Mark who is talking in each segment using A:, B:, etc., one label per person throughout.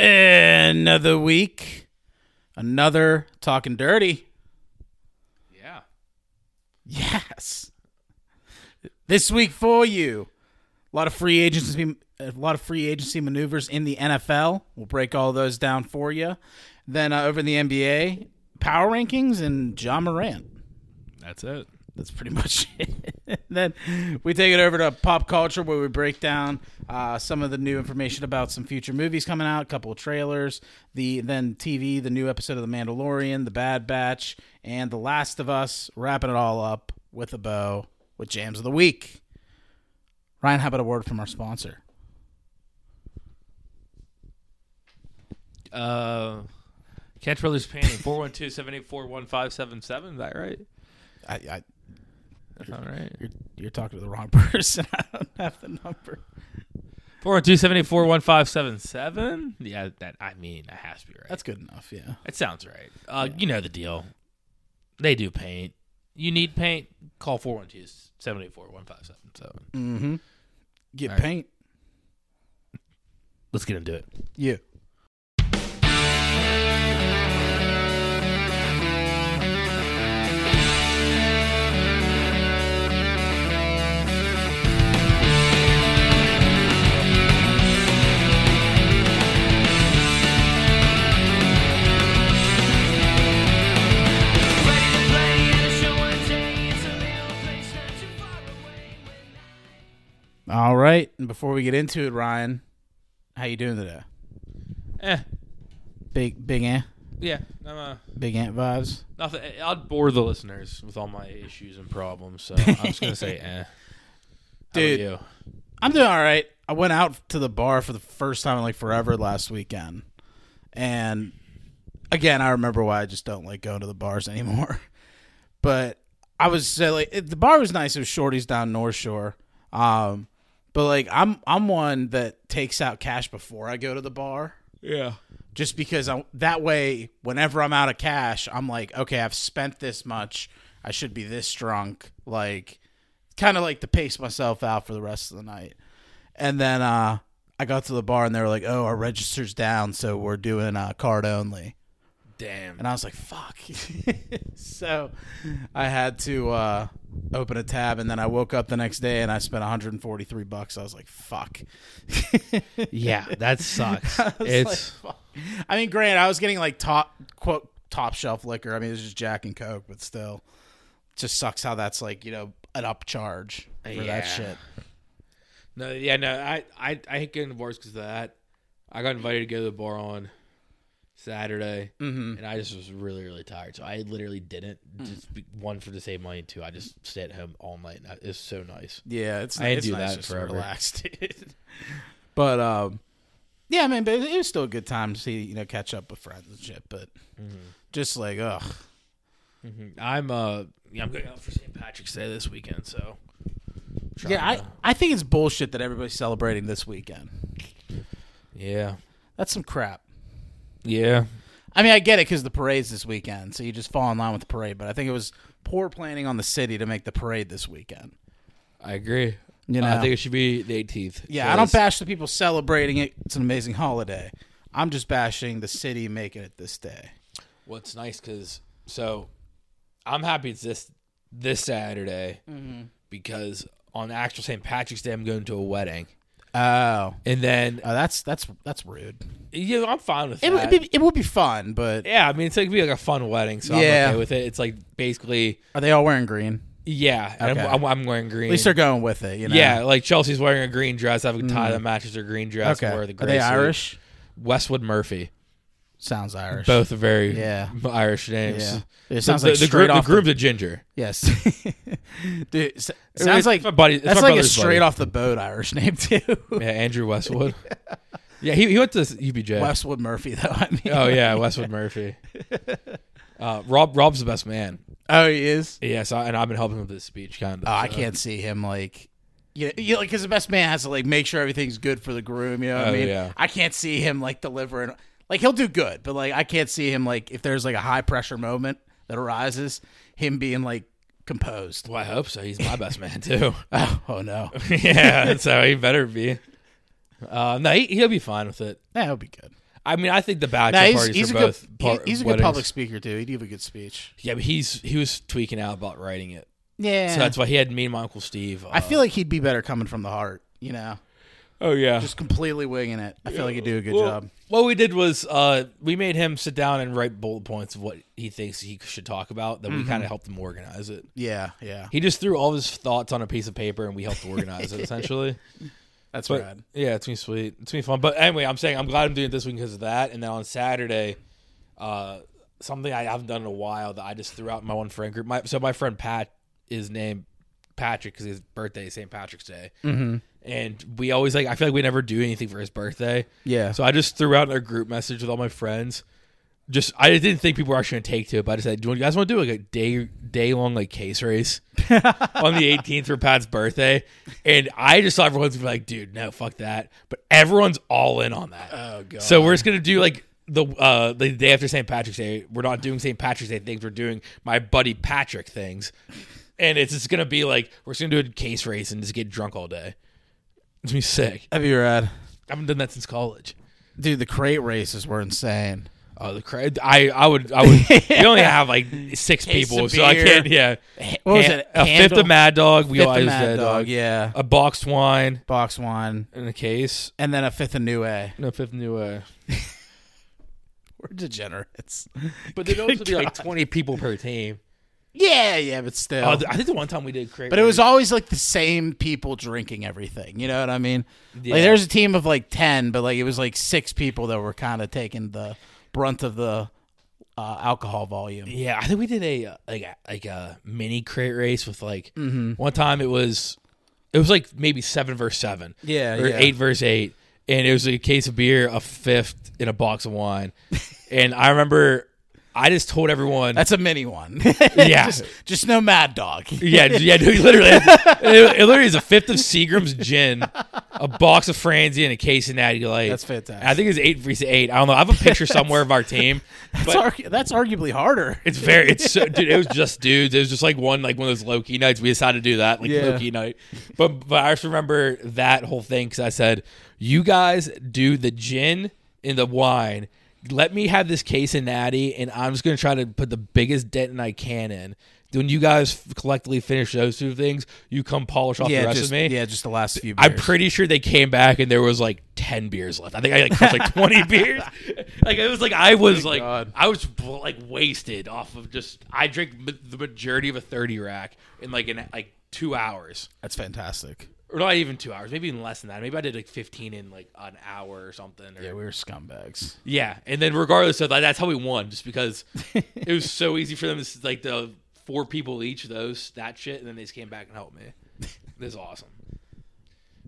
A: Another week, another talking dirty.
B: Yeah.
A: Yes. This week for you, a lot of free agency, a lot of free agency maneuvers in the NFL. We'll break all those down for you. Then uh, over in the NBA, power rankings and John Morant.
B: That's it.
A: That's pretty much it. then we take it over to pop culture where we break down uh, some of the new information about some future movies coming out, a couple of trailers, the then TV, the new episode of The Mandalorian, The Bad Batch, and The Last of Us, wrapping it all up with a bow with Jams of the Week. Ryan, how about a word from our sponsor?
B: Uh, Catch Brothers Painting, 412 784 1577. Is that right?
A: I, I,
B: That's not right.
A: you're, you're talking to the wrong person. I don't have the number.
B: 412 784 1577. Yeah, that, I mean, that has to be right.
A: That's good enough, yeah.
B: That sounds right. Uh, You know the deal. They do paint. You need paint, call 412 784 1577.
A: Mm-hmm. Get
B: All right.
A: paint.
B: Let's get into it.
A: Yeah. All right. And before we get into it, Ryan, how you doing today?
B: Eh,
A: Big big ant
B: yeah. I'm, uh,
A: big ant vibes.
B: nothing. eh, I'll bore the listeners with all my issues and problems, so I'm just going to say, eh. How about
A: Dude.
B: you?
A: I'm doing all right. I went out to the bar for the first time in like forever last weekend. And again, I remember why I just don't like going to the bars anymore. But I was uh, like it- the bar was nice, it was shorties down North Shore. Um but like I'm I'm one that takes out cash before I go to the bar.
B: Yeah.
A: just because I, that way whenever i'm out of cash i'm like okay i've spent this much i should be this drunk like kind of like to pace myself out for the rest of the night and then uh i got to the bar and they were like oh our register's down so we're doing uh card only
B: Damn.
A: and i was like fuck so i had to uh open a tab and then i woke up the next day and i spent 143 bucks i was like fuck
B: Yeah, that sucks.
A: I was
B: it's
A: like, fuck. I mean, granted, I was getting like top quote top shelf liquor. I mean, it was just Jack and Coke, but still, it just sucks how that's like you know an upcharge for
B: Yeah.
A: that shit.
B: no, yeah, no. I I I hate getting to bars because of that. I got invited to go to the bar on Saturday, and I just was really really tired, so I literally didn't. Just be- one for to save money, and two I just stayed at home all night. and I- It's so nice.
A: Yeah, it's
B: I
A: it's
B: do
A: nice
B: that
A: just to
B: forever.
A: relax, dude. but um, yeah, I mean, but it was still a good time to see you know catch up with friends and shit. But
B: Mm-hmm.
A: just like ugh,
B: I'm uh, yeah, I'm going out for St. Patrick's Day this weekend, so trying
A: yeah, I
B: to-
A: I think it's bullshit that everybody's celebrating this weekend.
B: yeah,
A: That's some crap.
B: yeah.
A: I mean, I get it because the parade's this weekend, so you just fall in line with the parade. But I think it was poor planning on the city to make the parade this weekend.
B: I agree.
A: You
B: I
A: know.
B: think it should be the 18th.
A: Yeah,
B: So
A: I don't
B: that's-
A: bash the people celebrating it. It's an amazing holiday. I'm just bashing the city making it this day.
B: What's nice because so I'm happy it's this this Saturday
A: Mm-hmm.
B: because on actual St. Patrick's Day I'm going to a wedding,
A: Oh,
B: and then uh,
A: oh that's that's that's rude.
B: you know, I'm fine with
A: It, would
B: that.
A: be, it would be fun, but
B: yeah, I mean it's like be like a fun wedding, so
A: Yeah.
B: I'm okay with it. It's like basically
A: are they all wearing green?
B: yeah, and
A: Okay.
B: I'm, I'm, I'm wearing green.
A: At least they're going with it. You know.
B: yeah, like Chelsea's wearing a green dress. I have a tie that matches her green dress.
A: Okay.
B: Wear the
A: Are
B: gray
A: they
B: suit.
A: Irish?
B: Westwood Murphy.
A: Sounds Irish.
B: Both are very
A: Yeah.
B: Irish names.
A: Yeah.
B: The-
A: It sounds
B: the,
A: like
B: the,
A: straight
B: group,
A: off
B: the group's a ginger.
A: Yes. Dude, s- sounds
B: It's
A: like
B: my buddy- it's
A: that's
B: my
A: like a
B: brother's buddy.
A: straight off the boat Irish name too.
B: Yeah, Andrew Westwood. yeah, he, he went to UBJ.
A: Westwood Murphy though. I mean,
B: oh yeah, Westwood Murphy. Uh, Rob Rob's the best man.
A: oh he is.
B: Yes, yeah, so, and I've been helping him with his speech kind of.
A: Oh, I
B: so.
A: can't see him like. Yeah, you know, like because the best man has to like make sure everything's good for the groom. You know what I
B: Oh,
A: mean?
B: yeah.
A: I can't see him like delivering. Like he'll do good, but like I can't see him like if there's like a high pressure moment that arises, him being like composed.
B: Well, I hope so. He's my best man too.
A: Oh, oh no,
B: yeah, so he better be. Uh, no, he, he'll be fine with it.
A: that'll be good.
B: I mean, I think the bachelor
A: Nah, he's,
B: parties
A: he's
B: are
A: a
B: both.
A: good
B: par-
A: he- he's a good
B: weddings.
A: public speaker too. He'd give a good speech.
B: Yeah, but he's he was tweaking out about writing it,
A: Yeah,
B: so that's why he had me and my uncle Steve. uh,
A: I feel like he'd be better coming from the heart. You know,
B: oh yeah,
A: just completely winging it. I feel like he'd do a good
B: well,
A: job.
B: What we did was uh, we made him sit down and write bullet points of what he thinks he should talk about. Then we kind of helped him organize it.
A: Yeah, yeah,
B: He just threw all of his thoughts on a piece of paper, and we helped organize it essentially.
A: that's
B: But
A: rad.
B: yeah, it's gonna be sweet. It's gonna be fun. But anyway, I'm saying I'm glad I'm doing it this week because of that. And then on Saturday, uh, something I haven't done in a while that I just threw out in my one friend group. My so my friend Pat is named Patrick because his birthday is St. Patrick's Day, mm-hmm. and we always like I feel like we never do anything for his birthday.
A: Yeah.
B: So I just threw out a group message with all my friends. Just I didn't think people were actually gonna take to it, but I said, "Do you guys want to do like a day day long like case race on the 18th for Pat's birthday?" And I just saw everyone's gonna be like, "Dude, no, fuck that!" But everyone's all in on that.
A: Oh, God.
B: So we're just gonna do like the uh the day after St. Patrick's Day. We're not doing St. Patrick's Day things. We're doing my buddy Patrick things, and it's just gonna be like we're just gonna do a case race and just get drunk all day. It's gonna be sick.
A: That'd be rad,
B: I haven't done that since college.
A: dude. The crate races were insane.
B: Oh, the cra- I I would I would. we only have like six
A: Case
B: people,
A: of
B: so I
A: beer.
B: can't. Yeah,
A: What was
B: Han-
A: it?
B: A fifth
A: Handle-
B: of Mad Dog. We
A: Fifth
B: always
A: of
B: Mad
A: Mad
B: Dog.
A: Dog, yeah.
B: A boxed wine
A: Box one,
B: in a case.
A: and then a fifth of New A.
B: No fifth new. Uh,
A: We're degenerates.
B: but there'd also be
A: God.
B: like twenty people per team.
A: Yeah, yeah, but still.
B: Oh, I think the one time we did crazy,
A: but it was always like the same people drinking everything. You know what I mean?
B: Yeah.
A: Like there's a team of like ten, but like it was like six people that were kind of taking the brunt of the uh, alcohol volume.
B: Yeah, I think we did a uh, like a, like a mini crate race with like one time it was it was like maybe seven versus seven,
A: Yeah,
B: or
A: yeah.
B: eight versus eight, and it was a case of beer, a fifth, and a box of wine, and I remember I just told everyone,
A: That's a mini one.
B: yeah.
A: just, just no Mad Dog.
B: yeah, yeah, no, literally, it, it literally is a fifth of Seagram's gin, a box of Franzi, and a case of Natty Light.
A: That's fantastic.
B: I think it's eight versus eight. I don't know. I have a picture somewhere of our team.
A: That's, argu- that's arguably harder.
B: It's very, it's so, dude. It was just dudes. It was just like one, like one of those low key nights. We decided to do that, like
A: Yeah.
B: low key night. But but I just remember that whole thing because I said, "You guys do the gin and the wine. Let me have this case in natty, and I'm just gonna try to put the biggest dent I can in. When you guys collectively finish those two things, you come polish off the rest
A: just
B: of me.
A: yeah, just the last few.
B: I'm
A: beers.
B: pretty sure they came back and there was like ten beers left. I think I like crushed like twenty beers. Like it was like I was like
A: God.
B: I was like wasted off of just I drank ma- the majority of a thirty rack in like in like two hours
A: that's fantastic.
B: or not even two hours, maybe even less than that. Maybe I did like fifteen in like an hour or something. Or,
A: Yeah,
B: yeah.
A: we were scumbags.
B: and then regardless of that, that's how we won, just because it was so easy for them. It's like the four people each of those that shit, and then they just came back and helped me. This is awesome.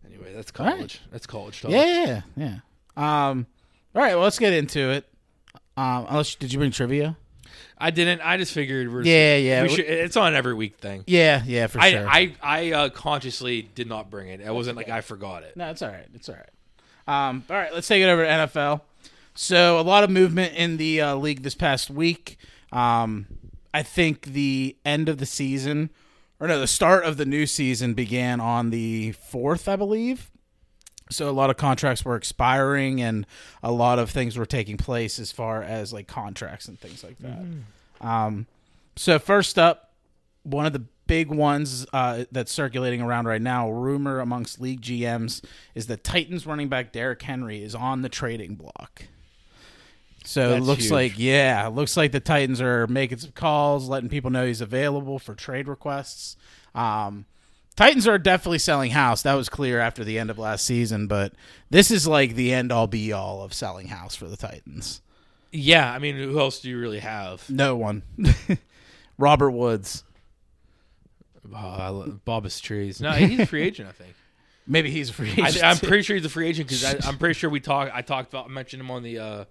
B: Anyway, that's
A: right.
B: college. That's college talk.
A: Yeah, yeah, yeah. Um, all right, well, let's get into it. Um, unless did you bring trivia?
B: I didn't. I just figured we're
A: Yeah, yeah.
B: We should, it's on every week thing.
A: Yeah, yeah, for
B: I
A: sure.
B: I I uh, consciously did not bring it. I wasn't like I forgot it.
A: no, it's all right. It's all right. Um, all right, let's take it over to NFL. So a lot of movement in the uh, league this past week. Um, I think the end of the season, or no, the start of the new season began on the fourth, I believe. so a lot of contracts were expiring and a lot of things were taking place as far as like contracts and things like that um, so first up one of the big ones uh, that's circulating around right now rumor amongst league gms is that titans running back Derrick henry is on the trading block so it
B: That's
A: looks
B: huge.
A: like yeah it looks like the titans are making some calls letting people know he's available for trade requests um, Titans are definitely selling house. That was clear after the end of last season, but this is like the end all be all of selling house for the Titans.
B: Yeah, I mean, who else do you really have?
A: No one. Robert Woods.
B: Oh, I love Bobas Trees. No, he's a free agent. I think.
A: Maybe he's a free
B: I,
A: agent.
B: I'm pretty sure he's a free agent because I'm pretty sure we talked. I talked about mentioned him on the uh,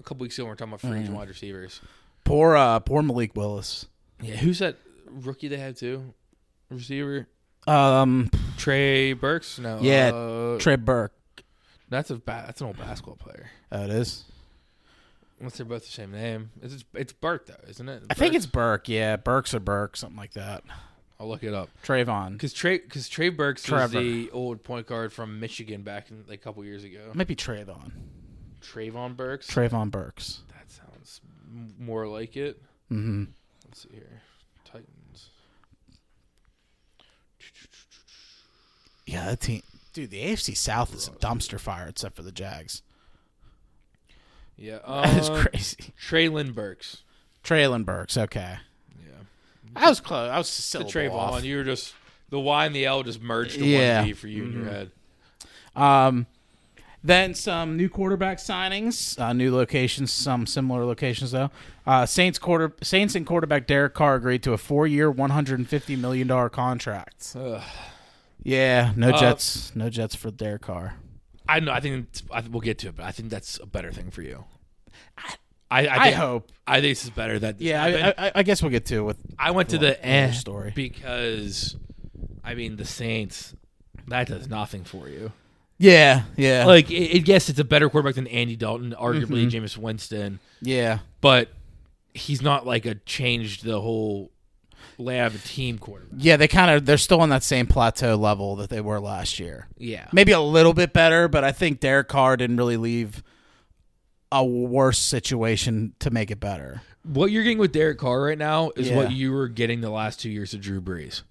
B: a couple weeks ago. when we We're talking about free
A: Mm.
B: agent wide receivers.
A: poor uh poor Malik Willis.
B: Yeah, who's that rookie they had too? Receiver
A: Um
B: Trey Burks. No,
A: Yeah,
B: uh,
A: Trey Burke.
B: that's a ba- that's an old basketball player.
A: Oh, it is.
B: Unless they're both the same name. It's it's Burke though, isn't it?
A: I think it's Burke, yeah. Burke's or Burke, something like that.
B: I'll look it up
A: Trayvon.
B: because Trey because Trey Burks
A: Trevor.
B: is the old point guard from Michigan back in, like a couple years ago.
A: It might be Trayvon.
B: Trayvon Burks.
A: Trayvon Burks.
B: that sounds m- more like it.
A: hmm
B: Let's see here. Titans.
A: Yeah, that team. Dude, the AFC South is a dumpster fire except for the Jags.
B: Yeah.
A: That is
B: uh,
A: crazy.
B: Traylon Burks.
A: Traylon Burks. Okay,
B: Yeah.
A: I was close. I was still
B: The
A: Trayvon.
B: Trayvon. You were just the Y and the L just merged to
A: Yeah. Mm-hmm.
B: one D for you in your head.
A: Um, then some new quarterback signings, uh, new locations, some similar locations though. Uh, Saints quarter Saints and quarterback Derek Carr agreed to a four year, one hundred and fifty million dollar contract.
B: Ugh.
A: Yeah, no
B: Uh,
A: Jets, no Jets for Derek Carr.
B: I know. I think it's- I think we'll get to it, but I think that's a better thing for you. I I,
A: I,
B: think,
A: hope.
B: I think this is better that this
A: Yeah,
B: happened.
A: I, I, I guess we'll get to it with.
B: I went to
A: Well,
B: the
A: another
B: end
A: story.
B: because, I mean, the Saints. That does nothing for you.
A: Yeah, yeah,
B: Like, it, it- yes, it's a better quarterback than Andy Dalton, arguably
A: Mm-hmm.
B: Jameis Winston,
A: yeah.
B: but he's not like a changed the whole lab team quarterback.
A: Yeah, they kind of they're still on that same plateau level that they were last year.
B: Yeah,
A: Maybe a little bit better, but I think Derek Carr didn't really leave a worse situation to make it better.
B: what you're getting with Derek Carr right now is what
A: Yeah.
B: you were getting the last two years of Drew Brees.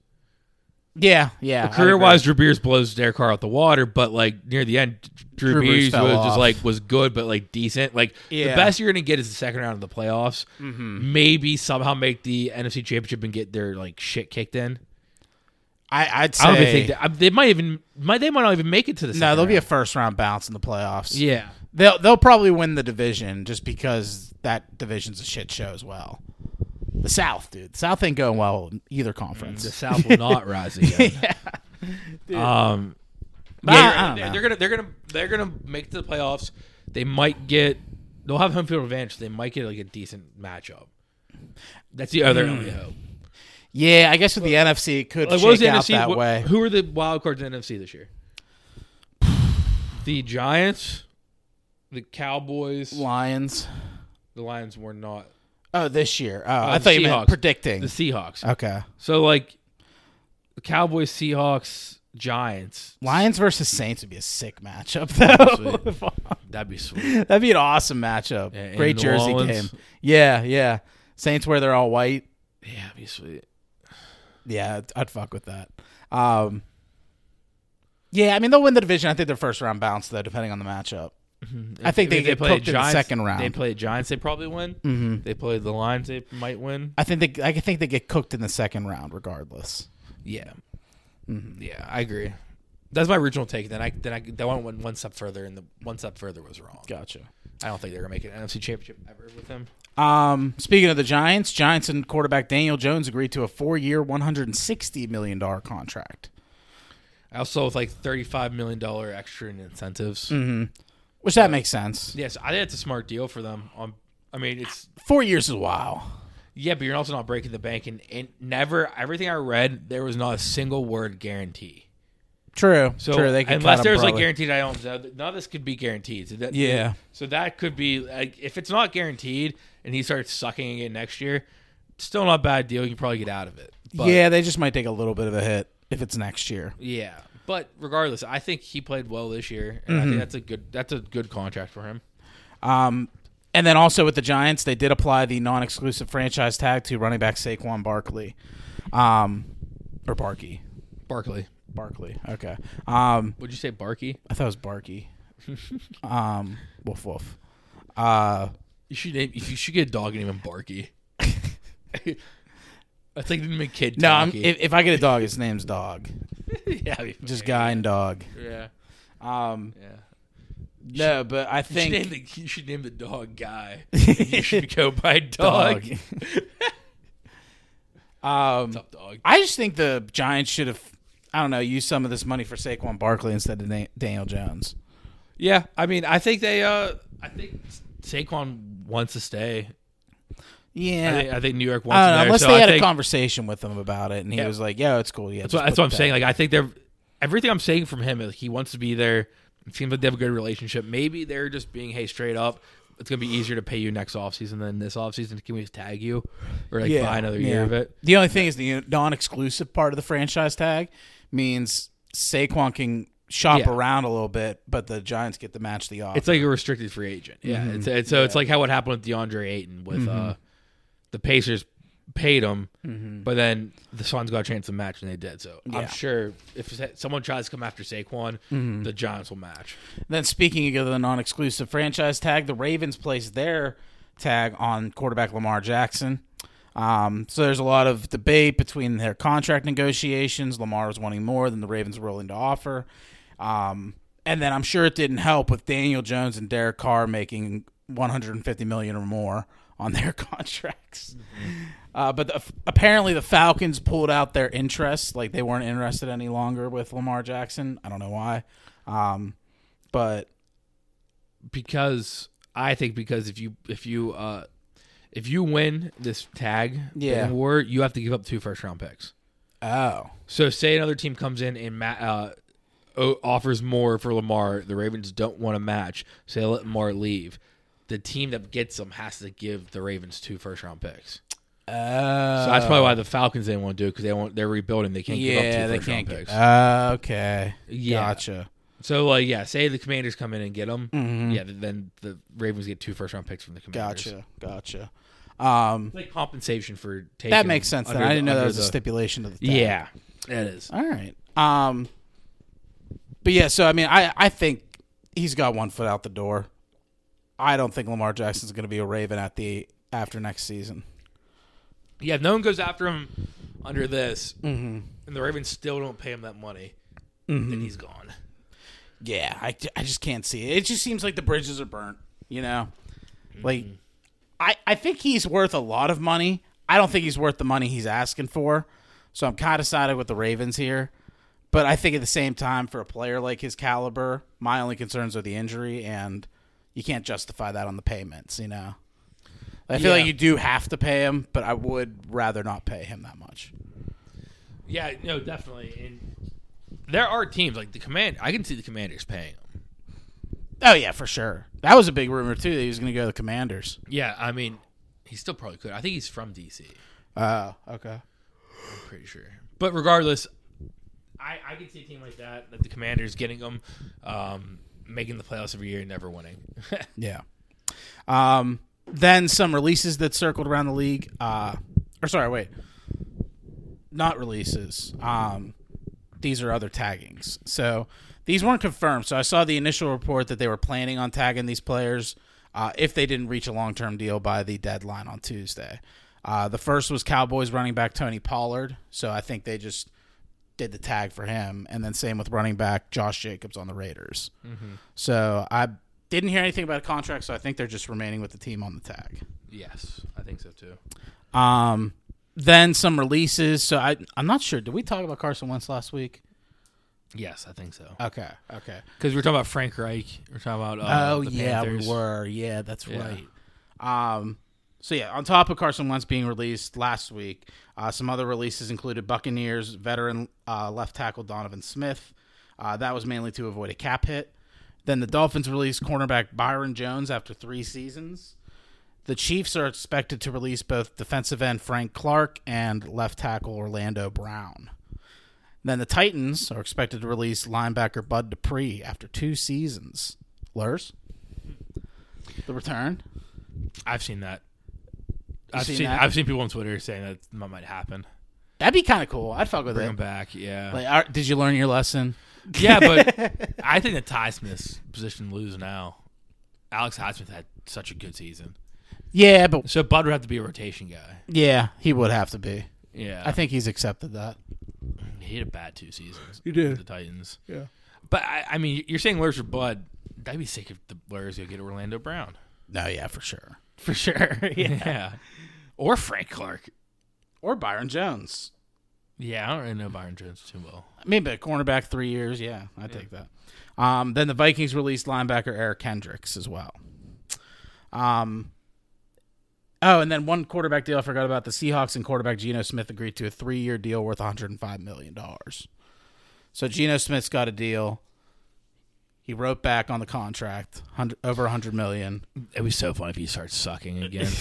A: Yeah, yeah. I
B: Career wise,
A: agree.
B: Drew Brees blows Derek Carr out the water, but like near the end, Drew,
A: Drew Brees
B: Brees,
A: fell
B: was
A: off.
B: just like was good, but like decent. Like
A: Yeah. Mm-hmm.
B: the best you're gonna get is the second round of the playoffs. Maybe somehow make the NFC Championship and get their like shit kicked in.
A: I, I'd say
B: I don't even think they, I- they might even might they might not even make it to the.
A: no.
B: second
A: There'll be a
B: round.
A: first round bounce in the playoffs.
B: yeah.
A: They'll they'll probably win the division just because that division's a shit show as well. The South, dude. The South ain't going well in either conference.
B: The South will not rise again. Um,
A: But I- I
B: yeah, you're-
A: don't
B: they're,
A: know.
B: they're gonna they're gonna they're gonna make the playoffs. They might get they'll have home field advantage. They might get like a decent matchup. That's the other only hope.
A: yeah, I guess with the NFC it could
B: Hmm. Like, what was
A: shake
B: the
A: out
B: NFC?
A: that
B: Wh-
A: way.
B: Who are the wild cards in the NFC this year? the Giants, the Cowboys,
A: Lions.
B: the Lions were not
A: Oh, this year. Oh, I
B: the
A: thought you meant
B: Seahawks.
A: predicting.
B: the Seahawks.
A: okay,
B: Uh, So like, the Cowboys, Seahawks, Giants.
A: Lions versus Saints would be a sick matchup though.
B: That'd be sweet.
A: That'd be an awesome matchup.
B: Yeah, in
A: Great
B: New
A: jersey
B: Orleans.
A: game. Yeah, yeah. Saints where they're all white.
B: Yeah, that'd be sweet.
A: Yeah, I'd- I'd fuck with that. Um, yeah, I mean they'll win the division. I think their first round bounce though, depending on the matchup. I think they
B: Mm-hmm. If
A: get cooked in the second round. Mm-hmm.
B: They play the Giants, they probably win. They play the Lions, they might win.
A: I think they, I think they get cooked in the second round, regardless.
B: Yeah,
A: Mm-hmm.
B: yeah, I agree. That's my original take. Then I then I that one went one step further, and the one step further was wrong.
A: Gotcha.
B: I don't think they're gonna make an NFC Championship ever with them.
A: Um, speaking of the Giants, Giants and quarterback Daniel Jones agreed to a four-year, one hundred and sixty million dollar contract,
B: I also with like thirty five million dollar extra in incentives.
A: Mm-hmm. which that makes sense.
B: Yes, I think it's a smart deal for them. On I mean, it's
A: Four years is a while.
B: yeah, but you're also not breaking the bank, and, and never everything I read there was not a single word guarantee.
A: True.
B: So
A: True. They could
B: unless
A: cut him
B: there's like
A: probably.
B: guaranteed, I don't know. None of this could be guaranteed. So that,
A: Yeah.
B: So that could be like if it's not guaranteed, and he starts sucking again next year, still not a bad deal. You can probably get out of it. But,
A: yeah, they just might take a little bit of a hit if it's next year.
B: Yeah. But regardless, I think he played well this year, and I
A: Mm-hmm.
B: think that's a good that's a good contract for him.
A: Um, and then also with the Giants, they did apply the non-exclusive franchise tag to running back Saquon Barkley, um, or Barkey,
B: Barkley,
A: Barkley. Okay, um,
B: would you say Barky?
A: I thought it was Barkey. um, woof woof. Uh,
B: You should name, you should get a dog named Barky. I think the name kid.
A: no, I'm,
B: Taki.
A: if, if I get a dog, his name's Dog.
B: yeah, I mean,
A: Just guy and dog.
B: yeah,
A: Um,
B: yeah.
A: no, but I
B: You should,
A: think
B: name the, you should name the dog guy. you should go by dog.
A: Dog. um,
B: What's up, dog?
A: I just think the Giants should have, I don't know, used some of this money for Saquon Barkley instead of Na- Daniel Jones.
B: Yeah, I mean, I think they. uh I think Saquon wants to stay.
A: Yeah,
B: I, think, I think New York wants
A: I
B: him
A: don't know,
B: there.
A: unless
B: so
A: they
B: I
A: had
B: think-
A: a conversation with him about it, and he
B: Yeah.
A: was like, "Yeah, it's cool." Yeah,
B: That's what, that's what I'm saying. Like, I think they're everything I'm saying from him. is He wants to be there. It seems like they have a good relationship. Maybe they're just being, hey, straight up. It's gonna be easier to pay you next offseason than this offseason. Can we just tag you or like buy another year of it?
A: The only thing is the non-exclusive part of the franchise tag means Saquon can shop
B: Yeah.
A: around a little bit, but the Giants get to match the offer.
B: It's like a restricted free agent. Yeah.
A: Mm-hmm.
B: It's, it's, so it's like how what happened with DeAndre Ayton with uh, the Pacers paid him, but then the Suns got a chance to match and they did. So
A: Mm-hmm. Yeah. Mm-hmm.
B: I'm sure if someone tries to come after Saquon, the Giants will match.
A: Then speaking of the non-exclusive franchise tag, the Ravens placed their tag on quarterback Lamar Jackson. Um, so there's a lot of debate between their contract negotiations. Lamar was wanting more than the Ravens were willing to offer. Um, and then I'm sure it didn't help with Daniel Jones and Derek Carr making 150 million or more on their contracts. Uh, but the, apparently the Falcons pulled out their interest, like they weren't interested any longer with Lamar Jackson. I don't know why. Um, but
B: because I think because if you if you uh if you win this tag
A: Yeah.
B: bidding war, you have to give up two first round picks.
A: oh,
B: So say another team comes in and ma- uh, o- offers more for Lamar, the Ravens don't want to match, so they let Lamar leave. The team that gets him has to give the Ravens two first round picks. So that's probably why the Falcons didn't want to do it because they want they're rebuilding. They can't give up
A: Oh. Uh. yeah,
B: two
A: they
B: first round
A: can't get.
B: picks.
A: okay,
B: Yeah.
A: gotcha.
B: so like yeah, say the Commanders come in and get him. Yeah, th- then the Ravens get two first round picks from the Commanders.
A: Mm-hmm. Gotcha, gotcha. Um,
B: It's like compensation for taking
A: that makes sense. Then
B: under
A: I didn't
B: the-
A: know that
B: under
A: was a
B: the-
A: stipulation of the tag.
B: Yeah, that is.
A: All right. Um, but yeah, so I mean, I I think he's got one foot out the door. I don't think Lamar Jackson's going to be a Raven at the after next season.
B: Yeah, if no one goes after him under this,
A: Mm-hmm.
B: and the Ravens still don't pay him that money, then he's gone.
A: Yeah, I, I just can't see it. It just seems like the bridges are burnt, you know? Like, I, I think he's worth a lot of money. I don't think he's worth the money he's asking for. So I'm kind of sided with the Ravens here. But I think at the same time, for a player like his caliber, my only concerns are the injury, and you can't justify that on the payments, you know? I feel
B: Yeah.
A: like you do have to pay him, but I would rather not pay him that much.
B: Yeah, no, definitely. And there are teams like the command. I can see the Commanders paying him.
A: Oh, yeah, for sure. That was a big rumor, too, that he was going to go to the Commanders.
B: Yeah, I mean, he still probably could. I think he's from DC.
A: Oh, okay.
B: I'm pretty sure. But regardless, I I can see a team like that that the Commanders getting him, um, making the playoffs every year and never winning.
A: Yeah. Um, then some releases that circled around the league. Uh, or sorry, wait. Not releases. Um, these are other taggings. So these weren't confirmed. So I saw the initial report that they were planning on tagging these players uh, if they didn't reach a long term deal by the deadline on Tuesday. Uh, the first was Cowboys running back Tony Pollard. So I think they just did the tag for him. And then same with running back Josh Jacobs on the Raiders. So I didn't hear anything about a contract, so I think they're just remaining with the team on the tag.
B: yes, I think so too.
A: Um, then some releases. So I, I'm not sure. Did we talk about Carson Wentz last week?
B: Yes, I think so.
A: Okay. Okay.
B: Because we're talking about Frank Reich. We're talking about uh,
A: oh
B: the
A: yeah,
B: Panthers.
A: we were. Yeah, that's
B: Yeah.
A: right. Um, so yeah, on top of Carson Wentz being released last week, uh, some other releases included Buccaneers veteran uh, left tackle Donovan Smith. Uh, that was mainly to avoid a cap hit. Then the Dolphins released cornerback Byron Jones after three seasons. The Chiefs are expected to release both defensive end Frank Clark and left tackle Orlando Brown. Then the Titans are expected to release linebacker Bud Dupree after two seasons. Lurs? The return?
B: I've seen that. I've
A: seen
B: seen,
A: that?
B: I've seen people on Twitter saying that might might happen.
A: That'd be kind of cool. I'd fuck with
B: Bring
A: it.
B: him back, yeah,
A: Like, are, did you learn your lesson?
B: yeah. But I think that Ty Smith's position lose now. Alex Highsmith had such a good season,
A: Yeah, but
B: so Bud would have to be a rotation guy.
A: yeah, he would have to be.
B: Yeah,
A: I think he's accepted that.
B: he had a bad two seasons.
A: He did.
B: with the Titans.
A: Yeah.
B: But I, I mean, you're saying Lurch or Bud? That'd be sick if the Blurs go get Orlando Brown
A: No, yeah, for sure.
B: for sure. yeah. or Frank Clark.
A: Or Byron Jones.
B: Yeah, I don't really know Byron Jones too well.
A: Maybe a cornerback three years. Yeah, I take that. Um, then the Vikings released linebacker Eric Hendricks as well. Um, oh, and then one quarterback deal I forgot about. The Seahawks and quarterback Geno Smith agreed to a three-year deal worth 105 million dollars. So Geno Smith's got a deal. He wrote back on the contract 100, over 100 million.
B: It'd be so funny if he starts sucking again.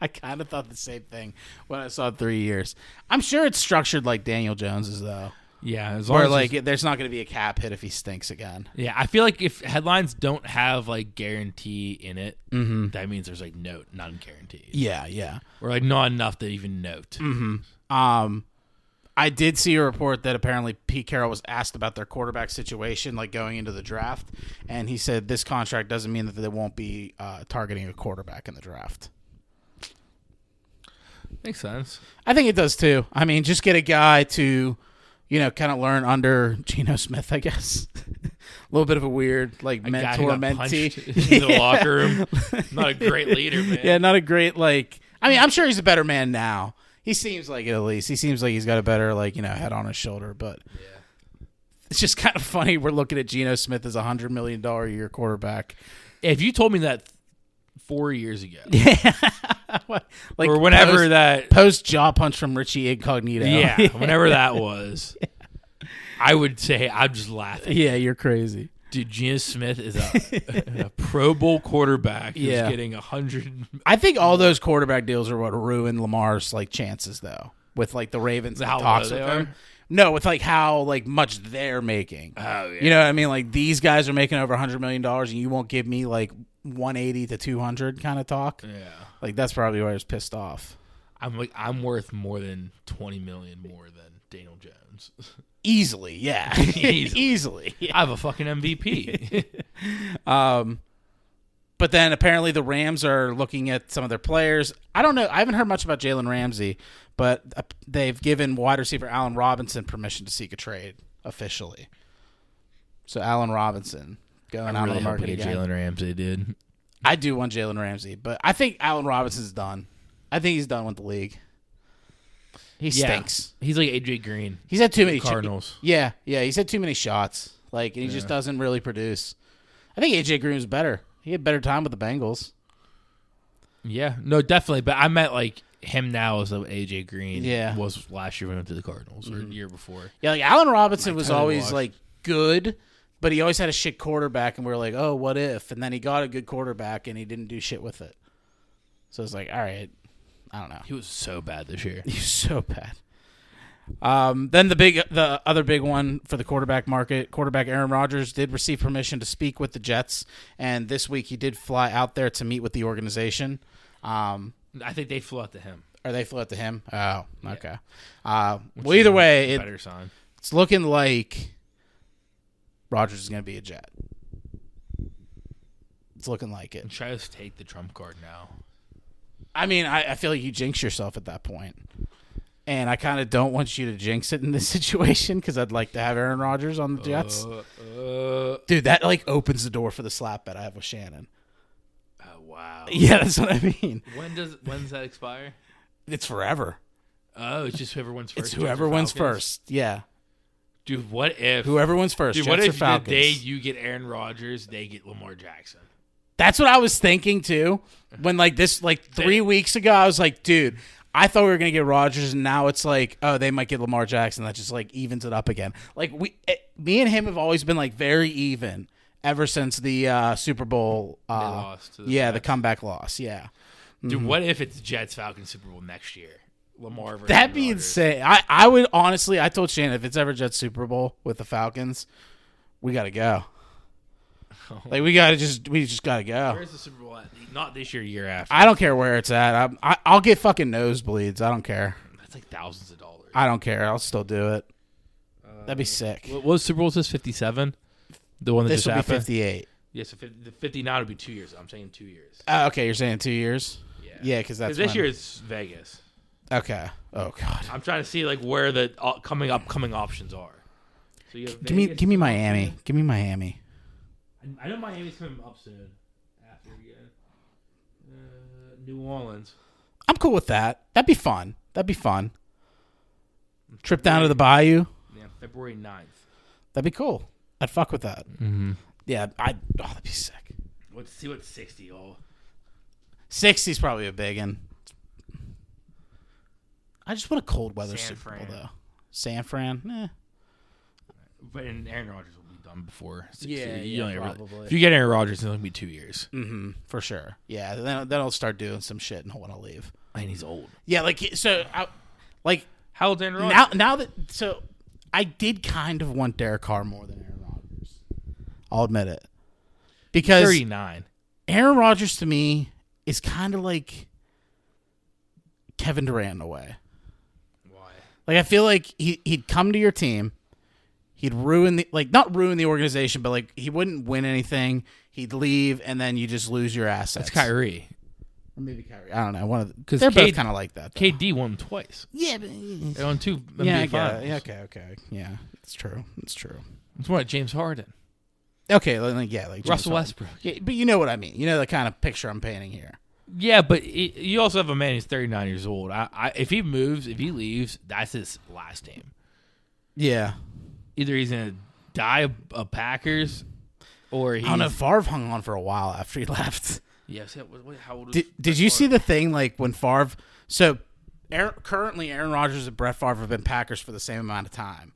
A: I kind of thought the same thing when I saw three years. I'm sure it's structured like Daniel Jones's though.
B: Yeah, as long
A: Or
B: as
A: like, there's not going to be a cap hit if he stinks again.
B: Yeah, I feel like if headlines don't have like guarantee in it, that means there's like no non guaranteed
A: Mm-hmm. Yeah, Mm. yeah.
B: or like not enough to even note.
A: Um, I did see a report that apparently Pete Carroll was asked about their quarterback situation, like going into the draft, and he said this contract doesn't mean that they won't be uh, targeting a quarterback in the draft.
B: Makes sense.
A: I think it does too. I mean, just get a guy to, you know, kind of learn under Geno Smith, I guess. a little bit of a weird like
B: Guy who
A: mentor
B: got punched
A: mentee.
B: in the locker room. Not a great leader, man.
A: yeah, not a great like. I mean, I'm sure he's a better man now. He seems like it at least. He seems like he's got a better like you know head on his shoulder. But it's just kind of funny. We're looking at Geno Smith as a hundred million dollar a year quarterback.
B: If you told me that four years ago
A: like
B: or whenever
A: post,
B: that,
A: post jaw punch from Richie Incognito.
B: yeah, whenever that was, I would say I'm just laughing.
A: yeah, you're crazy.
B: Dude, Geno Smith is a, a Pro Bowl quarterback who's
A: Yeah.
B: getting a hundred. oh,
A: I think all those quarterback deals are what ruined Lamar's like chances though. With like the Ravens and
B: How
A: talks
B: low
A: with
B: they
A: him.
B: are?
A: No, with like how like much they're making.
B: Oh yeah.
A: You know what I mean? Like these guys are making over hundred million dollars and you won't give me like one eighty to two hundred kind of talk.
B: yeah.
A: Like that's probably why I was pissed off.
B: I'm like I'm worth more than twenty million more than Daniel Jones.
A: Easily, yeah.
B: Easily.
A: Easily.
B: I have a fucking MVP.
A: Um, but then apparently the Rams are looking at some of their players. I don't know. I haven't heard much about Jalen Ramsey, but uh, they've given wide receiver Allen Robinson permission to seek a trade officially. So Allen Robinson going out on the market again.
B: Ramsey, dude.
A: I do want Jalen Ramsey, but I think Allen Robinson's done. I think he's done with the league. He
B: Yeah.
A: stinks.
B: He's like AJ Green,
A: He's had too many
B: Cardinals.
A: Yeah, yeah, he's had too many shots. Like, and he just doesn't really produce. I think AJ Green's better. He had better time with the Bengals.
B: Yeah, no, definitely. But I meant like him now as though AJ Green
A: Yeah.
B: was last year when he went to the Cardinals or the year before.
A: Yeah, like Allen Robinson was
B: totally
A: always
B: washed.
A: like good, but he always had a shit quarterback, and we were like, oh, what if? And then he got a good quarterback, and he didn't do shit with it. So it's like, all right, I don't know.
B: He was so bad this year.
A: He's so bad. Um, then the big, the other big one for the quarterback market, quarterback Aaron Rodgers did receive permission to speak with the Jets, and this week he did fly out there to meet with the organization. Um,
B: I think they flew out to him.
A: or they flew out to him. Oh, okay. Uh, well, either way, it,
B: better sign.
A: it's looking like Rodgers is going to be a Jet. It's looking like it.
B: Try to take the trump card now.
A: I mean, I, I feel like you jinx yourself at that point. And I kind of don't want you to jinx it in this situation because I'd like to have Aaron Rodgers on the Jets.
B: Uh, uh,
A: Dude, that like opens the door for the slap bet I have with Shannon.
B: oh, wow.
A: Yeah, that's what I mean.
B: When does when's that expire?
A: It's forever.
B: Oh, it's just whoever wins first.
A: It's
B: Jets or
A: whoever wins
B: Falcons?
A: first. Yeah.
B: Dude, what if
A: Whoever wins first.
B: Dude,
A: Jets
B: what
A: or
B: if the
A: Falcons.
B: day you get Aaron Rodgers, they get Lamar Jackson?
A: That's what I was thinking too. When like this, like three weeks ago, I was like, dude, I thought we were gonna get Rodgers, and now it's like, oh, they might get Lamar Jackson. That just like evens it up again. Like we, eh, me and him have always been like very even ever since the uh, Super Bowl. Uh,
B: lost to the
A: yeah, mm-hmm. the comeback loss. Yeah,
B: Dude, what if it's Jets Falcons Super Bowl next year? Lamar versus
A: that being
B: Rodgers.
A: said, I I would honestly, I told Shannon if it's ever Jets Super Bowl with the Falcons, we gotta go. Like we gotta just we just gotta go.
B: where's the Super Bowl at? Not this year, year after.
A: I don't care where it's at. I'm, I, I'll get fucking nosebleeds. I don't care.
B: That's like thousands of dollars.
A: I don't care. I'll still do it. That'd be sick.
B: what was Super Bowl this fifty seven? The one that
A: This will be 58.
B: Yeah, so 50, the fifty nine would be two years. I'm saying two years.
A: Oh, okay, you're saying two years? Yeah, because that's
B: this
A: when-
B: year it's Vegas.
A: Okay. Oh god.
B: I'm trying to see like where the uh, coming upcoming options are. So you have
A: Give me,
B: Vegas-
A: give me Miami. Give me Miami.
B: I know Miami's coming up soon. After we get uh, New Orleans.
A: I'm cool with that. That'd be fun. That'd be fun. Trip down to the bayou.
B: Yeah, February 9th.
A: That'd be cool. I'd fuck with that. Mm-hmm. Yeah. I. Oh, that'd be sick.
B: Let's see what 60 all.
A: 60's probably a big one. I just want a cold weather
B: San
A: Super Bowl
B: Fran.
A: though. San Fran. Eh.
B: But and Aaron Rodgers will be done before. 60.
A: Yeah,
B: You
A: yeah,
B: don't ever-
A: probably.
B: if you get Aaron Rodgers, it's only be two years,
A: Mm-hmm. For sure. Yeah. Then then I'll start doing some shit and I want to leave.
B: and he's old.
A: Yeah, like so, I, like Oh.
B: How old Aaron Rodgers?
A: now now that so I did kind of want Derek Carr more than Aaron Rodgers. I'll admit it. Because
B: 39.
A: Aaron Rodgers to me is kind of like Kevin Durant in a way.
B: Why?
A: Like I feel like he he'd come to your team, he'd ruin the like not ruin the organization, but like he wouldn't win anything. He'd leave, and then you just lose your assets.
B: It's Kyrie.
A: or maybe Kyrie. I don't know. One of because
B: 'Cause
A: they're
B: K-
A: both kind of like that. though.
B: KD won them twice.
A: yeah, but, yeah,
B: They won two NBA
A: yeah, I get
B: finals.
A: it. yeah, okay, okay, yeah. It's true. It's true.
B: It's more like James Harden,
A: Okay, like, like, yeah, like James
B: Russell
A: Harden.
B: Westbrook.
A: Yeah, but you know what I mean. You know the kind of picture I'm painting here.
B: Yeah, but it, you also have a man who's 39 years old. I, I, if he moves, if he leaves, that's his last game.
A: Yeah,
B: Either he's gonna die a, a Packers, or he's
A: I don't know. Favre hung on for a while after he left.
B: Yes. What, what, how old is
A: Did, did you see the thing like when Favre? So Aaron, currently, Aaron Rodgers and Brett Favre have been Packers for the same amount of time,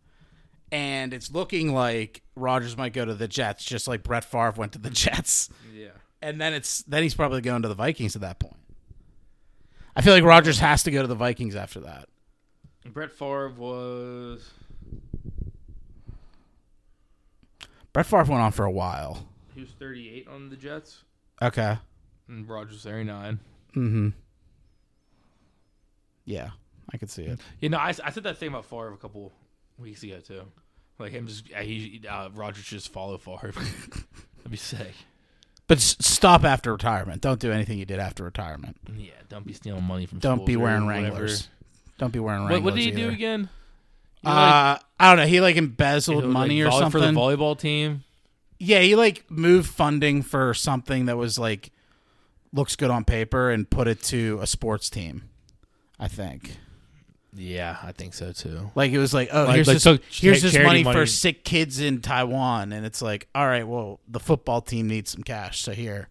A: and it's looking like Rodgers might go to the Jets, just like Brett Favre went to the Jets,
B: Yeah.
A: and then it's then he's probably going to the Vikings at that point. I feel like Rodgers has to go to the Vikings after that.
B: Brett Favre was.
A: Brett Favre went on for a while.
B: He was 38 on the Jets,
A: Okay.
B: and Rogers 39.
A: Mm-hmm. Yeah, I could see it.
B: You know, I, I said that thing about Favre a couple weeks ago too. Like him, just uh, he uh, Rogers should just follow Favre. That'd be sick.
A: But s- stop after retirement. Don't do anything you did after retirement.
B: Yeah, don't be stealing money from.
A: Don't
B: schools
A: be
B: or
A: wearing
B: whatever.
A: Wranglers. Don't be wearing Wranglers.
B: What, what did he do
A: either.
B: again? He, like,
A: Uh, I don't know. He like embezzled
B: he was,
A: money
B: like,
A: or
B: volley-
A: something.
B: for the volleyball team.
A: yeah, he like moved funding for something that was like looks good on paper and put it to a sports team. I think
B: Yeah, I think so too.
A: like it was like oh
B: Like-
A: here's
B: like
A: this
B: took
A: here's
B: cha-
A: this
B: charity
A: money, for
B: money.
A: sick kids in Taiwan and it's like all right well the football team needs some cash so here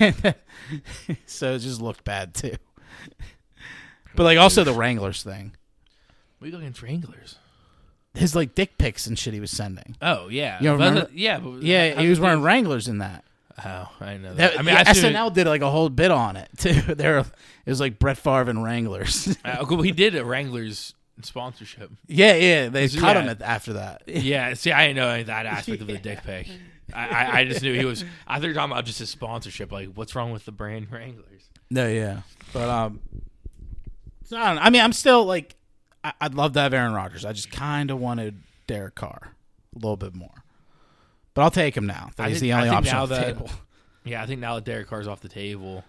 A: so it just looked bad too but like also the Wranglers thing
B: What are you looking for Wranglers?
A: his like dick pics and shit he was sending
B: Oh yeah,
A: You don't
B: But I
A: remember?
B: thought- yeah, but,
A: yeah
B: how
A: he was
B: did
A: wearing Wranglers in that
B: Oh, I know. That.
A: That,
B: I mean,
A: yeah,
B: I assume-
A: SNL did like a whole bit on it too. There, it was like Brett Favre and Wranglers.
B: Uh, okay, well, he did a Wranglers sponsorship.
A: yeah, yeah, they caught
B: yeah.
A: him at, after that.
B: Yeah, see, I didn't know any- that aspect of the dick pic. I, I, I just knew he was. I thought you were talking about just his sponsorship. Like, what's wrong with the brand Wranglers?
A: No, yeah, but um, so I don't. know. I mean, I'm still like, I, I'd love to have Aaron Rodgers. I just kind of wanted Derek Carr a little bit more, but I'll take him now. That
B: I
A: he's
B: think-
A: the only
B: I think
A: option
B: now
A: on the
B: that-
A: table.
B: Yeah, I think now that Derek Carr's off the table,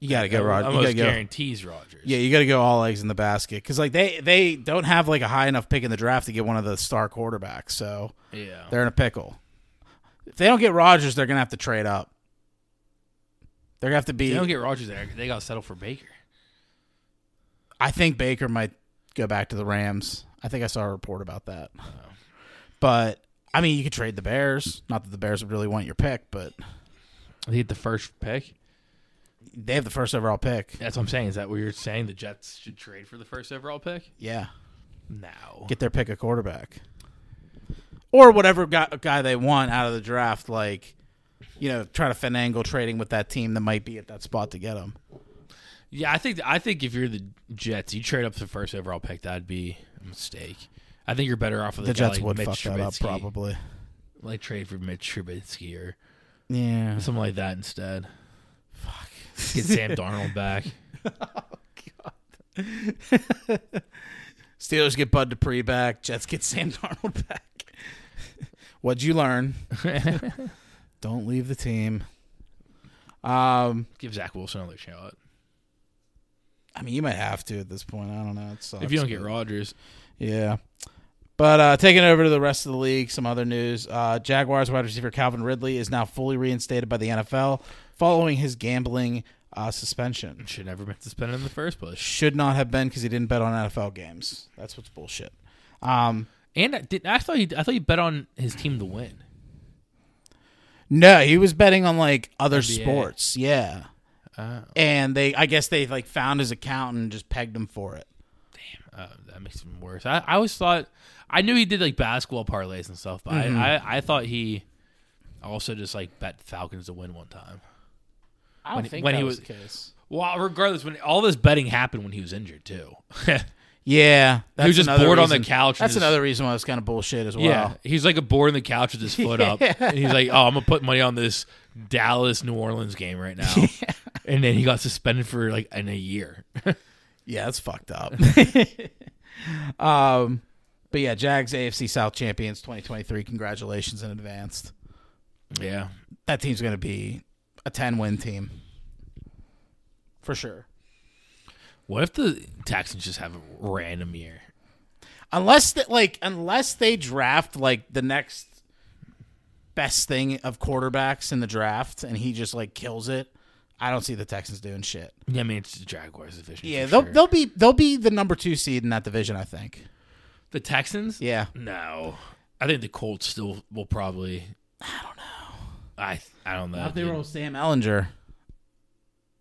A: You gotta go, Rod. You
B: almost
A: gotta go.
B: guarantees Rogers.
A: Yeah, you gotta go all eggs in the basket because like they they don't have like a high enough pick in the draft to get one of the star quarterbacks. So
B: yeah.
A: They're in a pickle. If they don't get Rodgers, they're gonna have to trade up. They're gonna have to be.
B: They don't get Rogers there. They got to settle for Baker.
A: I think Baker might go back to the Rams. I think I saw a report about that. But I mean, you could trade the Bears. Not that the Bears would really want your pick, but
B: They get the first pick.
A: they have the first overall pick.
B: That's what I'm saying. Is that what you're saying? The Jets should trade for the first overall pick?
A: Yeah,
B: No.
A: get their pick a quarterback or whatever guy, guy they want out of the draft. Like, you know, try to finagle trading with that team that might be at that spot to get them.
B: Yeah, I think I think if you're the Jets, you trade up to the first overall pick. That'd be a mistake. I think you're better off with
A: The
B: a guy
A: Jets
B: like
A: would
B: Mitch
A: fuck that up
B: Trubisky.
A: probably.
B: Like trade for Mitch Trubisky or
A: Yeah.
B: something like that instead. Fuck. Get Sam Darnold back.
A: Steelers get Bud Dupree back. Jets get Sam Darnold back. What'd you learn? Don't leave the team. Um,
B: Give Zach Wilson another shot.
A: I mean, you might have to at this point. I don't know. It sucks,
B: If you don't get
A: but-
B: Rodgers,
A: yeah. But uh, taking over to the rest of the league, some other news. Uh, Jaguars wide receiver Calvin Ridley is now fully reinstated by the NFL following his gambling uh, suspension.
B: should never been suspended in the first place.
A: Should not have been because he didn't bet on NFL games. That's what's bullshit. Um,
B: And I, did, I thought he, I thought he bet on his team to win.
A: No, he was betting on like other
B: NBA.
A: sports. Yeah.
B: Oh.
A: And they I guess they like found his account and just pegged him for it.
B: Uh, that makes him worse. I, I always thought I knew he did like basketball parlays and stuff, but
A: Mm-hmm.
B: I, I, I thought he also just like bet Falcons to win one time.
A: I don't
B: When he- think when that he was was-
A: the case.
B: Well, regardless, when all this betting happened when he was injured too.
A: Yeah, that's
B: he was just
A: another
B: bored on the
A: reason-
B: couch. and
A: That's
B: just-
A: another reason why it's kind of bullshit as well.
B: Yeah, he's like a board on the couch with his foot up, and he's like, "Oh, I'm gonna put money on this Dallas New Orleans game right now." And then he got suspended for like in a year.
A: Yeah, that's fucked up. um, but yeah, Jags AFC South champions 2023. Congratulations in advance.
B: yeah,
A: That team's going to be a 10 win team for sure.
B: what if the Texans just have a random year?
A: Unless that like unless they draft like the next best thing of quarterbacks in the draft and he just like kills it, I don't see the Texans doing shit.
B: Yeah, I mean it's the Jaguars division.
A: Yeah,
B: for
A: they'll
B: sure.
A: they'll be they'll be the number 2 seed in that division, I think.
B: the Texans.
A: Yeah.
B: No, I think the Colts still will probably. I don't know. I I don't know.
A: If they
B: dude.
A: roll Sam Ellinger,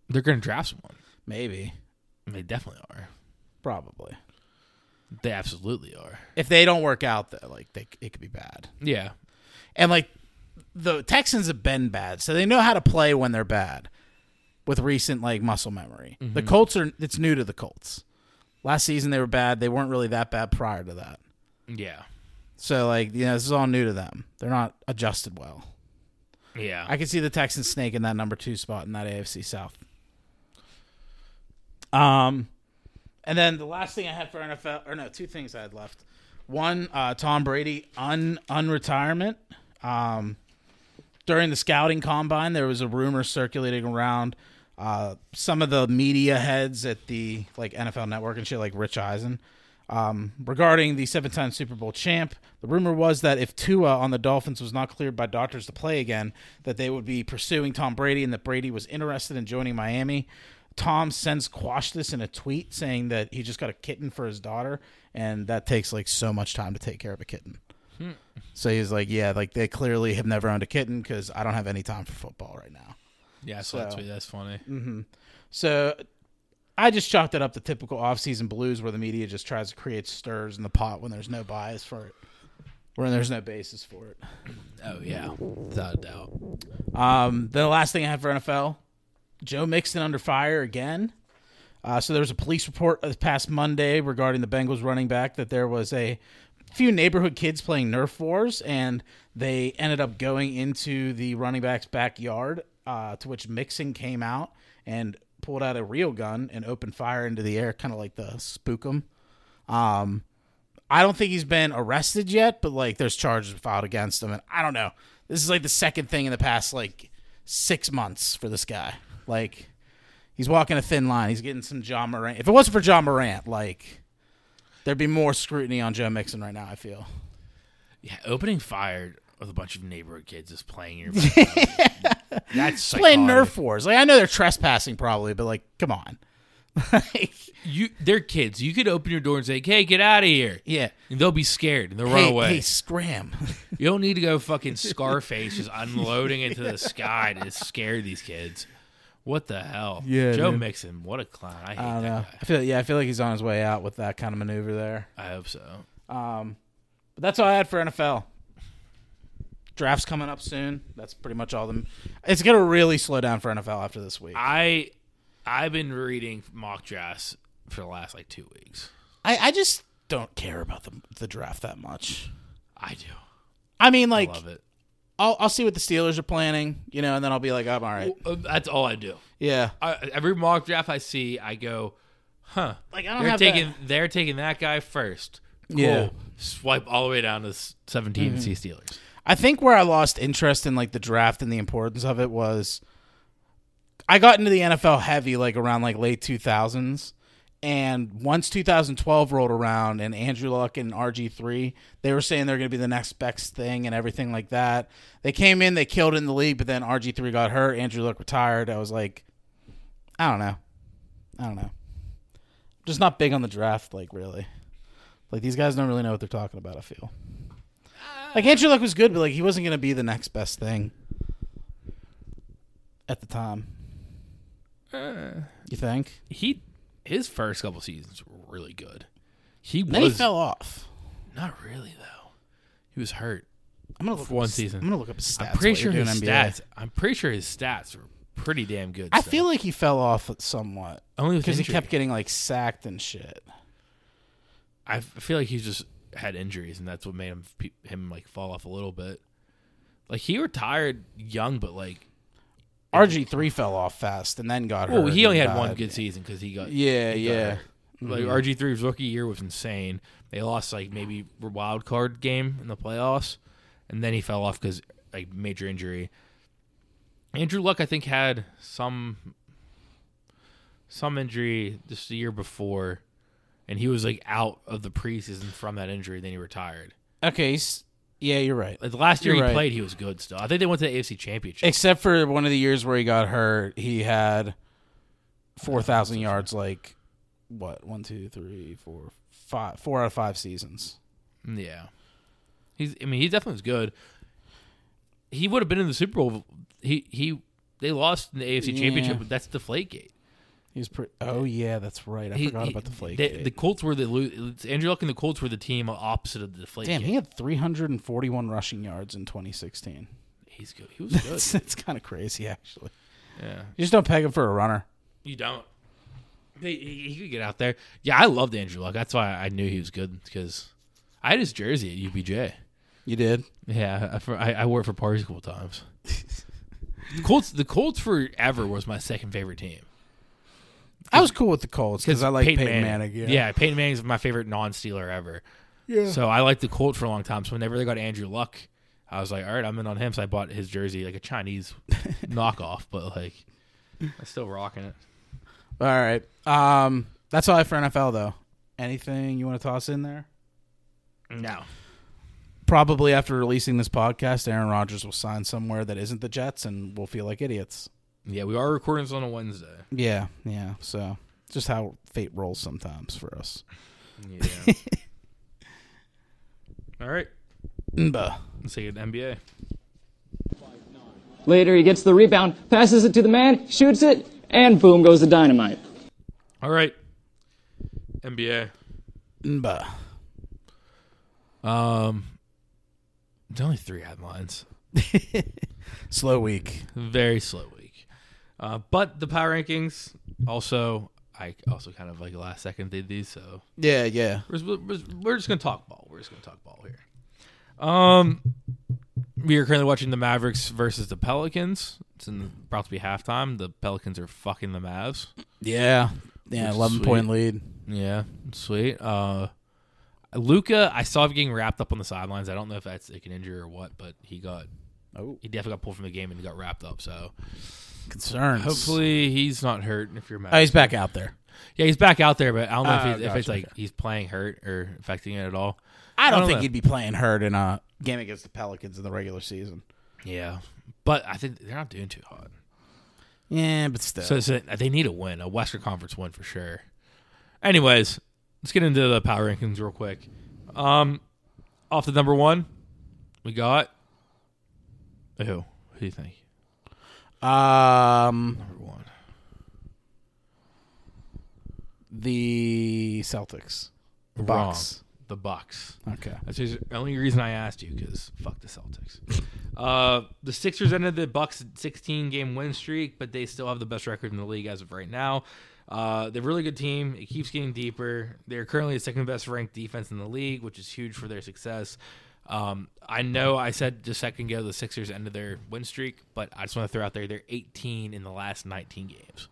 B: They're gonna draft someone.
A: maybe,
B: They definitely are.
A: probably.
B: They absolutely are.
A: if they don't work out, th- like they, it could be bad.
B: Yeah,
A: And like the Texans have been bad, so they know how to play when they're bad. With recent like muscle memory, the Colts are it's new to the Colts. Last season they were bad. They weren't really that bad prior to that.
B: yeah,
A: So like you know this is all new to them. They're not adjusted well.
B: yeah.
A: I can see the Texans snake in that number two spot in that AFC South. Um, and then the last thing I had for NFL, or no, two things I had left. One, uh, Tom Brady un unretirement. Um, during the scouting combine, there was a rumor circulating around. Uh, some of the media heads at the like NFL Network and shit, like Rich Eisen, um, regarding the seven-time Super Bowl champ. The rumor was that if Tua on the Dolphins was not cleared by doctors to play again, that they would be pursuing Tom Brady, and that Brady was interested in joining Miami. Tom since quashed this in a tweet saying that he just got a kitten for his daughter, and that takes like so much time to take care of a kitten. So he's like, yeah, like they clearly have never owned a kitten because I don't have any time for football right now.
B: yeah, so, that's
A: so- Mm.
B: that's funny.
A: So I just chalked it up to typical offseason blues where the media just tries to create stirs in the pot when there's no bias for it, when there's no basis for it.
B: Oh yeah, without a doubt.
A: Um, then the last thing I have for NFL, Joe Mixon under fire again. Uh, so there was a police report this past Monday regarding the Bengals running back that there was a few neighborhood kids playing Nerf wars, and they ended up going into the running back's backyard, uh, to which Mixon came out and pulled out a real gun and opened fire into the air, kind of like the spook 'em. Um, I don't think he's been arrested yet, but like there's charges filed against him, and I don't know. This is like the second thing in the past like six months for this guy. Like he's walking a thin line. He's getting some John Morant. If it wasn't for John Morant, like there'd be more scrutiny on Joe Mixon right now. I feel.
B: Yeah, opening fire with a bunch of neighborhood kids just playing in your backyard. That's
A: Playing
B: psychotic.
A: Nerf wars. Like I know they're trespassing probably, but like come on. like
B: You, they're kids. You could open your door and say, "Hey, get out of here."
A: yeah.
B: And they'll be scared and they'll run
A: Hey,
B: away.
A: hey, scram.
B: You don't need to go fucking Scarface just unloading into the sky to scare these kids. What the hell?
A: Yeah,
B: Joe
A: dude.
B: Mixon, what a clown. I hate
A: I don't
B: that
A: know.
B: guy.
A: I feel yeah. I feel like he's on his way out with that kind of maneuver there.
B: I hope so.
A: Um, but that's all I had for NFL. Drafts coming up soon. That's pretty much all them. It's gonna really slow down for NFL after this week. I,
B: I I've been reading mock drafts for the last like two weeks.
A: I, just don't care about the the draft that much.
B: I do.
A: I mean,
B: I
A: like
B: love it.
A: I'll I'll see what the Steelers are planning, you know, and then I'll be like, I'm all right.
B: Uh, That's all I do.
A: Yeah,
B: I, every mock draft I see, I go, huh?
A: like I don't
B: They're
A: have
B: taking
A: that.
B: they're taking that guy first. Cool.
A: Yeah. Mm-hmm.
B: Swipe all the way down to s- 17 and see Steelers.
A: I think where I lost interest in like the draft and the importance of it was I got into the NFL heavy like around like late 2000s and once 2012 rolled around and Andrew Luck and RG3 they were saying they're going to be the next best thing and everything like that. They came in, they killed it in the league, but then RG3 got hurt, Andrew Luck retired. I was like I don't know. I don't know. Just not big on the draft like really. Like these guys don't really know what they're talking about, I feel. Like Andrew Luck was good, but like he wasn't gonna be the next best thing at the time.
B: Uh.
A: You think?
B: He his first couple seasons were really good. He
A: Then he
B: was
A: fell off.
B: not really though. He was hurt.
A: I'm gonna look
B: For
A: up
B: one
A: his-
B: season.
A: I'm gonna look up his stats.
B: I'm pretty
A: while
B: sure
A: you're
B: his
A: doing NBA.
B: stats. I'm pretty sure his stats were pretty damn good.
A: I
B: still.
A: feel like he fell off somewhat
B: only
A: because he kept getting like sacked and shit.
B: I f- feel like he's just had injuries, and that's what made him pe- him like fall off a little bit. Like he retired young, but like
A: RG three fell off fast and then got hurt.
B: well, he only
A: and
B: had one
A: died.
B: good season because he got
A: Yeah,
B: he got
A: yeah. Mm-hmm.
B: hurt. Like RG 3s rookie year was insane. They lost like maybe a wild card game in the playoffs, and then he fell off because like major injury. Andrew Luck, I think, had some some injury just the year before, and he was like out of the preseason from that injury. Then he retired.
A: Okay, s- yeah, you're right.
B: Like the last year
A: You're
B: he
A: right.
B: played, he was good still. I think they went to the AFC Championship.
A: Except for one of the years where he got hurt, he had four thousand yards. Like what? One, two, three, four, five. Four out of five seasons.
B: Mm, Yeah, he's. I mean, he definitely was good. He would have been in the Super Bowl. He he. They lost in the AFC Championship,
A: Yeah.
B: but that's deflategate.
A: He was pretty. Oh yeah, that's right. I
B: He-
A: forgot
B: he-
A: about the flake.
B: they-
A: gate.
B: The Colts were the lo- Andrew Luck and the Colts were the team opposite of the deflate.
A: Damn,
B: gate.
A: he had 341 rushing yards in 2016.
B: he's good. He was good.
A: That's, that's kind of crazy, actually.
B: yeah,
A: You just don't peg him for a runner.
B: you don't. He, he he could get out there. Yeah, I loved Andrew Luck. That's why I knew he was good because I had his jersey at UBJ.
A: You did.
B: Yeah, I, for, I, I wore it for parties a couple times. the Colts, the Colts forever was my second favorite team.
A: I was cool with the Colts because I like Peyton, Manning.
B: yeah. Peyton Manning's my favorite non-stealer ever.
A: Yeah.
B: So I liked the Colt for a long time. So whenever they got Andrew Luck, I was like, all right, I'm in on him. So I bought his jersey, like a Chinese knockoff, but like I'm still rocking it.
A: All right. Um, that's all I have for NFL though. Anything you want to toss in there?
B: No,
A: Probably after releasing this podcast, Aaron Rodgers will sign somewhere that isn't the Jets, and we'll feel like idiots.
B: yeah, we are recording this on a Wednesday.
A: Yeah, yeah. So just how fate rolls sometimes for us.
B: Yeah. all right,
A: Mba.
B: let's take it to NBA.
C: Later, he gets the rebound, passes it to the man, shoots it, and boom goes the dynamite.
B: All right, NBA.
A: Mba.
B: Um, there's only three headlines.
A: Slow week.
B: very slow week. Uh, but the power rankings also, I also kind of like last second did these, so
A: Yeah, yeah.
B: we're, we're, we're just gonna talk ball. We're just gonna talk ball here. Um, we are currently watching the Mavericks versus the Pelicans. It's in about to be halftime. The Pelicans are fucking the Mavs.
A: Yeah. Yeah,
B: Which is
A: 11 point lead.
B: Yeah, sweet. Uh, Luca, I saw him getting wrapped up on the sidelines. I don't know if that's like an injury or what, but he got
A: Oh,
B: he definitely got pulled from the game and he got wrapped up. So
A: concerns.
B: hopefully he's not hurt. If you're Mavs.
A: Oh, he's back out there.
B: Yeah, he's back out there, but I don't know
A: Oh,
B: if, he's, if
A: gotcha,
B: it's like
A: okay.
B: he's playing hurt or affecting it at all.
A: I don't,
B: don't
A: think
B: know.
A: he'd be playing hurt in a game against the Pelicans in the regular season.
B: Yeah, but I think they're not doing too hot.
A: Yeah, but still.
B: So, so they need a win, a Western Conference win for sure. Anyways, let's get into the power rankings real quick. Um, off the number one, we got who? Who do you think
A: um,
B: number one?
A: the Celtics. The Bucks.
B: Wrong. The Bucks.
A: Okay.
B: That's the only reason I asked you because fuck the Celtics. uh, the Sixers ended the Bucks 16 game win streak, but they still have the best record in the league as of right now. Uh, they're a really good team. It keeps getting deeper. They're currently the second best ranked defense in the league, which is huge for their success. Um, I know I said just a second ago the Sixers ended their win streak, but I just want to throw out there they're 18 in the last 19 games.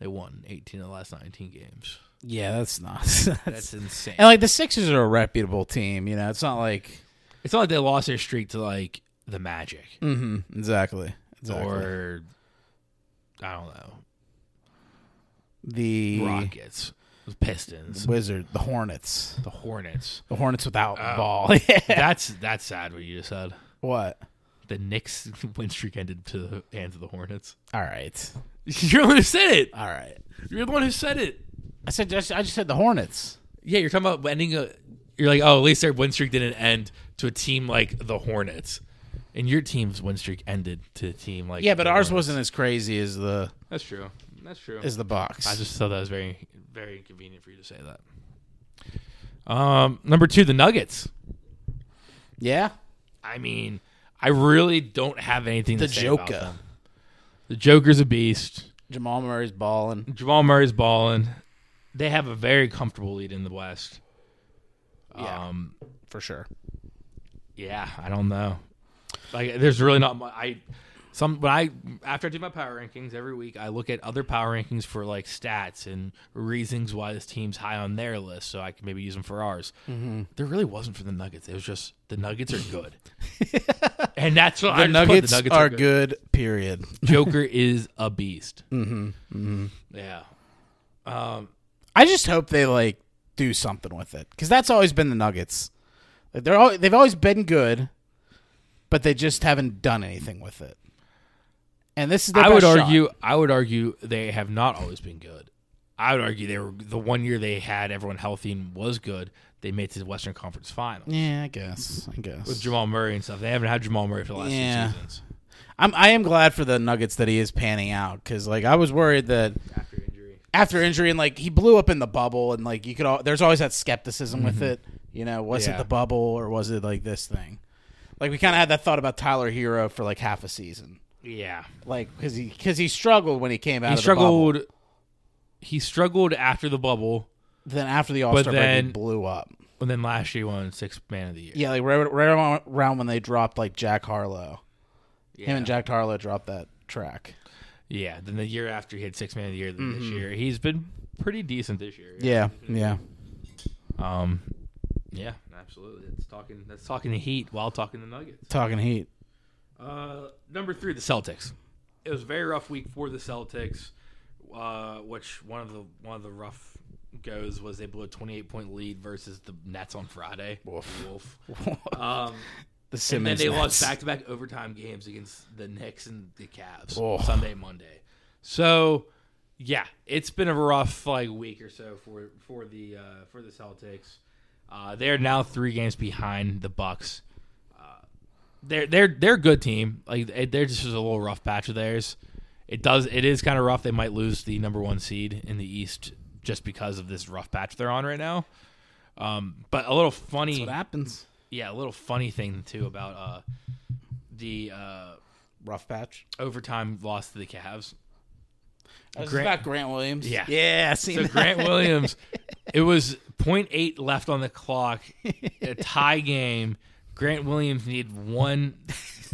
B: They won 18 of the last 19 games.
A: Yeah, that's not. That's,
B: That's insane.
A: and like the Sixers are a reputable team. You know, it's not like
B: It's not like they lost their streak to like the Magic.
A: mm-hmm, exactly. Exactly.
B: or I don't know,
A: the
B: Rockets, the Pistons,
A: Wizard, the Hornets,
B: the Hornets.
A: the Hornets without
B: Oh.
A: ball.
B: That's that's sad what you just said.
A: what?
B: The Knicks win streak ended to the hands of the Hornets.
A: All right.
B: You're the one who said it.
A: All right.
B: You're the one who said it.
A: I said just, I just said the Hornets.
B: Yeah, you're talking about ending a. You're like, oh, at least their win streak didn't end to a team like the Hornets, and your team's win streak ended to a team like
A: Yeah, but
B: the
A: ours
B: Hornets.
A: wasn't as crazy as the
B: That's true. That's true.
A: as the Bucks.
B: I just thought that was very, very inconvenient for you to say that. Um, number two, the Nuggets.
A: yeah.
B: I mean, I really don't have anything.
A: The
B: to say about
A: Joker.
B: them. The Joker's a beast.
A: Jamal Murray's balling.
B: Jamal Murray's balling. They have a very comfortable lead in the West.
A: Yeah.
B: Um,
A: for sure.
B: yeah, I don't know. Like, there's really not. Much, I some when I after I do my power rankings every week, I look at other power rankings for like stats and reasons why this team's high on their list, so I can maybe use them for ours.
A: Mm-hmm.
B: There really wasn't for the Nuggets. It was just the Nuggets are good, and that's what
A: The
B: I just put,
A: nuggets,
B: the Nuggets
A: are good. Period.
B: Joker is a beast. Mm-hmm. Yeah.
A: I just hope they like do something with it because that's always been the Nuggets. Like they're all, they've always been good, but they just haven't done anything with it. And this is their
B: I would
A: best shot.
B: argue. I would argue they have not always been good. I would argue they were the one year they had everyone healthy and was good. They made it to the Western Conference Finals
A: Yeah, I guess. I guess.
B: with Jamal Murray and stuff. They haven't had Jamal Murray for the last
A: Yeah.
B: two seasons.
A: I'm I am glad for the Nuggets that he is panning out because like I was worried that
B: After injury.
A: after injury and like he blew up in the bubble and like you could all there's always that skepticism with it. You know, was it
B: Mm-hmm. Yeah.
A: the bubble or was it like this thing? Like we kind of had that thought about Tyler Hero for like half a season,
B: Yeah,
A: like because he because he struggled when he came out.
B: he
A: of the bubble.
B: struggled. He struggled after the bubble,
A: then after the All Star break, he
B: then-
A: blew up.
B: and then last year he won Sixth Man of the Year.
A: Yeah, like right, right around when they dropped like Jack Harlow, him and Jack Harlow dropped that track.
B: Yeah, then the year after he had Sixth Man of the Year. Then This year he's been pretty decent this year.
A: Mm-hmm. Yeah, yeah.
B: Um, yeah, absolutely. That's talking. That's talking the Heat while talking the Nuggets.
A: Talking heat.
B: Uh, number three, the Celtics. It was a very rough week for the Celtics, uh, which one of the one of the rough goes was they blew a 28 point lead versus the Nets on Friday. Wolf. Um,
A: The
B: and
A: Simmons.
B: then they lost
A: Nets.
B: back to back overtime games against the Knicks and the Cavs
A: Oh.
B: Sunday, Monday. So yeah, it's been a rough like week or so for for the uh, for the Celtics. Uh, they're now three games behind the Bucks. Uh, they're they're they're a good team. Like it- they're just a little rough patch of theirs. It does it is kind of rough. They might lose the number one seed in the East just because of this rough patch they're on right now. Um, but a little funny
A: What happens?
B: yeah, a little funny thing too about uh, the uh,
A: Rough patch.
B: overtime loss to the Cavs.
A: This
B: Grant-
A: is about Grant Williams.
B: Yeah.
A: yeah. I seen
B: So
A: that.
B: Grant Williams, it was 0.8 left on the clock, a tie game. Grant Williams needed one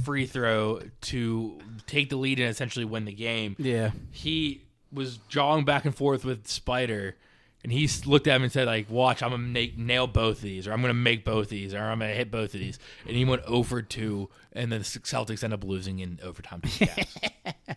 B: free throw to take the lead and essentially win the game.
A: Yeah,
B: He was jawing back and forth with Spider, and he s- looked at him and said, "Like, watch, I'm gonna make, nail both of these, or I'm gonna make both of these, or I'm gonna hit both of these." And he went over two, and then the Celtics end up losing in overtime. To the Cavs.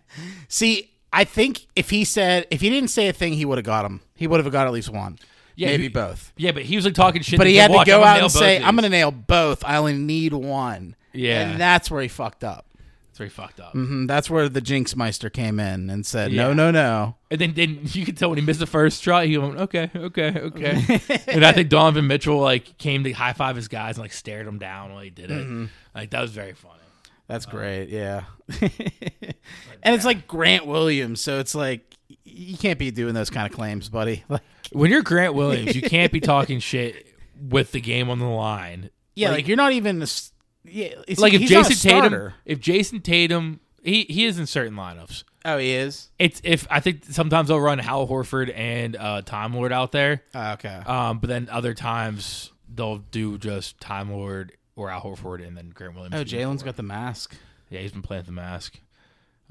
A: see, I think if he said if he didn't say a thing, he would have got him. He would have got at least one.
B: Yeah,
A: maybe
B: he-
A: both.
B: yeah, but he was like talking shit.
A: But
B: like,
A: he had to
B: "Watch, I'm
A: go
B: gonna
A: out
B: nail
A: and
B: both
A: say,
B: of
A: "I'm
B: these."
A: going to nail both. I only need one."
B: Yeah.
A: and that's where he fucked up.
B: That's where he fucked up.
A: Mhm, That's where the Jinxmeister came in and said, "No,
B: Yeah.
A: no, no."
B: And then, then you could tell when he missed the first try, he went, okay, okay, okay. and I think Donovan Mitchell like came to high five his guys and like stared him down while he did it.
A: Mm-hmm.
B: Like that was very funny.
A: That's great. Yeah, and it's like Grant Williams, so it's like y- you can't be doing those kind of claims, buddy. Like,
B: When you're Grant Williams, you can't be talking shit with the game on the line.
A: yeah, like, you're not even. A, s- yeah, it's-
B: Like if
A: he's not a
B: Jason Tatum,
A: starter.
B: if Jason Tatum, he he is in certain lineups.
A: Oh, he is.
B: It's if I think sometimes they'll run Hal Horford and uh, Time Lord out there.
A: Oh, okay.
B: Um, but then other times they'll do just Time Lord or Al Horford and then Grant Williams.
A: Oh,
B: is in
A: Jalen's
B: for.
A: got the mask.
B: Yeah, he's been playing with the mask.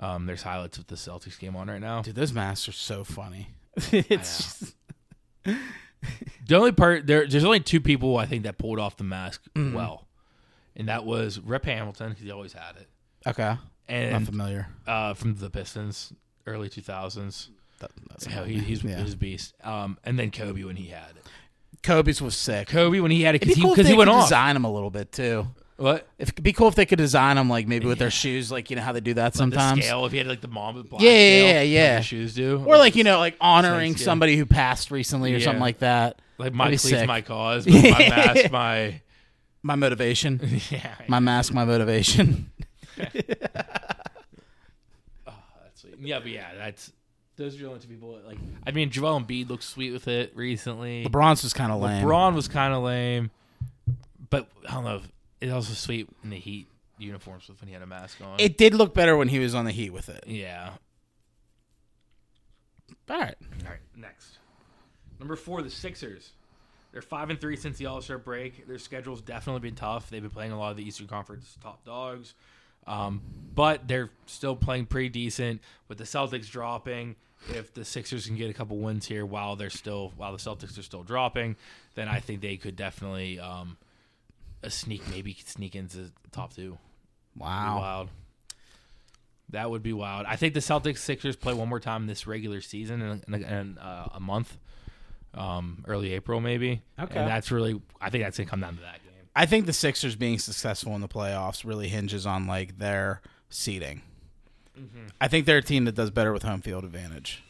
B: Um, there's highlights of the Celtics game on right now.
A: Dude, those masks are so funny. it's just,
B: The only part there, there's only two people I think that pulled off the mask
A: Mm-hmm.
B: well, and that was Rip Hamilton because he always had it,
A: okay. Not
B: and
A: familiar.
B: uh, from the Pistons, early 2000s.
A: That- that's-
B: Hell, he, he's
A: Yeah.
B: he was a beast. Um, and then Kobe when he had it.
A: Kobe's was sick.
B: Kobe when he had it
A: It'd
B: because
A: be
B: he,
A: cool if
B: 'cause
A: they
B: he went
A: could
B: off.
A: design them a little bit too.
B: What
A: If it'd be cool if they could design them like maybe with their shoes, like you know how they do that
B: the
A: sometimes,
B: scale? If he had like the mom with black
A: Yeah, yeah,
B: scale,
A: yeah, yeah.
B: Like the shoes do,
A: or like you know like honoring
B: Thanks, yeah.
A: somebody who passed recently or something
B: Yeah.
A: like that.
B: like my
A: That'd be
B: cleats,
A: sick.
B: my cause, but my mask, my
A: My motivation,
B: yeah.
A: my mask, my motivation.
B: Sweet. Yeah, but yeah, that's those are the only two people. That, like, I mean, Joel Embiid looked sweet with it recently.
A: LeBron's was kind of lame.
B: LeBron was kind of lame, but I don't know. It also sweet in the Heat uniforms with when he had a mask on.
A: It did look better when he was on the Heat with it.
B: yeah.
A: All right,
B: All right, next number four, the Sixers. They're five and three since the All Star break. Their schedule's definitely been tough. They've been playing a lot of the Eastern Conference top dogs, um, but they're still playing pretty decent. With the Celtics dropping, if the Sixers can get a couple wins here while they're still while the Celtics are still dropping, then I think they could definitely um, a sneak maybe sneak into the top two. That'd be
A: Wow.
B: wild. That would be wild. I think the Celtics Sixers play one more time this regular season in, in, in uh, a month, um, early April maybe.
A: Okay.
B: and that's really I think that's gonna come down to that game.
A: I think the Sixers being successful in the playoffs really hinges on like their seeding. I think they're a team that does better with home field advantage.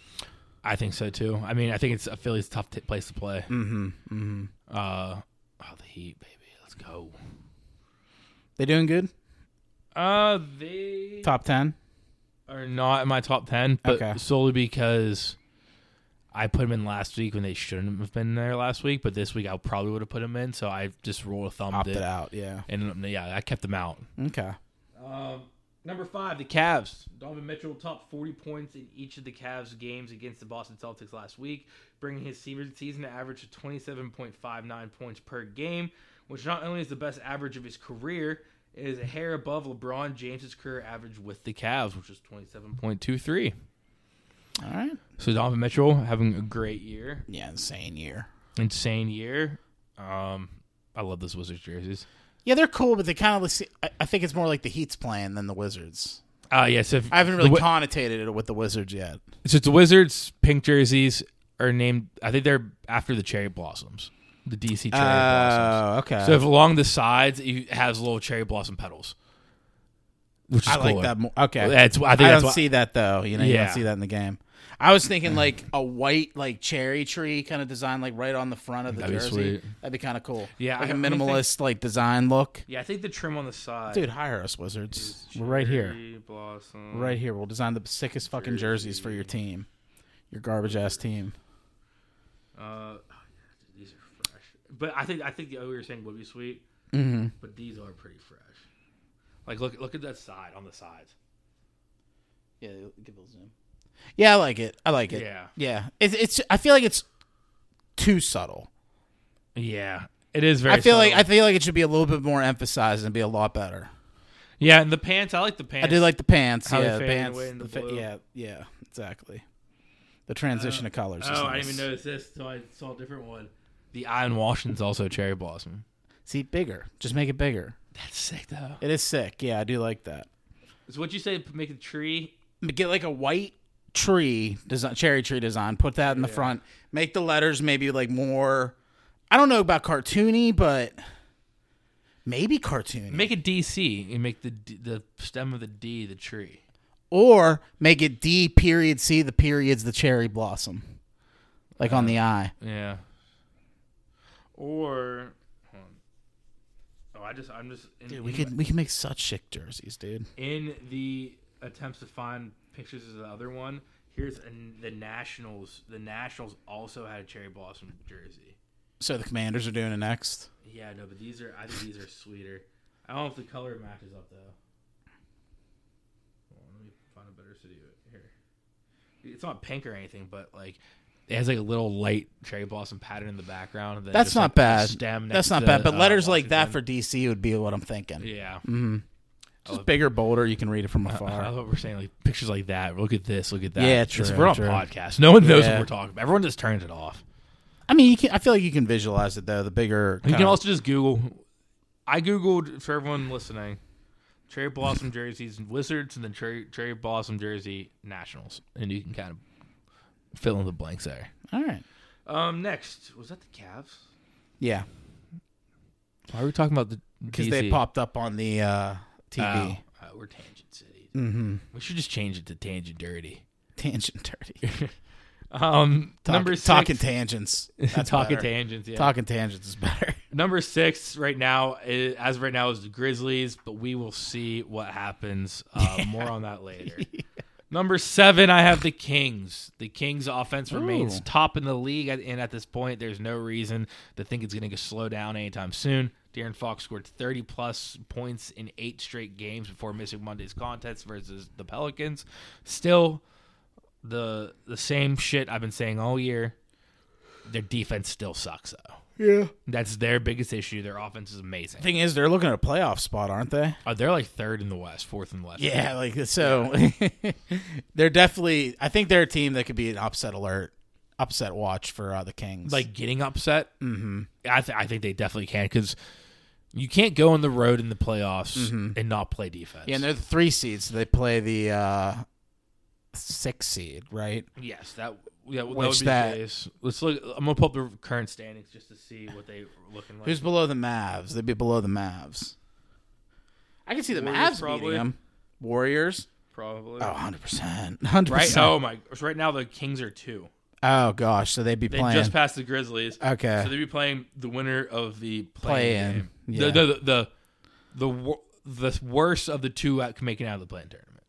B: I think so too. I mean, I think it's a Philly's tough t- place to play. Mm-hmm. Mm-hmm. Uh, oh, the Heat, baby, let's go.
A: They doing good?
B: Uh, they
A: Top ten?
B: are not in my top ten, but
A: Okay.
B: solely because I put them in last week when they shouldn't have been there last week. But this week I probably would have put them in, so I just rolled a thumb.
A: Opted
B: that-
A: out, yeah.
B: And um, yeah, I kept them out.
A: Okay.
B: Number five, the Cavs. Donovan Mitchell topped 40 points in each of the Cavs games against the Boston Celtics last week, bringing his se- season average to 27.59 points per game, which not only is the best average of his career, it is a hair above LeBron James's career average with the Cavs, which is 27.23.
A: All right.
B: So Donovan Mitchell having a great year,
A: Yeah, insane year.
B: insane year. Um, I love those Wizards jerseys.
A: Yeah, they're cool, but they kind of. I, I think it's more like the Heat's playing than the Wizards.
B: Uh, yes, if
A: I haven't really
B: the, Wi-
A: connotated it with the Wizards yet.
B: So the Wizards pink jerseys are named. I think they're after the cherry blossoms, the DC cherry
A: Uh,
B: blossoms.
A: okay.
B: So if along the sides, it has little cherry blossom petals, which is
A: I like
B: cooler.
A: that more. Okay,
B: That's- I think
A: I
B: that's
A: don't
B: why-
A: see that though. You know, you
B: Yeah.
A: don't see that in the game. I was thinking like a white like cherry tree kind of design, like right on the front of the
B: That'd be
A: jersey.
B: sweet.
A: That'd be kind of cool.
B: Yeah,
A: like a
B: I- I mean,
A: minimalist like design look.
B: Yeah, I think the trim on the side,
A: Dude, hire us, Wizards. We're right here.
B: Blossom.
A: We're right here. We'll design the sickest fucking jerseys for your team, your garbage ass team.
B: Uh, these are fresh, but I think I think the O you're saying would be sweet. Mm-hmm. But these are pretty fresh. Like look look at that side on the sides.
A: Yeah, give it a zoom. Yeah, I like it. I like it.
B: Yeah.
A: yeah. It's, it's. I feel like it's too subtle.
B: Yeah, it is very.
A: I feel like I feel like it should be a little bit more emphasized and be a lot better.
B: yeah, and the pants. I like the pants.
A: I do like the pants.
B: How they
A: yeah, the
B: fade
A: pants.
B: away in the
A: the fa-
B: blue.
A: yeah, yeah, exactly. The transition of colors. is
B: Oh, I
A: nice.
B: didn't even notice this until I saw a different one. The Iron Washington's also cherry blossom.
A: See, bigger. Just make it bigger.
B: That's sick though.
A: It is sick. Yeah, I do like that.
B: So what'd you say? Make a tree.
A: Get like a white tree design, cherry tree design. Put that in the front. Make the letters maybe like more. I don't know about cartoony, but maybe cartoony.
B: Make a DC and make the D, the stem of the D the tree.
A: or make it D period C. The period's the cherry blossom, like
B: Uh,
A: on the eye.
B: Yeah. Or, oh, I just I'm just in,
A: Dude, we could we could make such sick jerseys, dude.
B: in the attempts to find pictures of the other one. Here's an, the Nationals. The Nationals also had a cherry blossom jersey.
A: So the commanders are doing it next.
B: Yeah, no, but these are I think these are sweeter. I don't know if the color matches up though. Hold on, let me find a better city here. It's not pink or anything, but like it has like a little light cherry blossom pattern in the background. and then
A: That's
B: just,
A: not
B: like, a
A: bad.
B: stem next
A: That's not
B: to,
A: bad. But
B: uh,
A: letters like Mm. that for
B: Washington.
A: DC would be what I'm thinking.
B: yeah. Uh,
A: Just bigger, bolder. You can read it from
B: I
A: afar.
B: love what we're saying. Like pictures like that. Look at this. Look at that.
A: Yeah,
B: It's-
A: true,
B: We're on
A: true.
B: podcast. No one knows
A: Yeah.
B: what we're talking about. Everyone just turns it off.
A: I mean, you can. I feel like you can visualize it though. The bigger.
B: You
A: kind
B: can
A: of-
B: also just Google. I googled for everyone listening. Cherry blossom jerseys, and Wizards, and then cherry, cherry blossom jersey Nationals, and you can kind of fill in the blanks there.
A: All right.
B: Um, next was that the Cavs?
A: Yeah,
B: Why are we talking about the?
A: because they popped up on the uh, TV.
B: Oh, we're Tangent City. Mm-hmm. We should just change it to Tangent Dirty.
A: Tangent dirty.
B: Um,
A: Talk,
B: number six,
A: talking tangents. That's
B: talking
A: better.
B: tangents. Yeah,
A: Talking tangents is better.
B: Number six right now, is, as of right now, is the Grizzlies, but we will see what happens. Uh, More on that later. Number seven, I have the Kings. The Kings' offense remains
A: Ooh.
B: top in the league, at, and at this point, there's no reason to think it's going to slow down anytime soon. Darren Fox scored 30 plus points in eight straight games before missing Monday's contest versus the Pelicans. Still, the the same shit I've been saying all year. Their defense still sucks though.
A: Yeah.
B: That's their biggest issue. Their offense is amazing.
A: Thing is, they're looking at a playoff spot, aren't they?
B: Uh, they're like third in the West, fourth in the West.
A: Yeah, like so. they're definitely. I think they're a team that could be an upset alert, upset watch for uh, the Kings.
B: like getting upset. Mm-hmm. I th- I think they definitely can because you can't go on the road in the playoffs and not play defense.
A: Mm-hmm. yeah, and they're the three seeds. So they play the uh, six seed, right?
B: yes, that yeah, that
A: Which
B: would be
A: that-
B: the case. Let's look. I'm gonna pull up the current standings just to see what they are looking like.
A: Who's below the Mavs? They'd be below the Mavs. I can see the
B: Warriors,
A: Mavs beating
B: probably.
A: them. Warriors.
B: probably
A: Oh, 100 percent, hundred
B: right?
A: percent.
B: Oh my! so Right now the Kings are two.
A: Oh gosh, so they'd be
B: They
A: playing.
B: just passed the Grizzlies.
A: Okay.
B: so they'd be playing the winner of the
A: Play-in,
B: play-in. game.
A: yeah.
B: The, the the the the wor- the worst of the two out- making out of the play-in tournament.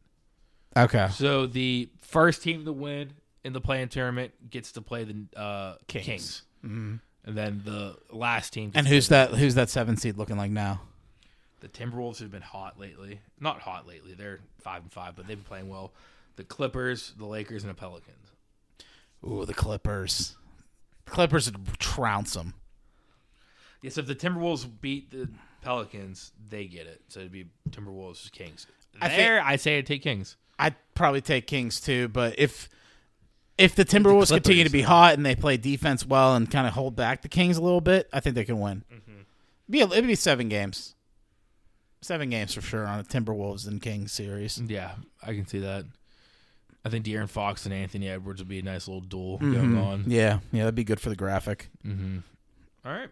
A: okay,
B: So the first team to win in the play-in tournament gets to play the uh, Kings, and then the last team. Gets
A: and
B: to
A: who's
B: play
A: that? Who's that seven seed looking like now?
B: The the Timberwolves have been hot lately. Not hot lately. They're five and five, but they've been playing well. The Clippers, the Lakers, and the Pelicans.
A: Ooh, the Clippers. The Clippers would trounce them.
B: Yes, if the Timberwolves beat the Pelicans, they get it. So it'd be Timberwolves Kings.
A: I
B: I
A: think-
B: there, I say I'd take Kings.
A: I'd probably take Kings too, but if if the Timberwolves
B: Clippers,
A: continue to be hot and they play defense well and kind of hold back the Kings a little bit, I think they can win. Be it'd be seven games, seven games for sure on a Timberwolves and Kings series.
B: Yeah, I can see that. I think De'Aaron Fox and Anthony Edwards would be a nice little duel going on.
A: Yeah, yeah, that'd be good for the graphic.
B: All right,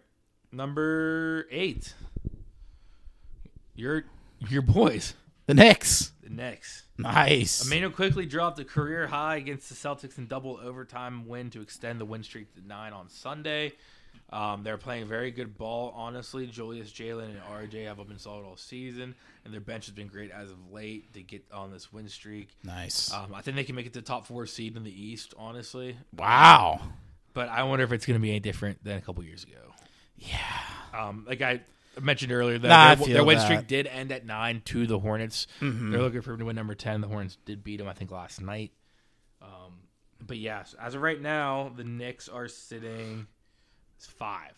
B: number eight. Your your boys
A: The Knicks,
B: the next.
A: nice.
B: Emmanuel quickly dropped a career high against the Celtics in double overtime win to extend the win streak to nine on Sunday. Um, they're playing very good ball, honestly. Julius, Jalen, and RJ have been solid all season, and their bench has been great as of late to get on this win streak.
A: nice.
B: Um, I think they can make it to the top four seed in the East, honestly.
A: wow.
B: But I wonder if it's going to be any different than a couple years ago. Yeah. Um, like I mentioned earlier, that
A: Nah, I
B: their,
A: feel
B: their win
A: that. Mm-hmm.
B: streak did end at nine to the Hornets. They're looking for to win number ten. The Hornets did beat them, I think, last night. Um, but yes, as of right now, the Knicks are sitting five.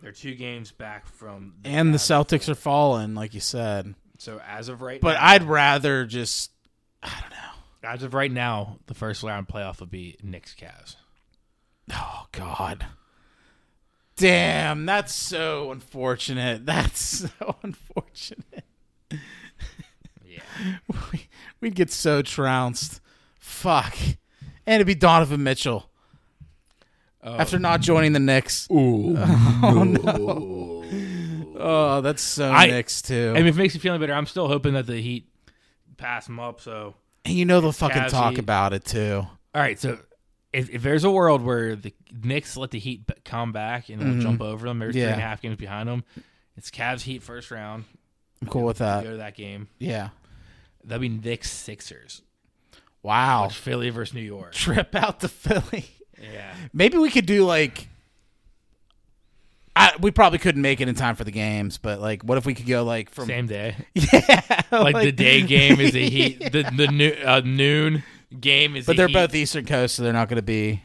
B: They're two games back from, the
A: And the
B: Mavs.
A: Celtics are falling, like you said.
B: So as of right,
A: But
B: now,
A: I'd rather just
B: as of right now, the first round playoff would be Knicks Cavs.
A: Oh God. Damn, that's so unfortunate. That's so unfortunate.
B: Yeah.
A: We- We'd get so trounced. Fuck. And it'd be Donovan Mitchell. After not joining the Knicks.
B: Oh. Ooh.
A: Oh no. Oh, that's so
B: I-
A: Knicks too.
B: I mean, if it makes you feel any better, I'm still hoping that the Heat pass them up. So,
A: and you know they'll fucking
B: Cavs
A: talk
B: heat.
A: about it too.
B: all right. So, if, if there's a world where the Knicks let the Heat b- come back and they'll jump over them, there's three and
A: Mm-hmm. Yeah.
B: a half games behind them. It's Cavs Heat first round.
A: I'm cool with
B: Go
A: that.
B: to that game.
A: Yeah.
B: That'd be Knicks Sixers.
A: Wow.
B: Philly versus New York.
A: Trip out to Philly.
B: Yeah.
A: Maybe we could do like. I, we probably couldn't make it in time for the games, but like, what if we could go like from
B: Same day.
A: yeah,
B: Like, the day game is the Heat. The the new, uh, noon game is.
A: But
B: the
A: they're
B: Heat.
A: both Eastern Coast, so they're not going to be,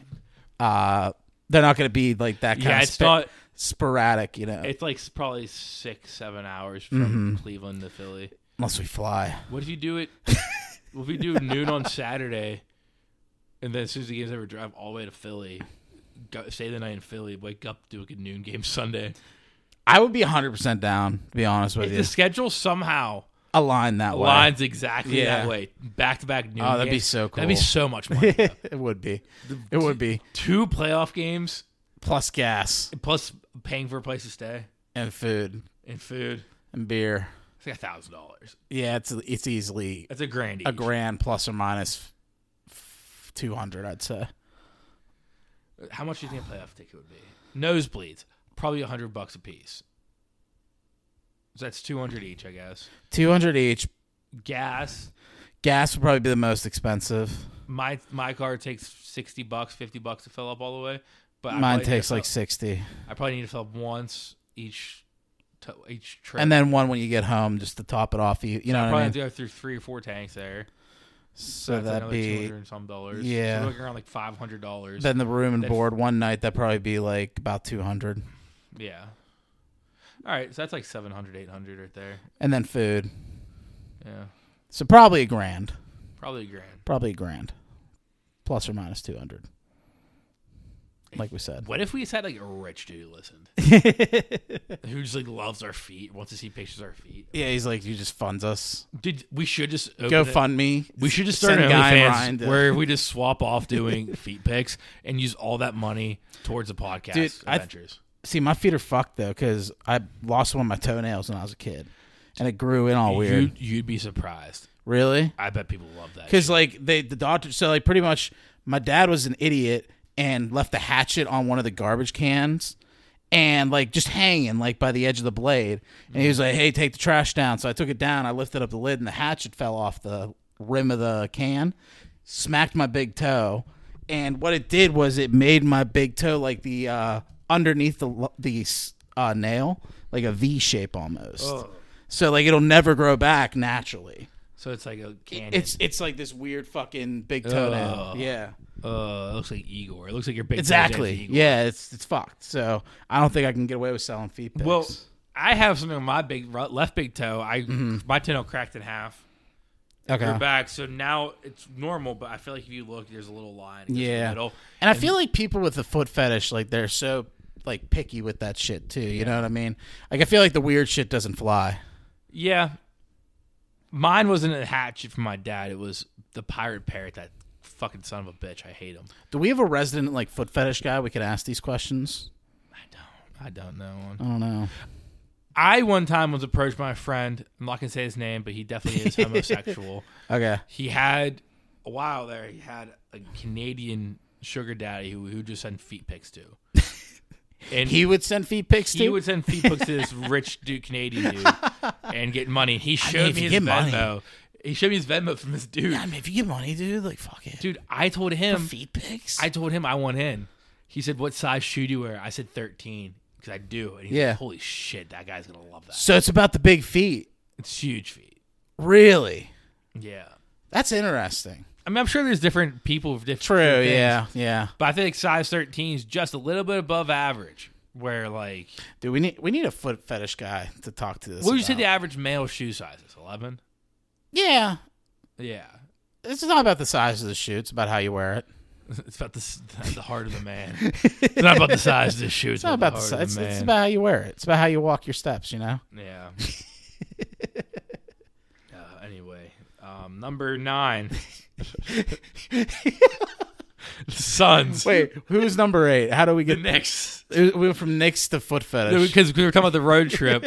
A: uh, they're not going to be like that kind
B: Yeah,
A: of
B: it's not.
A: sporadic, you know,
B: It's like s- probably six, seven hours from
A: Mm-hmm.
B: Cleveland to Philly.
A: unless we fly.
B: What if you do it? what if you do noon on Saturday, and then as soon as the game's over, drive all the way to Philly, go, stay the night in Philly, wake up, do a good noon game Sunday.
A: I would be 100 percent down. To be honest with
B: If
A: you,
B: the schedule somehow
A: align that
B: lines exactly
A: Yeah.
B: that way, back to back noon.
A: Oh, that'd be
B: games,
A: so
B: That'd be
A: cool.
B: so much
A: way,
B: money.
A: it would be, it would be
B: Two playoff games
A: plus gas
B: plus paying for a place to stay
A: and food
B: and food.
A: and beer.
B: It's like a thousand dollars.
A: Yeah, it's it's easily
B: That's a grand.
A: a
B: each.
A: grand plus or minus f- 200 i'd say
B: How much do you think a playoff ticket would be? Nosebleeds, probably a hundred bucks a piece. So that's two hundred each, I guess.
A: 200 each
B: gas.
A: gas would probably be the most expensive
B: My my car takes sixty bucks, fifty bucks to fill up all the way. But I
A: mine
B: probably need to
A: takes like
B: fill-
A: 60
B: I probably need to fill up once each to, each trip,
A: and then one when you get home just to top it off you you know
B: I
A: what
B: probably
A: i
B: have
A: mean
B: to go through three or four tanks there.
A: So that'd
B: another
A: be
B: 200 and some dollars.
A: yeah.
B: so we're looking around like five hundred dollars.
A: then the room and
B: That's-
A: board one night. That'd probably be like about two hundred,
B: Yeah. All right, so that's like 700, 800 right there.
A: and then food.
B: Yeah,
A: So probably a grand,
B: probably a grand.
A: probably a grand, plus or minus two hundred. Like we said,
B: What if we just had like a rich dude who listened, who just like loves our feet, wants to see pictures of our feet?
A: yeah, he's like, you just funds us.
B: Dude, we should just open
A: Go
B: it-
A: fund me.
B: We should just start an
A: Send Guy and Ryan
B: OnlyFans
A: to-
B: where we just swap off doing feet pics and use all that money towards the podcast
A: Dude, I-
B: adventures.
A: See, my feet are fucked though because I lost one of my toenails when I was a kid, and it grew in all weird.
B: You'd, you'd be surprised.
A: really?
B: I bet people love that.
A: Because like they the doctor, so like pretty much, my dad was an idiot and left the hatchet on one of the garbage cans, and like just hanging like by the edge of the blade, and he was like, "Hey, take the trash down." So I took it down. I lifted up the lid, and the hatchet fell off the rim of the can, smacked my big toe, and what it did was it made my big toe like the uh, underneath the lo- the s- uh, nail like a V shape almost. So like it'll never grow back naturally.
B: So it's like a canyon.
A: It's it's like this weird fucking big toenail.
B: Ugh.
A: Yeah.
B: uh, it looks like Igor. It looks like your big
A: Exactly.
B: Igor.
A: Yeah, it's it's fucked. So I don't think I can get away with selling feet pics.
B: Well, I have something on my big ru- left big toe. I my toenail cracked in half. It grew
A: Okay.
B: back. So now it's normal, but I feel like if you look, there's a little line. It goes through the
A: yeah.
B: middle.
A: And I feel like people with the foot fetish, like they're so like picky with that shit too. You know what I mean? Like I feel like the weird shit doesn't fly.
B: Yeah. Mine wasn't a hatchet from my dad. It was the pirate parrot. That fucking son of a bitch. I hate him.
A: Do we have a resident like foot fetish guy we could ask these questions?
B: I don't. I don't know. Him.
A: I don't know.
B: I one time was approached by a friend. I'm not gonna say his name, but he definitely is homosexual.
A: Okay.
B: He had a while there. He had a Canadian sugar daddy who who just sent feet pics to. And
A: He would send feet pics
B: he
A: to
B: would send feet pics to this rich dude Canadian dude and get money. He showed
A: if
B: me
A: you
B: his
A: get money-
B: Venmo. He showed me his Venmo from this dude.
A: I mean if you get money, dude, like fuck it.
B: Dude, I told him.
A: feet pics?
B: I told him I want in. He said, "What size shoe do you wear?" I said, 13, because I do. And he's
A: Yeah.
B: like, "Holy shit, that guy's gonna love that.
A: so it's about the big feet.
B: It's huge feet."
A: Really?
B: Yeah,
A: That's interesting.
B: I mean, I'm sure there's different people with different.
A: True,
B: things,
A: yeah, yeah.
B: But I think size 13 is just a little bit above average. Where like,
A: Dude, we need we need a foot fetish guy to talk to this.
B: what would you say
A: about.
B: the average male shoe size is? 11.
A: Yeah,
B: Yeah,
A: it's not about the size of the shoe; it's about how you wear it.
B: it's about the s- the heart of the man. it's not about the size of the shoe. It's,
A: It's not about the
B: heart of
A: size;
B: the
A: it's, it's
B: man.
A: about how you wear it. It's about how you walk your steps. You know,
B: Yeah. uh, anyway, um, number nine. Suns.
A: wait, who's number eight? How do we
B: The
A: get?
B: Knicks.
A: We went from Knicks to foot fetish.
B: Because we were talking about the road trip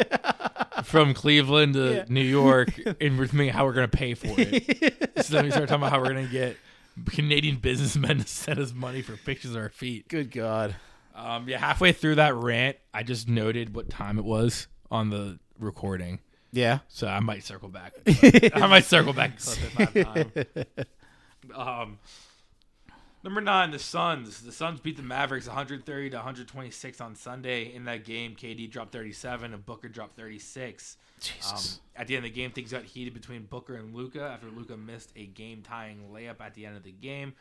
B: from Cleveland to New York and we're thinking how we're going to pay for it. so then we started talking about how we're going to get Canadian businessmen to send us money for pictures of our feet.
A: Good God,
B: Um, yeah, halfway through that rant, I just noted what time it was on the recording.
A: yeah.
B: So I might circle back. I might circle back and clip it if I have time. Um, number nine, the Suns. The Suns beat the Mavericks 130 to 126 on Sunday. In that game, KD dropped 37 and Booker dropped 36. Um,
A: Jesus.
B: at the end of the game, things got heated between Booker and Luca after Luca missed a game tying layup at the end of the game.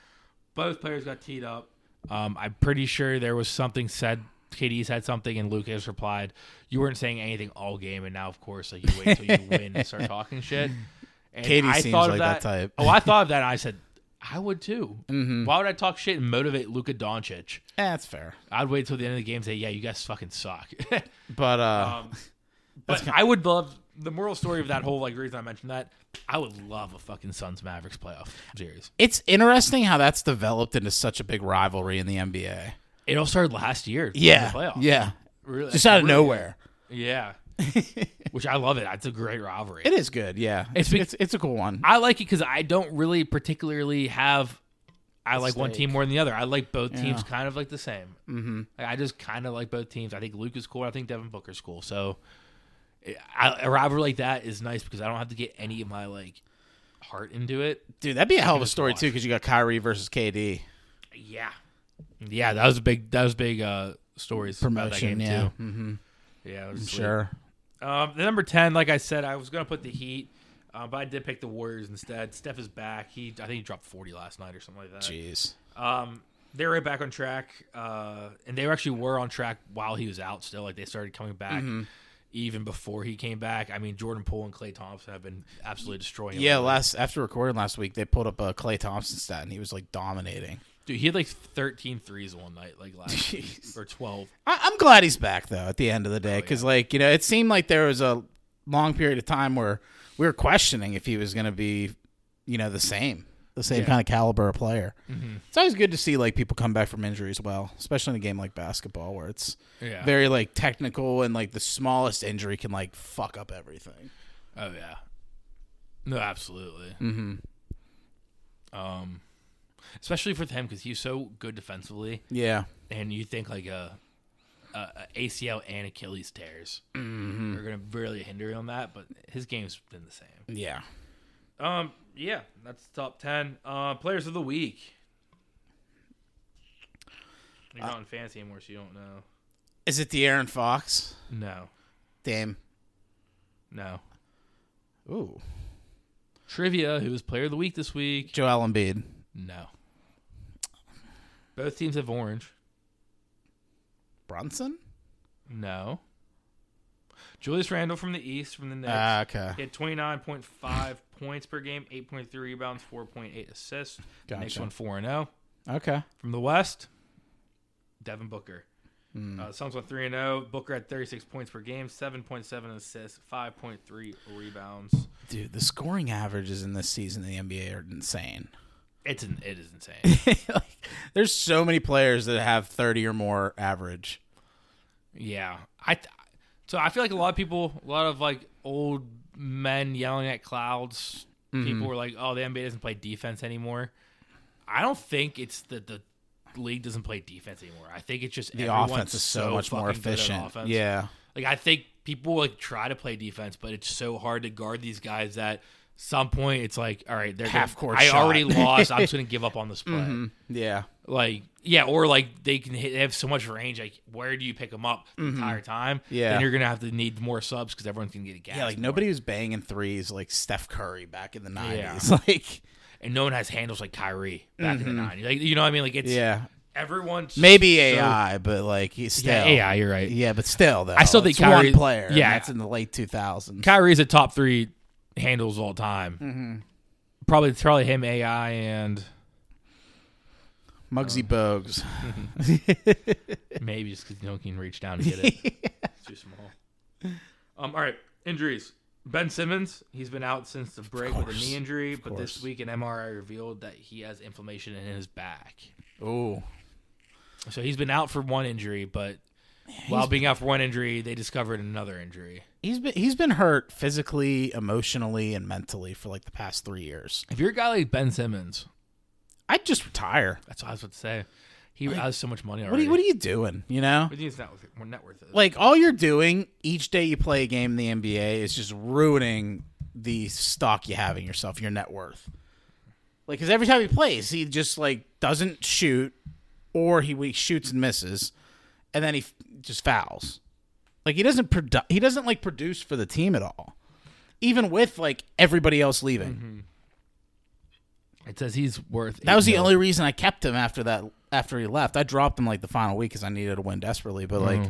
B: Both players got teed up. Um, I'm pretty sure there was something said. KD said something, and Lucas replied, "You weren't saying anything all game, and now, of course, like you wait till you win and start talking shit." And
A: KD
B: I
A: seems
B: thought of
A: like that type. Mm-hmm.
B: Oh, I thought of that. And I said, "I would too. Why would I talk shit and motivate Luka
A: Eh,
B: Doncic?
A: that's fair.
B: I'd wait till the end of the game and say, yeah, you guys fucking suck.'"
A: But uh,
B: Um, but I would love the moral story of that whole like reason I mentioned that. I would love a fucking Suns Mavericks playoff series.
A: it's interesting how that's developed into such a big rivalry in the NBA.
B: It all started last year. in
A: Yeah,
B: the playoff.
A: yeah.
B: really,
A: Just out of
B: really-
A: nowhere.
B: Yeah, which I love it. It's a great rivalry.
A: It is good. Yeah, it's
B: It's be-
A: it's, it's a cool one.
B: I like it because I don't really particularly have. I like one
A: Stake.
B: team more than the other. I like both teams
A: Yeah.
B: kind of like the same. Mm-hmm. Like, I just kind of like both teams. I think Luke is cool. I think Devin Booker's cool. So I, a rivalry like that is nice because I don't have to get any of my like heart into it.
A: Dude, that'd be a hell of a story
B: watch.
A: too, because you got Kyrie versus KD.
B: Yeah, yeah. That was a big. That was big uh, stories
A: Promotion,
B: About that game
A: yeah.
B: too. Yeah, it was sweet.
A: Sure.
B: Um, the number ten, like I said, I was gonna put the Heat. Uh, but I did pick the Warriors instead. Steph is back. He I think he dropped 40 last night or something like that.
A: Jeez.
B: Um, they're right back on track, uh, and they actually were on track while he was out. Still, like they started coming back even before he came back. I mean, Jordan Poole and Clay Thompson have been absolutely destroying.
A: Yeah,
B: him.
A: last after recording last week, they pulled up a Clay Thompson stat, and he was like dominating.
B: dude, he had like 13 threes one night, like last week,
A: Jeez.
B: or 12.
A: I, I'm glad he's back though. At the end of the day, because like you know, it seemed like there was a long period of time where we were questioning if he was going to be, you know, the same, the same kind of caliber of player. It's always good to see like people come back from injury as well, especially in a game like basketball where it's
B: Yeah.
A: very like technical and like the smallest injury can like fuck up everything.
B: Oh yeah. No, absolutely. Mm-hmm. Um, especially for him because he's so good defensively,
A: Yeah,
B: and you think like a, a, a ACL and Achilles tears are gonna really hinder him on that, but his game's been the same.
A: yeah.
B: Um, yeah, that's top ten. Uh, players of the week. You're not in fantasy anymore, so you don't know.
A: Is it the Aaron Fox?
B: No,
A: Damn.
B: no.
A: Ooh,
B: Trivia: Who was player of the week this week?
A: Joel Embiid.
B: No. Both teams have orange.
A: Brunson?
B: No. Julius Randle from the East, from the Knicks.
A: Ah, okay.
B: He had 29.5 points per game, 8.3 rebounds, 4.8 assists. The Knicks
A: Gotcha.
B: won 4 0.
A: Okay.
B: From the West, Devin Booker. Uh, the Suns went 3 0. Booker had 36 points per game, 7.7 assists, 5.3 rebounds.
A: Dude, the scoring averages in this season in the NBA are insane.
B: It's an, it is insane.
A: like, there's so many players that have 30 or more average.
B: yeah. I th- so I feel like a lot of people, a lot of like old men yelling at clouds.
A: Mm-hmm.
B: People were like, "Oh, the NBA doesn't play defense anymore." I don't think it's that the league doesn't play defense anymore. I think it's just
A: The
B: everyone's
A: offense is so, much more
B: fucking good at
A: efficient.
B: offense.
A: Yeah.
B: like I think people like try to play defense, but it's so hard to guard these guys that some point it's like, all right, they're gonna-
A: Half-court
B: I
A: shot. Mm-hmm.
B: already lost. I'm just gonna give up on this play.
A: Yeah.
B: Like yeah, or like they can hit, they have so much range. Like where do you pick them up the entire time?
A: Mm-hmm. Yeah.
B: then you're gonna have to need more subs because everyone's gonna get a gas.
A: Yeah, like nobody was banging threes like Steph Curry back in the 90s.
B: Yeah.
A: Like,
B: and no one has handles like Kyrie back in the '90s. Like you know what I mean? Like it's
A: Mm-hmm. yeah.
B: everyone's
A: Maybe
B: so-
A: AI, but like he's still.
B: Yeah, AI. You're right.
A: Yeah, but still, though.
B: I still think
A: it's one
B: Kyrie-
A: player. and
B: yeah.
A: That's in the late 2000s.
B: Kyrie's a top three handles all time.
A: Mm-hmm.
B: Probably probably him, AI, and
A: Muggsy Bogues.
B: maybe just because no one can reach down to get it. It's too small. Um. All right. Injuries. Ben Simmons. He's been out since the break with a
A: course.
B: knee injury, but this
A: course.
B: week an MRI revealed that he has inflammation in his back.
A: Ooh.
B: So he's been out for one injury, but while being out for one injury, they discovered another injury.
A: He's been he's been hurt physically, emotionally, and mentally for like the past three years.
B: If you're a guy like Ben Simmons,
A: I'd just retire.
B: that's what I was about to say. He has so much money already.
A: What are, you, what are you doing? You know,
B: What do you think his net worth, net worth is?
A: like all you're doing each day you play a game in the NBA is just ruining the stock you have in yourself, your net worth. Like, because every time he plays, he just like doesn't shoot, or he, he shoots and misses, and then he f- just fouls. Like he doesn't produ- he doesn't like produce for the team at all, even with like everybody else leaving.
B: It says he's worth.
A: That was the
B: eight mil.
A: only reason I kept him after that. After he left, I dropped him like the final week because I needed a win desperately. But like,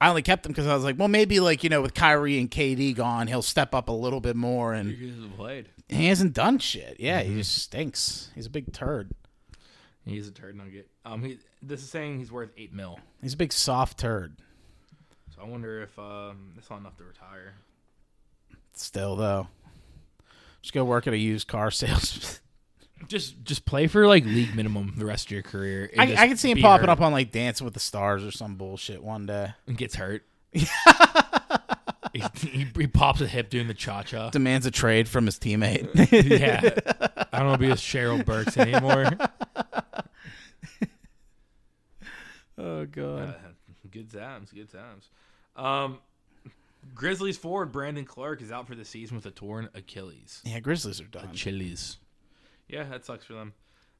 A: I only kept him because I was like, well, maybe like you know, with Kyrie and KD gone, he'll step up a little bit more. And
B: He hasn't played.
A: he hasn't done shit. Yeah, he just stinks. He's a big turd.
B: He's a turd nugget. Um, he this is saying he's worth eight mil.
A: He's a big soft turd.
B: So I wonder if um that's not enough to retire.
A: Still though, just go work at a used car sales.
B: Just just play for like league minimum the rest of your career. and
A: I,
B: just
A: I could see him
B: be
A: popping
B: hurt
A: up on like Dancing with the Stars or some bullshit one day.
B: and gets hurt. he, he, he pops a hip doing the cha cha.
A: Demands a trade from his teammate.
B: Yeah, I don't want to be with Cheryl Burks anymore.
A: oh god.
B: good times, good times. Um, Grizzlies forward Brandon Clark is out for the season with a torn Achilles.
A: Yeah, Grizzlies are done.
B: Chili's. Yeah, that sucks for them.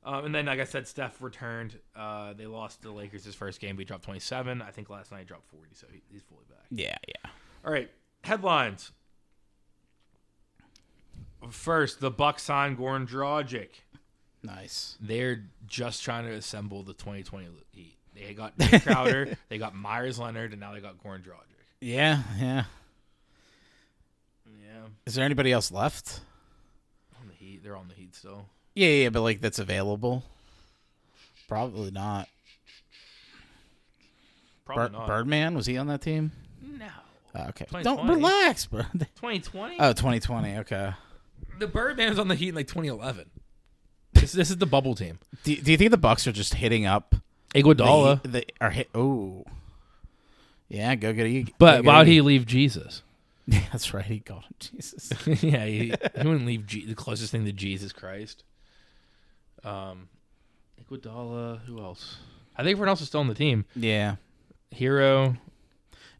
B: Um, and then, like I said, Steph returned. Uh, they lost to the Lakers his first game. He dropped 27. I think last night he dropped 40, so he, he's fully back.
A: Yeah, yeah.
B: All right, headlines. First, the Bucks on Goran Dragic.
A: Nice.
B: They're just trying to assemble the 2020 Heat. They got Nick Crowder, they got Myers Leonard, and now they got Goran Dragic.
A: Yeah, yeah.
B: Yeah,
A: Is there anybody else left?
B: on the Heat. They're on the Heat still.
A: Yeah, yeah, but like that's available. Probably not.
B: Probably
A: Bir-
B: not.
A: Birdman was he on that team?
B: No.
A: Uh, okay,
B: 2020.
A: don't relax, bro.
B: 2020.
A: oh, 2020. Okay.
B: the Birdman was on the Heat in like 2011. This, this is the bubble team.
A: Do, do you think the Bucks are just hitting up? The,
B: Iguodala,
A: They are hit. Oh, yeah. Go get it.
B: but why would he leave Jesus?
A: Yeah, that's right. He called him Jesus.
B: yeah, he, he wouldn't leave Je- the closest thing to Jesus Christ. Um, Iguodala, who else? I think everyone else is still on the team.
A: yeah.
B: Hero,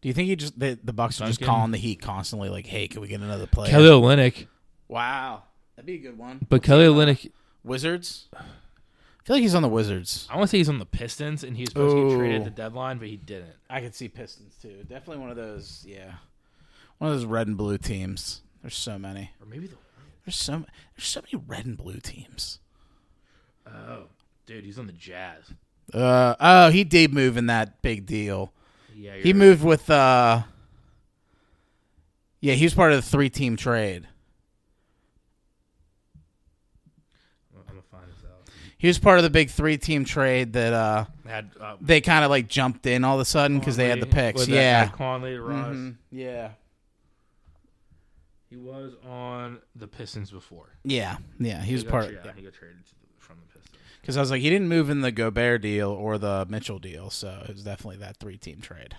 A: Do you think he just the, the Bucks are just
B: Duncan.
A: calling the Heat constantly? Like, hey, can we get another player?
B: Kelly Olynyk,
A: Wow, that'd be a good one.
B: but Kelly Olynyk,
A: Wizards. I feel like he's on the Wizards.
B: I want to say he's on the Pistons, and he was supposed to get traded
A: Ooh.
B: at the deadline, but he didn't.
A: I could see Pistons too. Definitely one of those. Yeah, one of those red and blue teams. There's so many.
B: Or maybe the
A: There's so there's so many red and blue teams.
B: oh, dude, he's on the Jazz.
A: Uh oh, he did move in that big deal.
B: Yeah,
A: He moved with uh Yeah, he was part of the three team trade.
B: I'm gonna find this out.
A: He was part of the big three team trade that uh
B: Had uh,
A: they kind of like jumped in all of a sudden cuz they had the
B: Conley,
A: picks.
B: with that
A: Yeah.
B: guy Conley, Ross.
A: Mhm. Yeah.
B: He was on the Pistons before.
A: Yeah. Yeah, he was
B: got
A: part
B: tra- He got traded to the- from the Pistons.
A: cuz I was like he didn't move in the Gobert deal or the Mitchell deal, so it was definitely that three team trade.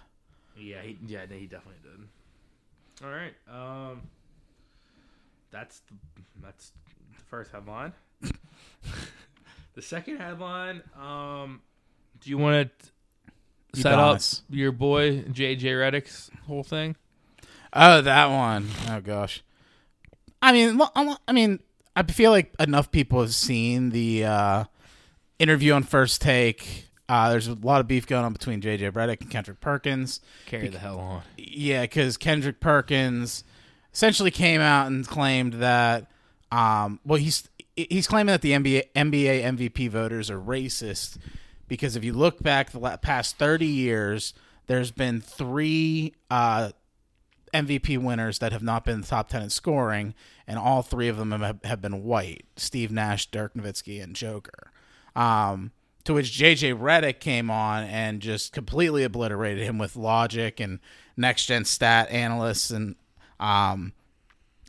B: Yeah, he, yeah, he definitely did. All right, um, that's the, that's the first headline. the second headline. Um, do you want to set up
A: Udonis.
B: your boy JJ Redick's whole thing?
A: Oh, that one. Oh gosh. I mean, lo- I lo- I mean, I feel like enough people have seen the uh, interview on First Take. Uh, there's a lot of beef going on between JJ Redick and Kendrick Perkins.
B: Carry the hell on.
A: Yeah, because Kendrick Perkins essentially came out and claimed that, um, well, he's he's claiming that the NBA NBA MVP voters are racist because if you look back the la- past thirty years, there's been three uh, MVP winners that have not been top ten in scoring, and all three of them have, have been white: Steve Nash, Dirk Nowitzki, and Joker. Um, to which JJ Reddick came on and just completely obliterated him with logic and next gen stat analysts. And um,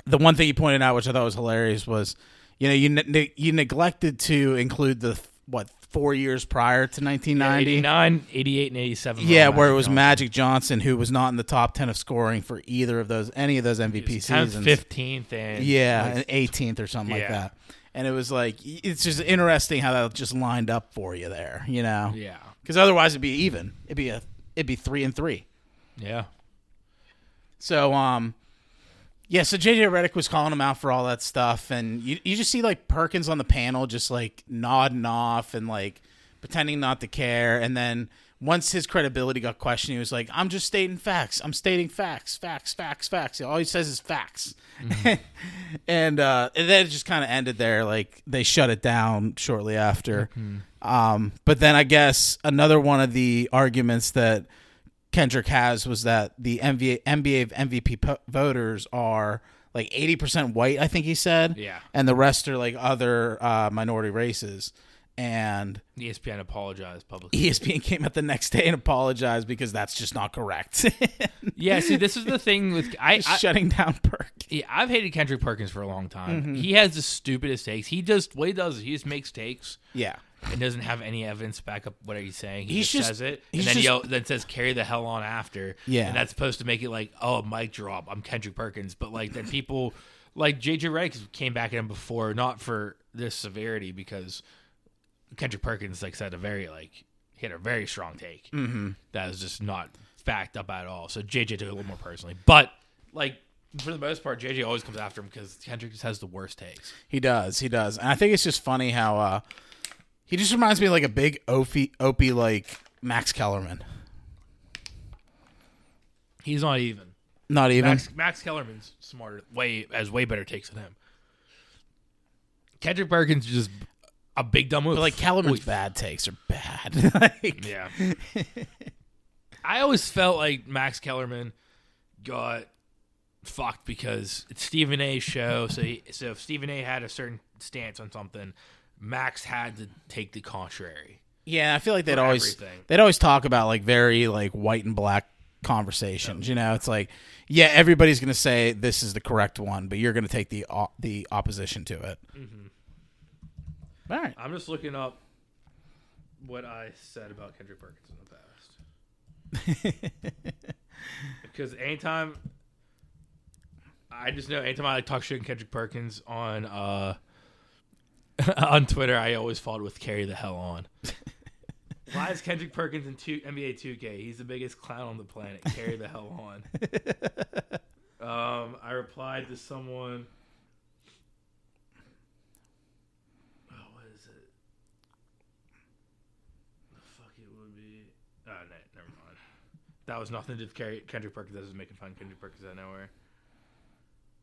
A: the one thing he pointed out, which I thought was hilarious, was you know you ne- you neglected to include the what four years prior to 1990.
B: 89, 88, and 87.
A: Yeah,
B: Magic
A: where it was
B: Johnson.
A: Magic Johnson who was not in the top ten of scoring for either of those any of those MVP seasons.
B: 10th, 15th, and
A: Yeah, an 18th or something like
B: Yeah.
A: that. And it was like it's just interesting how that just lined up for you there, you know?
B: yeah,
A: Because otherwise it'd be even. It'd be a it'd be three and three.
B: yeah.
A: So um yeah, so JJ Redick was calling him out for all that stuff and you you just see like Perkins on the panel just like nodding off and like pretending not to care and then once his credibility got questioned, he was like, I'm just stating facts. I'm stating facts, facts, facts, facts. All he says is facts. and uh and then it just kinda ended there, like they shut it down shortly after. Um but then I guess another one of the arguments that Kendrick has was that the NBA, NBA of MVP po- voters are like 80% white, I think he said.
B: Yeah.
A: And the rest are like other uh, minority races. And E
B: ESPN apologized publicly.
A: ESPN came out the next day and apologized because that's just not correct.
B: Yeah, see, this is the thing with I. I
A: Shutting down Perk.
B: yeah, I've hated Kendrick Perkins for a long time. He has the stupidest takes. He just what he does is he just makes takes
A: Yeah.
B: and doesn't have any evidence to back up what he's saying. He
A: He's
B: just,
A: just-
B: says it
A: he's
B: and then
A: just-
B: yell, then says carry the hell on after.
A: Yeah.
B: and that's supposed to make it like oh mic drop. I'm Kendrick Perkins, but like then people like JJ Redick came back at him before not for this severity because Kendrick Perkins like said a very like hit a very strong take
A: Mm-hmm.
B: that was just not backed up at all. So JJ took it a little more personally, but like for the most part, JJ always comes after him because Kendrick just has the worst takes.
A: He does. He does. And I think it's just funny how uh, he just reminds me of like a big Opie, Opie like Max Kellerman.
B: He's not even
A: Not even.
B: Max, Max Kellerman's smarter, way has way better takes than him. Kendrick Perkins is just a big dumb move.
A: But like Caliber's bad takes are bad. like,
B: Yeah. I always felt like Max Kellerman got fucked because it's Stephen A. show. So he, so if Stephen A. had a certain stance on something, Max had to take the contrary.
A: yeah, I feel like they'd always
B: everything.
A: they'd always talk about like very like white and black conversations. You know, it's like yeah, everybody's gonna say this is the correct one, but you're gonna take the o- the opposition to it.
B: Mm-hmm.
A: All right.
B: I'm just looking up what I said about Kendrick Perkins in the past. because anytime I just know anytime I like, talk shit to Kendrick Perkins on uh on Twitter, I always followed with carry the hell on. Why is Kendrick Perkins in two, NBA 2K? He's the biggest clown on the planet. Carry the hell on. um, I replied to someone. Oh, what is it? The fuck it would be. Oh, no, never mind. That was nothing to do with Ker- Kendrick Perkins. I was just making fun of Kendrick Perkins out of nowhere.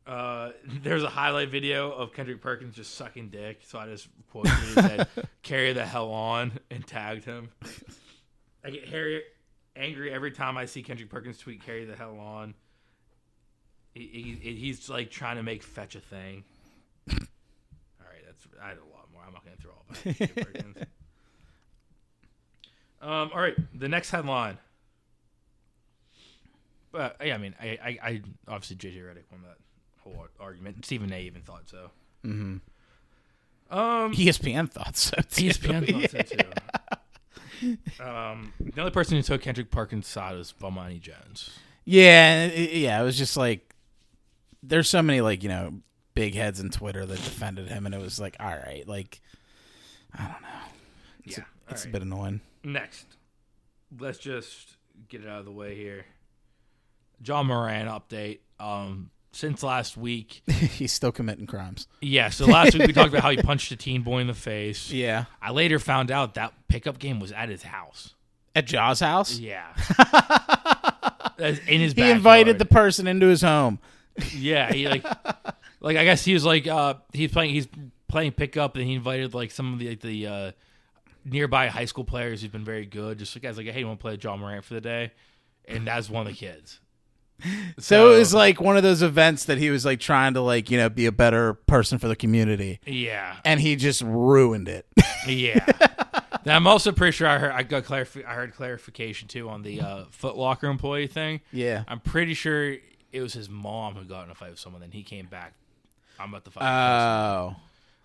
B: Uh, there's a highlight video of Kendrick Perkins just sucking dick, so I just quoted it and said, "Carry the hell on" and tagged him. I get Harry angry every time I see Kendrick Perkins tweet "Carry the hell on." He, he, he's like trying to make fetch a thing. All right, that's I had a lot more. I'm not gonna throw all of it. Kendrick Perkins. um, all right, the next headline. But yeah, I mean, I, I, I obviously JJ Redick won that whole ar- argument. Stephen A. even thought so. Um,
A: ESPN thought so. Too.
B: ESPN thought so too. Um, the only person who took Kendrick Perkins' side was Bomani Jones.
A: Yeah, it- it- yeah. It was just like there's so many like you know big heads in Twitter that defended him, and it was like all right, like
B: Yeah,
A: it's a bit annoying.
B: Next, let's just get it out of the way here. John Moran update. Um, since last week,
A: He's still committing crimes.
B: yeah. So last week we talked about how he punched a teen boy in the face.
A: Yeah,
B: I later found out that pickup game was at his house.
A: at Jaws' house,
B: Yeah. That's in his
A: he invited the
B: backyard.
A: person into his home.
B: yeah he like like I guess he was like uh he's playing he's playing pickup and he invited like some of the like, the uh nearby high school players who've been very good just like guys like hey you want to play John Morant for the day and that's one of the kids
A: So
B: So-
A: it was like one of those events that he was like trying to like you know be a better person for the community,
B: yeah
A: and he just ruined it.
B: yeah now I'm also pretty sure I heard I got clarif- I heard clarification too on the uh Foot Locker employee thing
A: yeah.
B: I'm pretty sure it was his mom who got in a fight with someone and he came back I'm at the fight
A: Oh,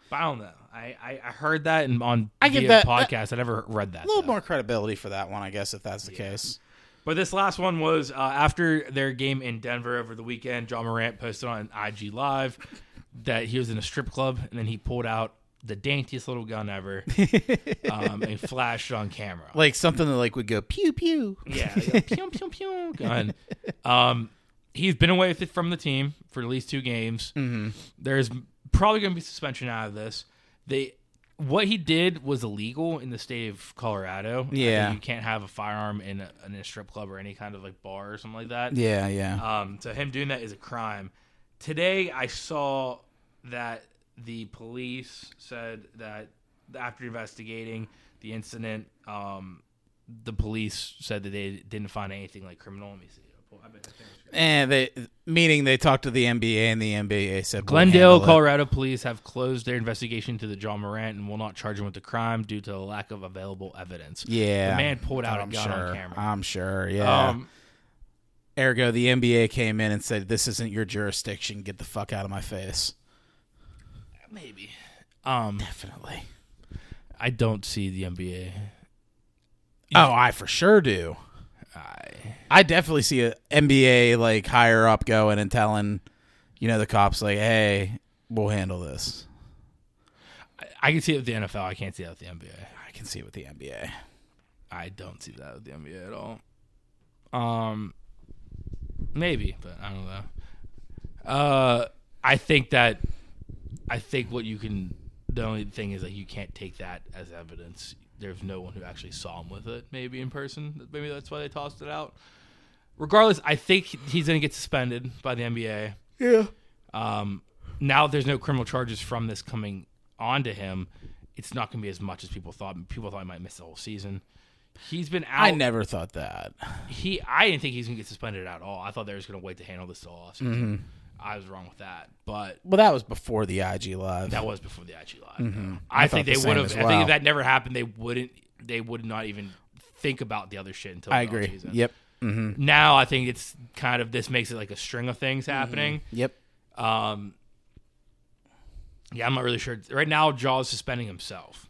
B: but I don't know I, I I heard that and on
A: I get
B: via
A: that-
B: podcast I never read that
A: a little
B: though.
A: more credibility for that one, I guess, if that's the case.
B: But this last one was uh, after their game in Denver over the weekend. John Morant posted on IG Live that he was in a strip club, and then he pulled out the daintiest little gun ever um, and flashed it on camera.
A: Like something that like would go pew pew.
B: yeah, like a pew pew pew gun. Um, he's been away with it from the team for at least two games. Mm-hmm. There's probably going to be suspension out of this. They what he did was illegal in the state of Colorado. I think
A: Yeah.
B: you can't have a firearm in a, in a strip club or any kind of like bar or something like that.
A: Yeah, yeah.
B: Um, so him doing that is a crime. Today, I saw that the police said that after investigating the incident, um, the police said that they didn't find anything like criminal. Let me see. I bet that thing was-
A: And they meaning they talked to the NBA and the NBA said we'll
B: Glendale,
A: handle it.
B: Colorado police have closed their investigation to the John Morant and will not charge him with the crime due to the lack of available evidence.
A: Yeah,
B: The man pulled out
A: I'm
B: a gun
A: sure.
B: on camera.
A: I'm sure. Yeah.
B: Um,
A: Ergo, the NBA came in and said, "This isn't your jurisdiction. Get the fuck out of my face."
B: maybe. Um,
A: Definitely.
B: I don't see the NBA.
A: Oh, I for sure do. I definitely see a NBA like higher up going and telling, you know, the cops like, "Hey, we'll handle this."
B: I can see it with the NFL. I can't see it with the NBA.
A: I can see it with the NBA.
B: I don't see that with the NBA at all. Um, maybe, but I don't know. Uh, I think that I think what you can the only thing is like you can't take that as evidence. There's no one who actually saw him with it, maybe in person. Maybe that's why they tossed it out. Regardless, I think he's going to get suspended by the NBA.
A: Yeah.
B: Um, Now there's no criminal charges from this coming onto him, it's not going to be as much as people thought. People thought he might miss the whole season. He's been out.
A: I never thought that.
B: He, I didn't think he was going to get suspended at all. I thought they were just going to wait to handle this all offseason.
A: Mm-hmm.
B: I was wrong with that, but
A: Well, that was before the IG live.
B: that was before the IG live. I, think
A: Mm-hmm. the
B: they
A: same
B: would have.
A: as
B: I think
A: well.
B: if that never happened, they wouldn't. They would not even think about the other shit until
A: I
B: the
A: agree.
B: offseason.
A: Yep.
B: Now I think it's kind of this makes it like a string of things
A: Mm-hmm.
B: happening.
A: Yep.
B: Um, yeah, I'm not really sure. Right now, Jaw is suspending himself.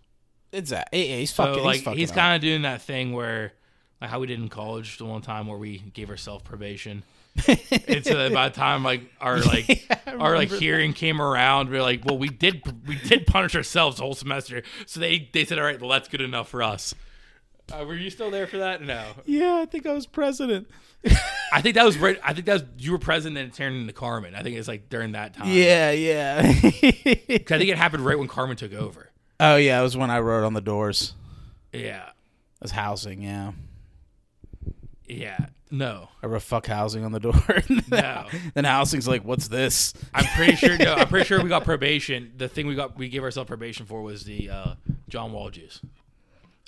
A: It's that. yeah, he's
B: So
A: fucking.
B: like
A: fucking
B: he's
A: up.
B: kind of doing that thing where, like how we did in college the one time where we gave ourselves probation. it's uh, by the time like our like our like hearing came around, we're like, well, we did we did punish ourselves the whole semester. So they they said, all right, well, that's good enough for us. Uh, were you still there for that? No,
A: Yeah, I think I was president.
B: I think that was right. I think that was you were present and it turned into Carmen. I think it's like during that time.
A: Yeah, yeah.
B: 'Cause I think it happened right when Carmen took over.
A: oh yeah, it was when I wrote on the doors.
B: Yeah.
A: That's housing. Yeah,
B: Yeah. No.
A: I wrote fuck housing on the door.
B: No.
A: then housing's like, what's this?
B: I'm pretty sure no, I'm pretty sure we got probation. The thing we got we gave ourselves probation for was the uh, John Wall juice.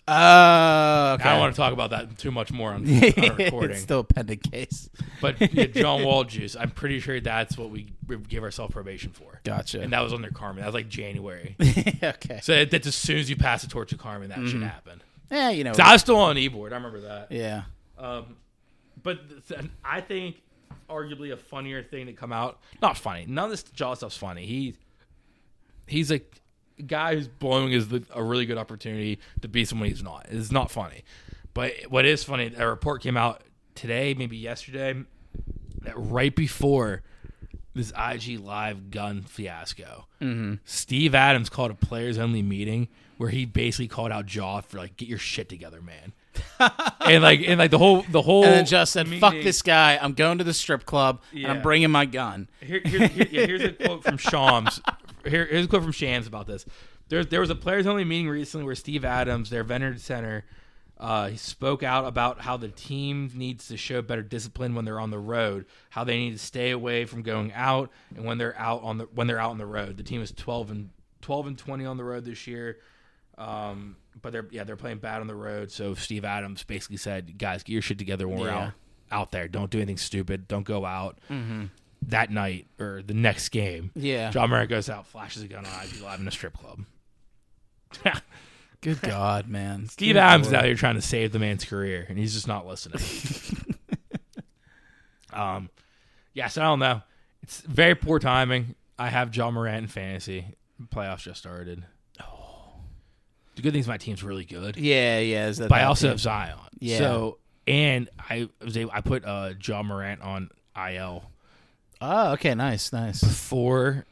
A: Uh, okay.
B: I don't want to talk about that too much more on, on recording.
A: it's still a pending case.
B: but yeah, John Wall juice, I'm pretty sure that's what we we gave ourselves probation for.
A: Gotcha.
B: And that was under Carmen. That was like January.
A: okay.
B: so that's as soon as you pass the torch to Carmen, that
A: Mm-hmm.
B: should happen.
A: Yeah, you know.
B: So I was still on e board. I remember that.
A: yeah.
B: But th- I think arguably a funnier thing to come out. Not funny. None of this Jaw stuff's funny. He he's a guy who's blowing is the, a really good opportunity to be someone he's not. It's not funny. But what is funny? A report came out today, maybe yesterday, that right before this IG live gun fiasco,
A: Mm-hmm.
B: Steve Adams called a players only meeting where he basically called out Jaw for like get your shit together, man. and like and like the whole the whole
A: And then Just said, "Fuck
B: meeting-
A: this guy. I'm going to the strip club and
B: Yeah.
A: I'm bringing my gun."
B: Here, here, here, yeah, here's a quote from Shams. Here, here's a quote from Shams about this. There, there was a players only meeting recently where Steve Adams, their veteran center, uh, he spoke out about how the team needs to show better discipline when they're on the road, how they need to stay away from going out, and when they're out on the when they're out on the road. The team is 12 and 12 and 20 on the road this year. Um, but they're yeah they're playing bad on the road. So Steve Adams basically said, "Guys, get your shit together when we're
A: Yeah.
B: out out there. Don't do anything stupid. Don't go out that night or the next game."
A: Yeah.
B: John Murray goes out, flashes a gun on IG Live in a strip club.
A: Good God, man.
B: Steve Adams is out here trying to save the man's career, and he's just not listening. um, yeah, so I don't know. It's very poor timing. I have John Morant in fantasy. Playoffs just started. Oh, the good thing is my team's really good.
A: Yeah, yeah. Is that
B: but I
A: that
B: also
A: too?
B: have Zion.
A: Yeah.
B: So and I was able, I put uh John Morant on IL
A: Oh, okay. Nice, nice.
B: before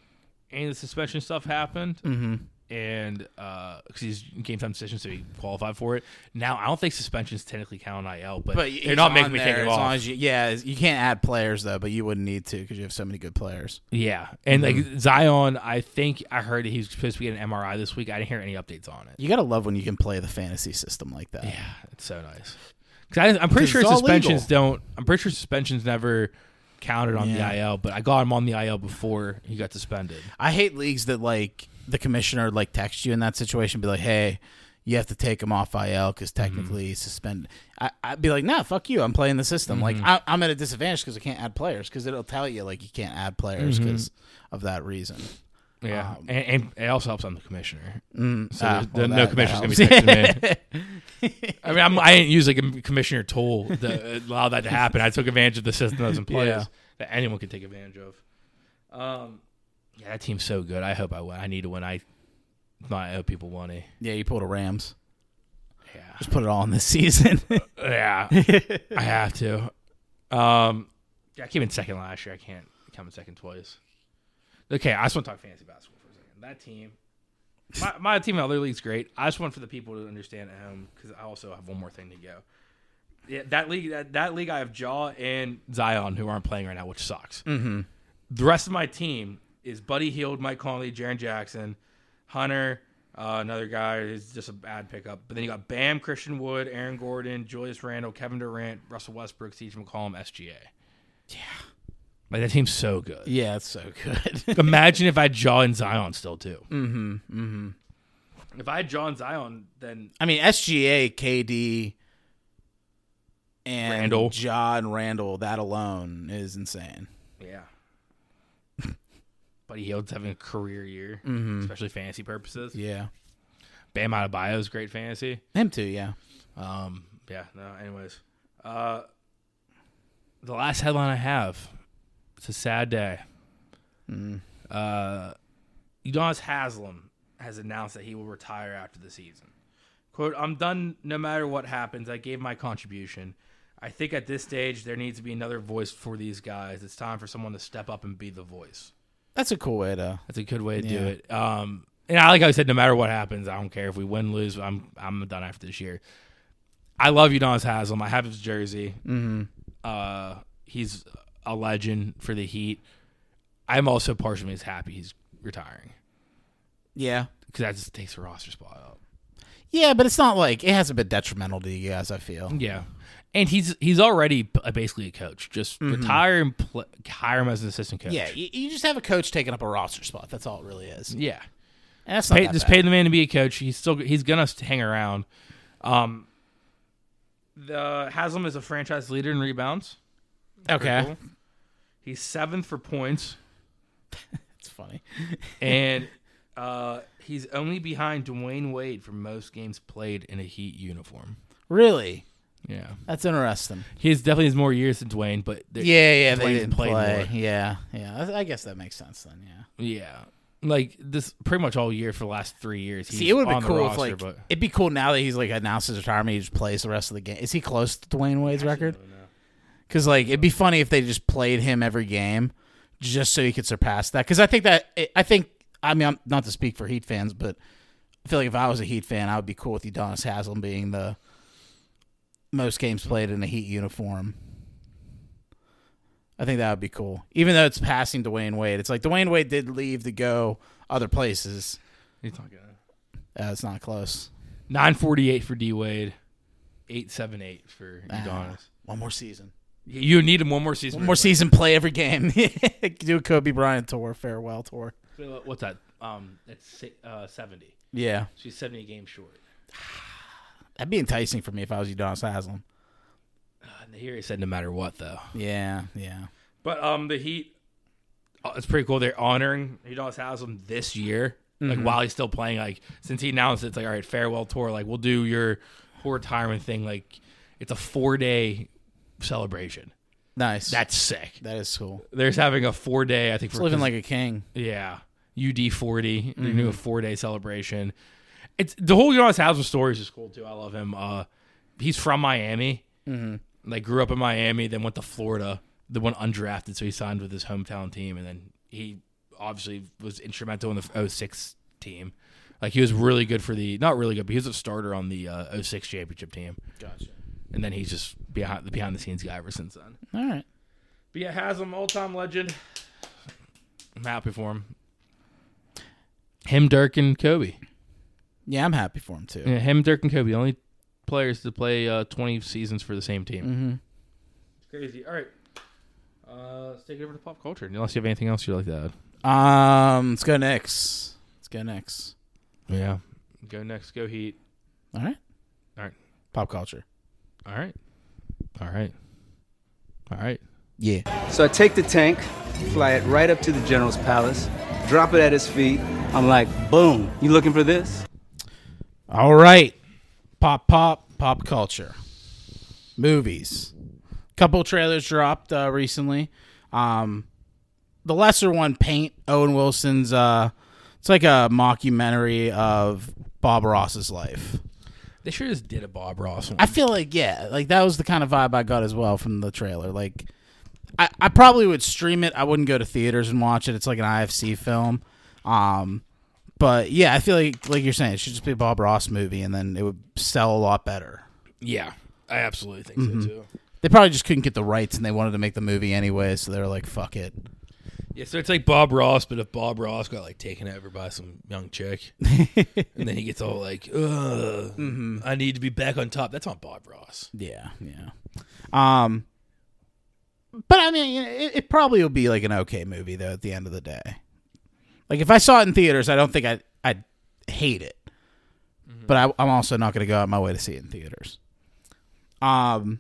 B: any of the suspension stuff happened. Mm-hmm. And because he's game time decision, so he qualified for it. Now I don't think suspensions technically count on IL, but,
A: But
B: they're not making me
A: there,
B: take it
A: as long
B: off.
A: as you, yeah, you can't add players though, but you wouldn't need to because you have so many good players.
B: yeah, and
A: Mm-hmm.
B: like Zion, I think I heard that he's supposed to be getting an MRI this week. I didn't hear any updates on it.
A: You gotta love when you can play the fantasy system like that.
B: Yeah, it's so nice. Because I'm pretty
A: 'Cause
B: sure
A: it's all
B: suspensions
A: legal.
B: don't. I'm pretty sure suspensions never counted on the
A: Yeah.
B: IL, but I got him on the IL before he got suspended.
A: I hate leagues that like the commissioner like text you in that situation, be like, "Hey, you have to take him off IL because technically he's suspended." I, I'd be like, "Nah, fuck you. I'm playing the system. Like I, I'm at a disadvantage because I can't add players because it'll tell you like you can't add players because of that reason."
B: Yeah, and, and it also helps on the commissioner. so
A: ah,
B: there's-
A: well,
B: no
A: that-
B: commissioner's
A: that
B: gonna be texting me. I mean, I'm, I didn't use like a commissioner tool to allow that to happen. I took advantage of the system that was in place
A: Yeah.
B: that anyone could take advantage of. Um, yeah, that team's so good. I hope I win. I need to win. I not owe people money.
A: Yeah, you pulled a Rams.
B: Yeah,
A: Just put it all in this season.
B: yeah, I have to. Um, yeah, I came in second last year. I can't come in second twice. Okay, I just want to talk fantasy basketball for a second. That team, my, my team in other leagues, great. I just want for the people to understand at home because I also have one more thing to go. Yeah, that league, that, that league, I have Jaw and Zion who aren't playing right now, which sucks. Mm-hmm. The rest of my team is Buddy Heald, Mike Conley, Jaron Jackson, Hunter, uh, another guy who's just a bad pickup. But then you got Bam, Christian Wood, Aaron Gordon, Julius Randle, Kevin Durant, Russell Westbrook, CJ McCollum, SGA. Like that team's so good.
A: Yeah, it's so good.
B: Imagine if I had Jaw and Zion still too. Mm-hmm. Mm-hmm. If I had Jaw and Zion, then
A: I mean, SGA, KD, and
B: Randall.
A: Ja and Randall. That alone is insane.
B: yeah. Buddy Hield's having a career year, especially fantasy purposes.
A: Yeah,
B: Bam Adebayo's great fantasy.
A: him too. Yeah.
B: Um, yeah, no, anyways. Uh the last headline I have. It's a sad day. Uh Udonis Haslam has announced that he will retire after the season. Quote, I'm done no matter what happens. I gave my contribution. I think at this stage there needs to be another voice for these guys. It's time for someone to step up and be the voice.
A: That's a cool way to.
B: That's a good way to do
A: Yeah.
B: it. Um, and I like I said, no matter what happens, I don't care if we win, lose. I'm I'm done after this year. I love Udonis Haslam. I have his jersey. Mm-hmm. Uh, he's a legend for the Heat. I'm also partially as happy he's retiring
A: Yeah.
B: because that just takes a roster spot up.
A: Yeah, but it's not like it hasn't been detrimental to you guys. I feel.
B: Yeah, and he's he's already b- basically a coach. Just retire and pl- hire him as an assistant coach.
A: Mm-hmm. Yeah, you, you just have a coach taking up a roster spot. That's all it really is. And
B: yeah.
A: that's not
B: pay,
A: that
B: just
A: bad.
B: pay the man to be a coach. He's still he's gonna st- hang around. Um, the Haslam is a franchise leader in rebounds.
A: Okay,
B: Cool. He's seventh for points,
A: it's funny.
B: and uh, he's only behind Dwayne Wade for most games played in a Heat uniform.
A: Really,
B: Yeah,
A: that's interesting.
B: he has definitely has more years than Dwayne, but there-
A: Yeah, yeah, they
B: Dwayne's
A: didn't
B: played
A: play.
B: more.
A: Yeah, yeah. I, I guess that makes sense then. Yeah.
B: yeah, like this pretty much all year for the last three years. He's
A: See, it would
B: on
A: be
B: the
A: cool
B: roster,
A: if like
B: but
A: it'd be cool now that he's like announced his retirement. He just plays the rest of the game. Is he close to Dwayne Wade's record? Because like it'd be funny if they just played him every game, just so he could surpass that. Because I think that I think I mean I'm not to speak for Heat fans, but I feel like if I was a Heat fan, I would be cool with Udonis Haslam being the most games played in a Heat uniform. I think that would be cool. Even though it's passing Dwayne Wade, it's like Dwayne Wade did leave to go other places.
B: he's not gonna.
A: Uh, it's not close.
B: Nine forty eight for D Wade, eight seven eight for Udonis.
A: One more season.
B: You need him one more season.
A: One more season. Play every game. Do a Kobe Bryant tour, farewell tour.
B: So, What's that? Um, that's si- uh, seventy.
A: Yeah,
B: She's seventy games short.
A: that'd be enticing for me if I was Udonis Haslam.
B: And here he said, no matter what, though.
A: Yeah, yeah.
B: But um, the Heat. Oh, it's pretty cool. They're honoring Udonis Haslam this year, like while he's still playing. Like since he announced it, it's like all right, farewell tour. Like we'll do your whole retirement thing. Like it's a four day celebration.
A: Nice.
B: That's sick.
A: that is cool.
B: They're just having a four day. I think for
A: Living like a king.
B: Yeah. UD forty. They do a four day celebration. It's the whole Udonis Haslam story is just cool too. I love him. Uh, he's from Miami. Mm-hmm. Like grew up in Miami, then went to Florida. Then went undrafted, so he signed with his hometown team, and then he obviously was instrumental in the 06 team. Like he was really good for the not really good, but he was a starter on the uh, 06 championship team. Gotcha. And then he's just behind the behind the scenes guy ever since then.
A: All right.
B: But yeah, Haslam, all time legend. I'm happy for him. Him, Dirk, and Kobe.
A: Yeah, I'm happy for him too.
B: Yeah, him, Dirk, and Kobe, the only players to play uh, 20 seasons for the same team. Mm-hmm. It's crazy. All right. Uh, let's take it over to pop culture. Unless you have anything else you'd like to add.
A: Um, let's go next. Let's go next.
B: Yeah. Go next. Go Heat.
A: All right.
B: All right.
A: Pop culture.
B: All right. All right. All right.
A: Yeah.
D: So I take the tank, fly it right up to the general's palace, drop it at his feet. I'm like, boom, you looking for this?
A: All right. Pop, pop, pop culture. Movies. Couple trailers dropped uh, recently. Um, the lesser one, Paint, Owen Wilson's. Uh, it's like a mockumentary of Bob Ross's life.
B: They sure just did a Bob Ross one.
A: I feel like yeah, like that was the kind of vibe I got as well from the trailer. Like, I, I probably would stream it. I wouldn't go to theaters and watch it. It's like an IFC film. Um, but yeah, I feel like like you're saying it should just be a Bob Ross movie, and then it would sell a lot better.
B: yeah. I absolutely think so, too.
A: They probably just couldn't get the rights, and they wanted to make the movie anyway, so they were like, "Fuck it."
B: Yeah, so it's like Bob Ross, but if Bob Ross got like taken over by some young chick, and then he gets all like, Ugh, "I need to be back on top." That's on Bob Ross.
A: Yeah, yeah. Um, But I mean, it, it probably will be like an okay movie though. At the end of the day, like if I saw it in theaters, I don't think I I'd hate it. But I, I'm also not going to go out my way to see it in theaters. Um,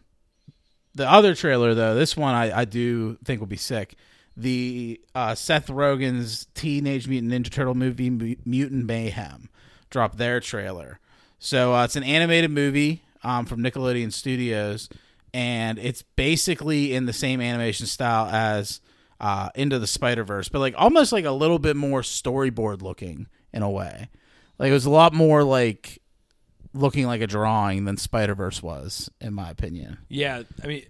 A: the other trailer though, this one I, I do think will be sick. The uh, Seth Rogen's Teenage Mutant Ninja Turtle movie Mu- Mutant Mayhem dropped their trailer. So uh, it's an animated movie um, from Nickelodeon Studios, and it's basically in the same animation style as uh, Into the Spider Verse, but like almost like a little bit more storyboard looking in a way. Like it was a lot more like looking like a drawing than Spider Verse was, in my opinion.
B: Yeah, I mean,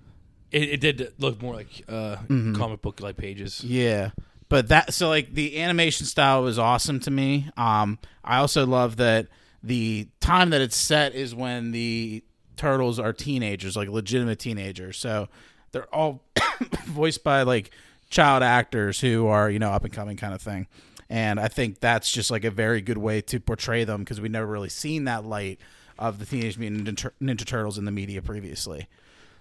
B: it, it did look more like uh, comic book like pages.
A: Yeah. But that so like the animation style was awesome to me. Um I also love that the time that it's set is when the turtles are teenagers, like legitimate teenagers. So they're all voiced by like child actors who are, you know, up and coming kind of thing. And I think that's just like a very good way to portray them because we've never really seen that light of the Teenage Mutant Ninja, Tur- Ninja Turtles in the media previously.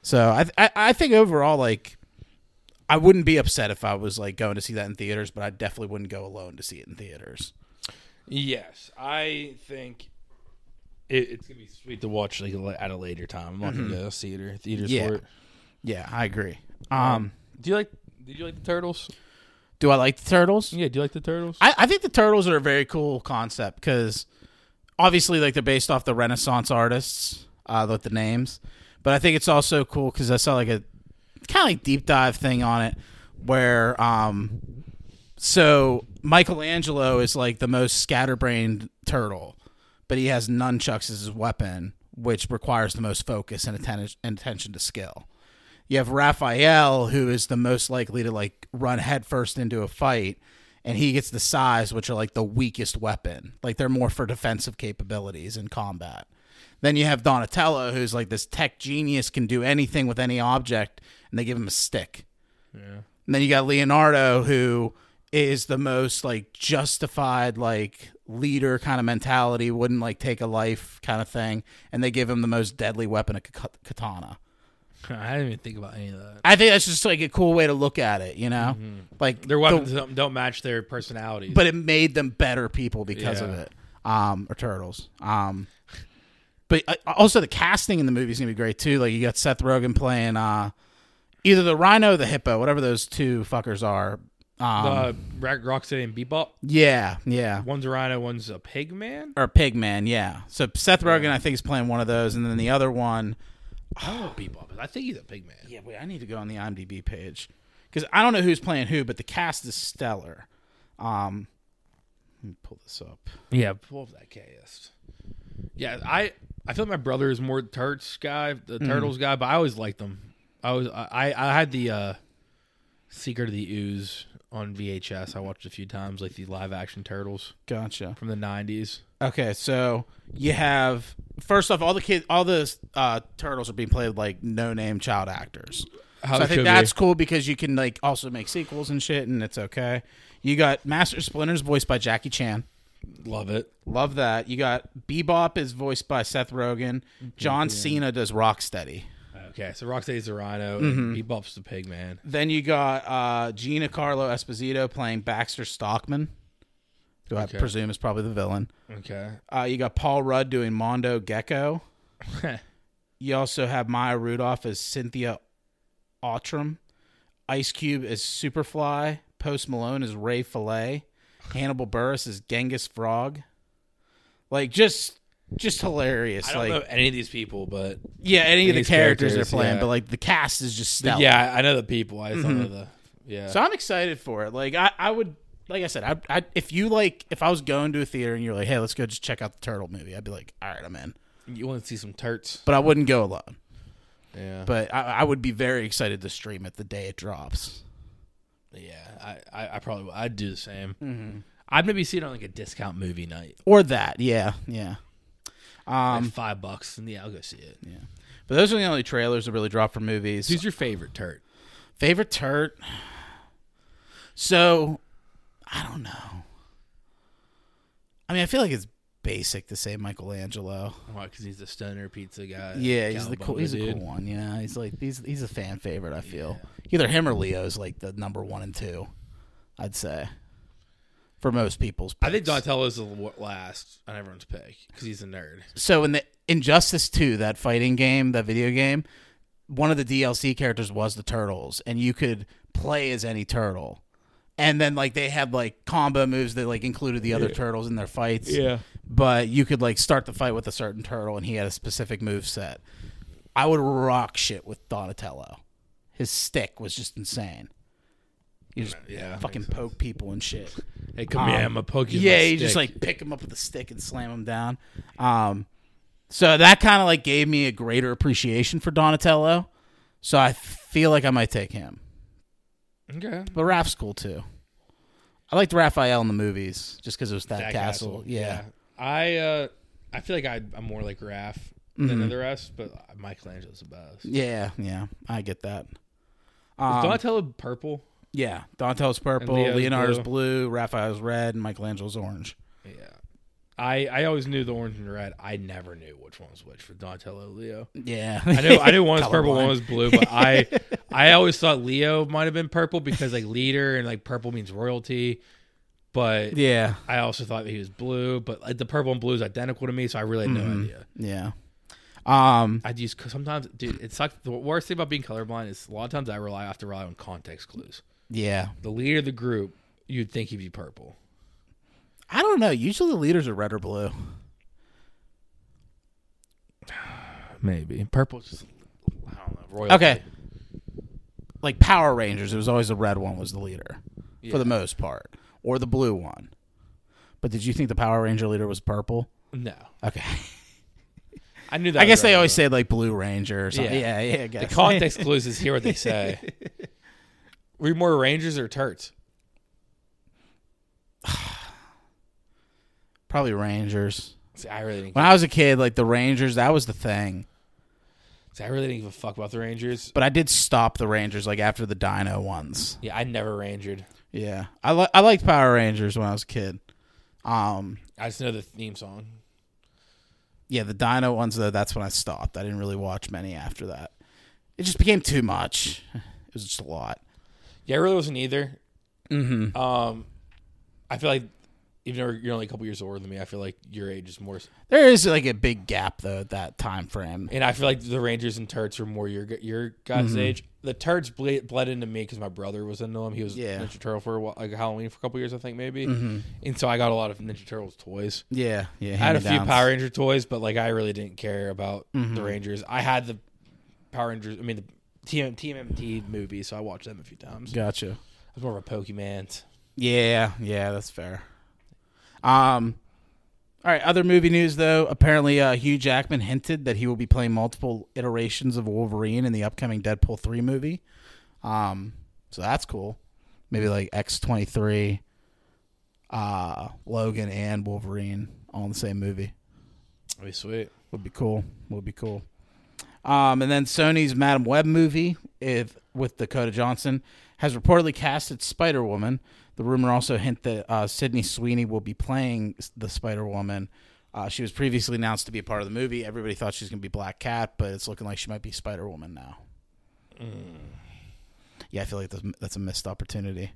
A: So I, th- I I think overall like I wouldn't be upset if I was like going to see that in theaters, but I definitely wouldn't go alone to see it in theaters.
B: Yes, I think it, it's gonna be sweet to watch like la- at a later time. I'm not gonna go see it or theaters
A: Yeah.
B: for it.
A: Yeah, I agree. Um,
B: Do you like? Did you like the turtles?
A: do I like the turtles?
B: Yeah, do you like the turtles?
A: I, I think the turtles are a very cool concept because obviously, like they're based off the Renaissance artists uh, with the names, but I think it's also cool because I saw like a kind of like deep dive thing on it where um, so Michelangelo is like the most scatterbrained turtle, but he has nunchucks as his weapon, which requires the most focus and atten- and attention to skill. You have Raphael, who is the most likely to like run headfirst into a fight, and he gets the size, which are like the weakest weapon. Like they're more for defensive capabilities in combat. Then you have Donatello, who's like this tech genius, can do anything with any object, and they give him a stick. And then you got Leonardo, who is the most like justified, like leader kind of mentality, wouldn't like take a life kind of thing. And they give him the most deadly weapon, a ka- katana.
B: I didn't even think about any of that.
A: I think that's just like a cool way to look at it, you know? Like
B: Their
A: the-
B: weapons don't, don't match their personalities.
A: but it made them better people because of
B: Yeah.
A: it. Um, or turtles. Um, but uh, also the casting in the movie is gonna be great too. Like you got Seth Rogen playing uh, either the rhino or the hippo, whatever those two fuckers are. Um,
B: uh, Rock, Rocksteady and Bebop.
A: yeah, yeah.
B: One's a rhino, one's a pig man.
A: or Pigman, yeah. So Seth Rogen, I think, is playing one of those, and then the other one.
B: I don't know what Bebop is. I think he's a pig man.
A: Yeah, wait, I need to go on the IMDb page because I don't know who's playing who, but the cast is stellar. Um, let me pull this up.
B: Yeah, pull up that cast. Yeah, I I feel like my brother is more Turtles guy, the Turtles guy, but I always liked them. I was I I had the uh Secret of the Ooze on VHS. I watched a few times, like the live action Turtles
A: Gotcha.
B: from the '90s.
A: Okay, so you have first off, all the kids, all the uh, turtles are being played with, like no name child actors.
B: How
A: so I
B: it
A: think
B: should
A: that's
B: be.
A: cool because you can like also make sequels and shit, and it's okay. You got Master Splinter's voiced by Jackie Chan.
B: love it.
A: Love that. You got Bebop is voiced by Seth Rogen. John Cena does Rocksteady.
B: Okay, so Rocksteady's the Rhino, and Bebop's the pig man.
A: Then you got uh, Gina Carlo Esposito playing Baxter Stockman, who I presume is probably the villain.
B: Okay,
A: Uh, you got Paul Rudd doing Mondo Gecko. you also have Maya Rudolph as Cynthia Autram. Ice Cube as Superfly. Post Malone as Ray Fillet. Hannibal Burris as Genghis Frog. Like just just hilarious.
B: I don't
A: like
B: know any of these people, but
A: yeah, any of the
B: These
A: characters,
B: characters,
A: they're playing,
B: yeah.
A: but like the cast is just stellar.
B: yeah, I know the people. I just don't know the yeah.
A: So I'm excited for it. Like I, I would, like I said, I, I, if you like, if I was going to a theater and you're like, hey, let's go just check out the turtle movie, I'd be like, all right, I'm in.
B: you want to see some turts?
A: But I wouldn't go alone.
B: Yeah,
A: But I, I would be very excited to stream it the day it drops.
B: Yeah, I, I, I probably would. I'd do the same.
A: Mm-hmm.
B: I'd maybe see it on like a discount movie night,
A: Or that, yeah, yeah.
B: like
A: Um,
B: five bucks, and yeah, I'll go see it.
A: But those are the only trailers that really drop for movies.
B: Who's your favorite turt?
A: Favorite turt. So, I don't know. I mean, I feel like it's basic to say Michelangelo.
B: Why? Because he's the stoner pizza guy.
A: Yeah, he's the cool.
B: Cowabunga
A: He's a
B: dude.
A: cool one. Yeah, he's like he's he's a fan favorite. I feel either him or Leo's like the number one and two. I'd say for most people's.
B: I think
A: picks.
B: Donatello's the wa- last on everyone's pick because he's a nerd.
A: so in the Injustice 2, that fighting game, that video game, one of the DLC characters was the turtles, and you could play as any turtle. And then like they had like combo moves that like included the other turtles in their fights.
E: Yeah.
A: But you could like start the fight with a certain turtle and he had a specific move set. I would rock shit with Donatello. His stick was just insane. You just
B: Yeah, that
A: fucking poke people and shit.
B: Hey, come here, I'm a Pokemon.
A: Yeah, you just
B: stick.
A: like pick him up with a stick and slam him down. Um, so that kind of like gave me a greater appreciation for Donatello. So I feel like I might take him.
B: okay.
A: But Raph's cool too. I liked Raphael in the movies just because it was that,
B: That
A: castle. Yeah.
B: I uh, I feel like I, I'm more like Raph than the rest, but Michelangelo's the best. Is
A: Mm-hmm. yeah, um, yeah, I get that.
B: Donatello purple?
A: Yeah, Dante's purple,
B: And Leo's
A: Leonardo's blue.
B: blue.
A: Raphael's red, and Michelangelo's orange.
B: Yeah. I, I always knew the orange and red. I never knew which one was which for Donatello Leo.
A: Yeah,
B: I knew I knew one was purple,
A: Colorblind.
B: one was blue, but I I always thought Leo might have been purple because like leader and like purple means royalty. But
A: Yeah,
B: I also thought that he was blue, but like the purple and blue is identical to me, so I really had no
A: Mm-hmm.
B: idea.
A: yeah. Um,
B: I just cause sometimes, dude, it sucks. The worst thing about being colorblind is a lot of times I rely I have to rely on context clues.
A: yeah.
B: The leader of the group, you'd think he'd be purple.
A: I don't know. Usually the leaders are red or blue.
B: Maybe purple, just I don't know. Royal.
A: Okay. Like Power Rangers, it was always the red one was the leader for the most part, or the blue one. But did you think the Power Ranger leader was purple?
B: No,
A: Okay.
B: I knew that.
A: I guess
B: was
A: they
B: right,
A: always
B: though.
A: said like Blue Ranger or something. Yeah,
B: Yeah.
A: yeah, I guess.
B: the context clues is hear what they say. Were you more Rangers or Turts?
A: Probably Rangers.
B: See, I really didn't.
A: When I was a kid, like the Rangers, that was the thing.
B: see, I really didn't give a fuck about the Rangers.
A: But I did stop the Rangers like after the Dino ones.
B: Yeah, I never Rangered.
A: Yeah, I li- I liked Power Rangers when I was a kid. Um,
B: I just know the theme song.
A: yeah, the Dino ones though. That's when I stopped. I didn't really watch many after that. It just became too much. It was just a lot.
B: Yeah, I really wasn't either. Mm-hmm. Um, I feel like even though you're only a couple years older than me, I feel like your age is more.
A: There is like a big gap though at that time frame.
B: And I feel like the Rangers and Turts are more your your guys' age. The Turts ble- bled into me because my brother was into them. He was
A: Yeah.
B: Ninja Turtle for a while, like Halloween for a couple years, I think maybe. And so I got a lot of Ninja Turtles toys.
A: Yeah, yeah.
B: I had a few Power Ranger toys, but like I really didn't care about the Rangers. I had the Power Rangers. I mean the TM, TMMT movie, so I watched them a few times.
A: Gotcha.
B: I was more of a Pokemon.
A: Yeah, yeah, that's fair. Um, all right. Other movie news though. Apparently, uh, Hugh Jackman hinted that he will be playing multiple iterations of Wolverine in the upcoming Deadpool three movie. Um, so that's cool. Maybe like X twenty three, uh, Logan and Wolverine all in the same movie.
B: That'd be sweet.
A: Would be cool. Would be cool. Um, and then Sony's Madam Web movie, if with Dakota Johnson, has reportedly casted Spider Woman. The rumor also hint that uh, Sydney Sweeney will be playing s- the Spider Woman. Uh, she was previously announced to be a part of the movie. Everybody thought she was going to be Black Cat, but it's looking like she might be Spider Woman now. Yeah, I feel like that's, that's a missed opportunity.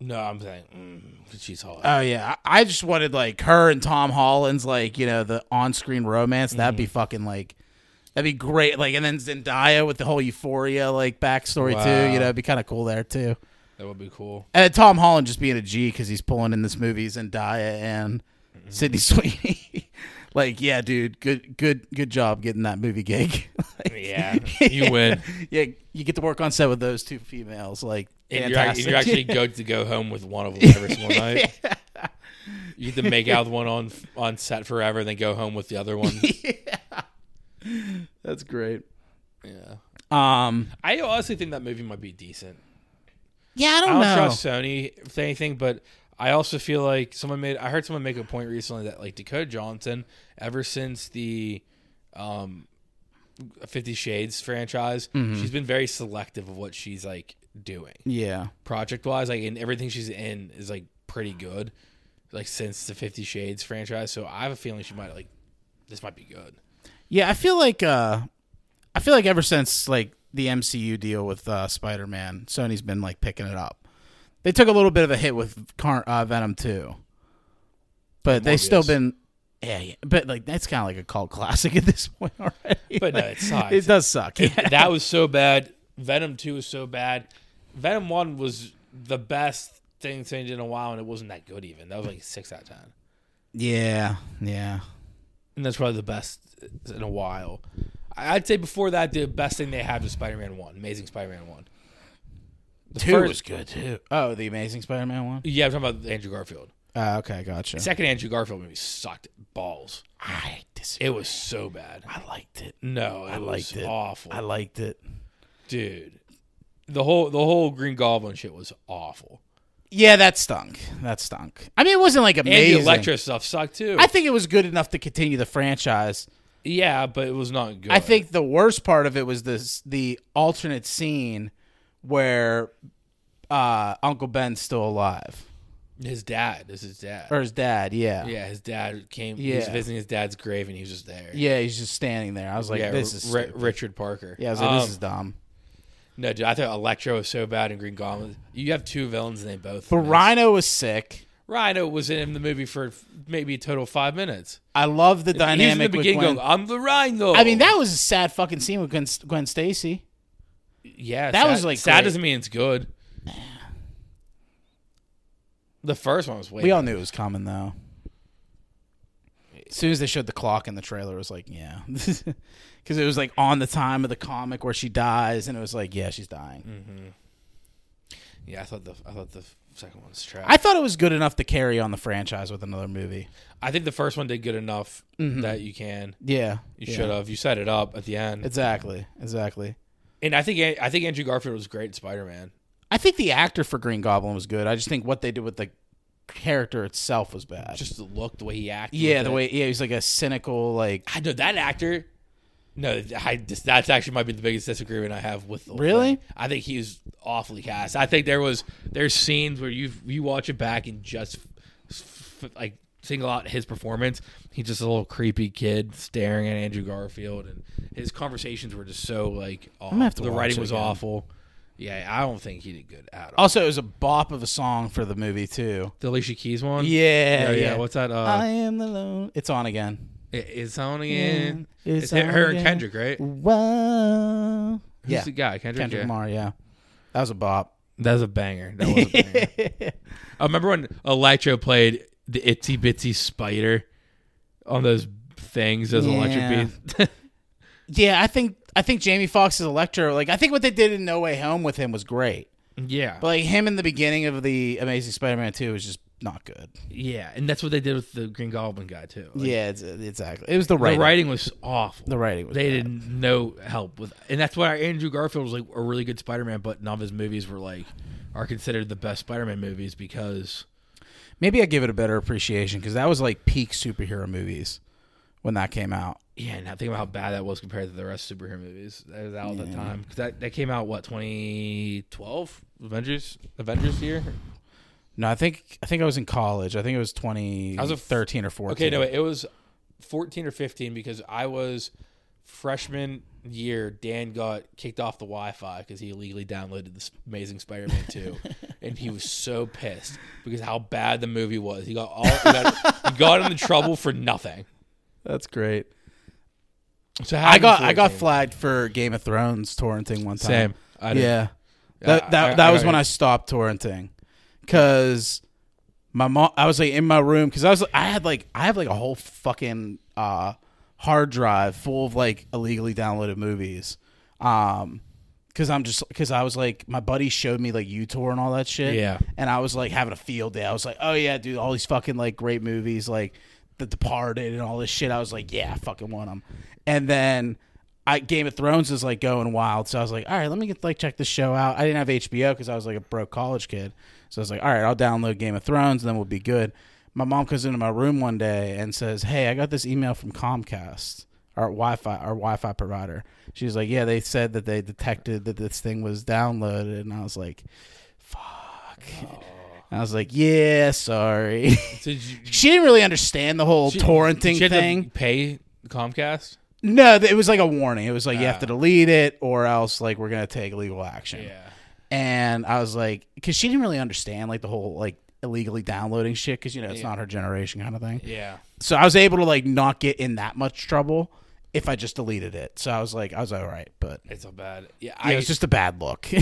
B: No, I'm saying mm, 'cause she's hot.
A: Oh yeah, I I just wanted like her and Tom Holland's like you know the on-screen romance. That'd
B: Mm-hmm.
A: be fucking like that'd be great. Like and then Zendaya with the whole Euphoria like backstory too. You know, it'd be kind of cool there too.
B: that would be cool.
A: And Tom Holland just being a G because he's pulling in this movie Zendaya and
B: Mm-hmm.
A: Sydney Sweeney. like yeah, dude, good good good job getting that movie gig.
B: Yeah, you win.
A: yeah, you get to work on set with those two females. Like
B: And you're, act-
A: fantastic.
B: and you're actually go to go home with one of them every single night. You get to make out with one on on set forever, and then go home with the other one.
A: that's great.
B: yeah,
A: Um,
B: I honestly think that movie might be decent.
A: yeah, I don't,
B: I don't
A: know.
B: trust Sony with anything, but I also feel like someone made. I heard someone make a point recently that like Dakota Johnson, ever since the um, Fifty Shades franchise, she's been very selective of what she's like doing.
A: yeah.
B: project wise, like and everything she's in is like pretty good. like since the Fifty Shades franchise. So I have a feeling she might like this might be good.
A: Yeah, I feel like uh I feel like ever since like the MCU deal with uh Spider-Man, Sony's been like picking it up. They took a little bit of a hit with Car- uh, Venom 2. But they've still
B: Morbius.
A: been yeah, yeah, but like that's kind of like a cult classic at this point already.
B: But no,
A: Like,
B: it sucks.
A: It does suck. Yeah.
B: that was so bad. Venom two was so bad. Venom one was the best thing Sony did in a while, and it wasn't that good even. That was like six out of ten,
A: yeah, yeah.
B: and that's probably the best in a while. I- I'd say before that, the best thing they had was Spider Man one, Amazing Spider Man one. The
A: Two
B: first-
A: was good too. Oh, the Amazing Spider-Man one.
B: Yeah, I'm talking about Andrew Garfield.
A: Uh, okay, gotcha.
B: Second Andrew Garfield movie sucked balls.
A: I disagree.
B: It was so bad.
A: I liked it.
B: No, it
A: I
B: was
A: liked it.
B: awful.
A: I liked it.
B: Dude, the whole the whole Green Goblin shit was awful.
A: Yeah, that stunk. That stunk. I mean, it wasn't like
B: And
A: amazing.
B: the Electra stuff sucked too.
A: I think it was good enough to continue the franchise.
B: yeah, but it was not good.
A: I think the worst part of it was this the alternate scene where uh, Uncle Ben's still alive
B: his dad is his dad.
A: or his dad. Yeah,
B: yeah, his dad came. He was
A: Yeah.
B: visiting his dad's grave, and he was just there.
A: Yeah, he's just standing there. I was like,
B: yeah.
A: this
B: R-
A: is
B: Ri-
A: stupid.
B: Richard Parker.
A: yeah. I was like,
B: Um,
A: this is dumb.
B: no, dude. I thought Electro was so bad in Green Goblin. You have two villains, and they both.
A: But
B: miss.
A: Rhino was sick.
B: Rhino was in the movie for maybe a total five minutes.
A: I love the
B: He was in
A: dynamic.
B: the
A: with
B: beginning
A: Gwen-
B: going, "Oh." "I'm the Rhino."
A: I mean, that was a sad fucking scene with Gwen, Gwen Stacy.
B: Yeah,
A: That
B: sad-
A: was, like,
B: sad
A: great.
B: doesn't mean it's good. The first one was way.
A: We all knew it was coming though. As soon as they showed the clock in the trailer, it was like, yeah, because it was like on the time of the comic where she dies, and it was like, yeah, she's dying.
B: Mm. yeah, I thought the I thought the second one was trash.
A: I thought it was good enough to carry on the franchise with another movie.
B: I think the first one did good enough
A: Mm-hmm.
B: that you can
A: Yeah,
B: you
A: yeah.
B: should have you set it up at the end.
A: exactly, exactly.
B: and I think I think Andrew Garfield was great Spider Man.
A: I think the actor for Green Goblin was good. I just think what they did with the character itself was bad.
B: Just the look, the way he acted.
A: yeah,
B: with
A: the
B: it.
A: way yeah, he's like a cynical like.
B: I know that actor. No, I just, that's actually might be the biggest disagreement I have with. The whole
A: Really?
B: thing. I think he was awfully cast. I think there was there's scenes where you you watch it back and just f- f- like single out his performance. He's just a little creepy kid staring at Andrew Garfield, and his conversations were just so like off.
A: gonna have to
B: the
A: watch
B: writing
A: it
B: was
A: again.
B: awful. Yeah, I don't think he did good at all.
A: Also, it was a bop of a song for the movie too.
B: The Alicia Keys one.
A: Yeah,
B: yeah.
A: yeah.
B: What's that? Uh,
A: I am the lone. It's on again.
B: it- it's on again.
A: Yeah,
B: it's
A: it's on
B: her
A: again.
B: and Kendrick, right? Who's
A: Whoa. yeah.
B: the guy? Kendrick,
A: Kendrick
B: yeah.
A: Lamar, yeah. That was a bop.
B: That was a banger. That was a banger. I remember when Electro played the Itsy Bitsy Spider on those things, those
A: Yeah.
B: electric beats.
A: Yeah, I think I think Jamie Foxx's Electro, like I think what they did in No Way Home with him was great.
B: yeah.
A: But like him in the beginning of the Amazing Spider-Man 2 was just not good.
B: yeah. And that's what they did with the Green Goblin guy, too. Like,
A: yeah, it's, exactly. It was the
B: The
A: writing.
B: writing was awful.
A: The writing was
B: They
A: bad.
B: didn't no help with, and that's why Andrew Garfield was like a really good Spider-Man, but none of his movies were like are considered the best Spider-Man movies because
A: Maybe I give it a better appreciation cuz that was like peak superhero movies when that came out.
B: yeah. Now think about how bad that was compared to the rest of superhero movies that was out at the time because that, that came out what 2012 Avengers Avengers year
A: No, I think I think I was in college. I think it was 20 I
B: was a f-
A: 13 or 14.
B: Okay, no, wait, it was 14 or 15 because I was freshman year. Dan got kicked off the Wi-Fi because he illegally downloaded this Amazing Spider-Man 2, and he was so pissed because how bad the movie was. He got all he got, he got into trouble for nothing.
A: That's great.
B: So
A: I got I got flagged for Game of Thrones torrenting one time.
B: Same. I did.
A: yeah, that that,
B: I- I
A: that was
B: got
A: when
B: it.
A: I stopped torrenting because my mom. I was like in my room because I was I had like I have like a whole fucking uh, hard drive full of like illegally downloaded movies. Um, because I'm just because I was like my buddy showed me like UTor and all that shit.
B: Yeah.
A: and I was like having a field day. I was like, oh yeah, dude, all these fucking like great movies like The Departed and all this shit. I was like, yeah, I fucking want them. And then I Game of Thrones is like going wild, so I was like, all right, let me get like check this show out. I didn't have HBO because I was like a broke college kid, so I was like, all right, I'll download Game of Thrones and then we'll be good. My mom comes into my room one day and says, hey, I got this email from Comcast our Wi-Fi our Wi-Fi provider. She's like, yeah, they said that they detected that this thing was downloaded, and I was like, fuck. I was like, yeah, sorry.
B: Did you,
A: she didn't really understand the whole torrenting
B: she had to
A: thing.
B: pay Comcast?
A: No, th- it was like a warning. It was like you have to delete it, or else like we're gonna take legal action. And I was like, because she didn't really understand like the whole like illegally downloading shit, because you know it's not her generation kind of thing.
B: Yeah.
A: So I was able to like not get in that much trouble if I just deleted it. So I was like, I was all right, but yeah,
B: It's a bad. Yeah,
A: it
B: I,
A: was just a bad look.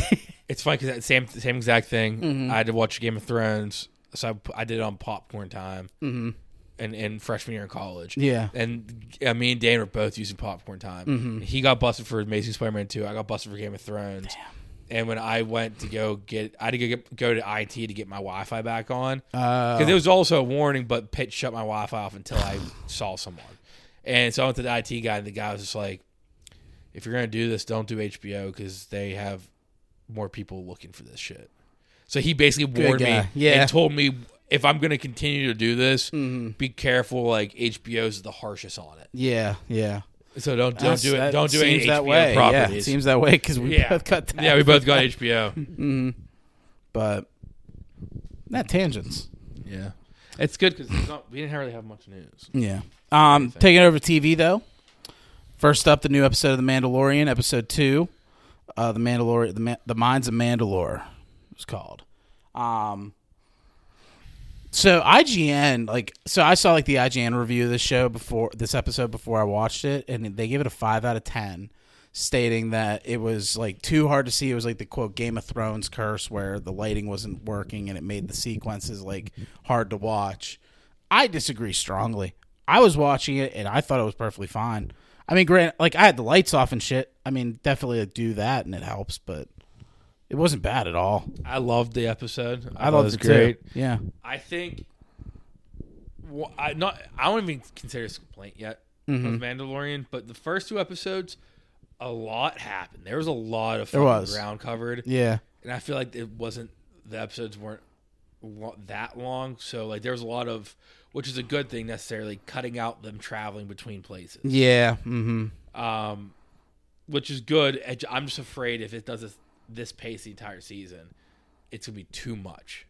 B: It's funny because same same exact thing. I had to watch Game of Thrones, so I, p- I did it on popcorn time, mm-hmm. and and freshman year in college.
A: Yeah.
B: and uh, me and Dan were both using popcorn time. He got busted for Amazing Spider-Man two. I got busted for Game of Thrones. And when I went to go get, I had to go, get, go to IT to get my Wi-Fi back on because it was also a warning, but Pitt shut my Wi-Fi off until I saw someone. And so I went to the IT guy, and the guy was just like, "If you're gonna do this, don't do HBO because they have more people looking for this shit. So he basically warned me
A: guy. Yeah. Mm-hmm.
B: and told me if I'm going to continue to do this, be careful. Like HBO's the harshest on it,
A: yeah, yeah.
B: so don't don't
A: That's-
B: do it.
A: that
B: Don't do any
A: seems
B: HBO
A: that way. Yeah, it
B: properties. Yeah,
A: seems that way because we
B: Yeah.
A: both got that.
B: we both got HBO.
A: but not tangents.
B: yeah, it's good because we didn't really have much news.
A: Yeah. Um, taking over TV though. First up, the new episode of The Mandalorian, episode two, uh, the Mandalorian, the, Ma- the Minds of Mandalore, it's called. Um, so IGN, like, so I saw like the IGN review of this show before this episode before I watched it, and they gave it a five out of ten, stating that it was like too hard to see. It was like the quote Game of Thrones curse, where the lighting wasn't working and it made the sequences like hard to watch. I disagree strongly. I was watching it and I thought it was perfectly fine. I mean, grant, like I had the lights off and shit. I mean, definitely do that and it helps, but it wasn't bad at all.
B: I loved the episode. I,
A: I
B: thought it
A: loved
B: was
A: it
B: great.
A: too. Yeah,
B: I think. wha- I not I don't even consider this a complaint yet
A: Mm-hmm.
B: of Mandalorian, but the first two episodes, a lot happened. There was a lot of fucking
A: was.
B: ground covered.
A: yeah.
B: and I feel like it wasn't the episodes weren't lo- that long, so like there was a lot of which is a good thing necessarily cutting out them traveling between places,
A: Yeah. Mm-hmm.
B: which is good. I ju- I'm just afraid if it does this, this pace the entire season, it's gonna be too much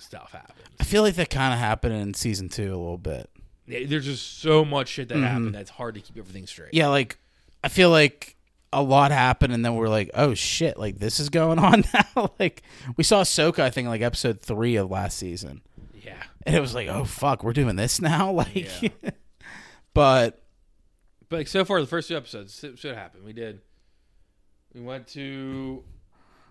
B: stuff happens.
A: I feel like that kind of happened in season two a little bit.
B: Yeah, There's just so much shit that happened that's hard to keep everything straight.
A: Mm-hmm. Yeah, like I feel like a lot happened, and then we're like, oh shit, like this is going on now. like we saw Ahsoka, I think, like episode three of last season,
B: yeah.
A: and it was like, oh fuck, we're doing this now. Like, but
B: But like, so far, the first two episodes, so so it happened. We did. We went to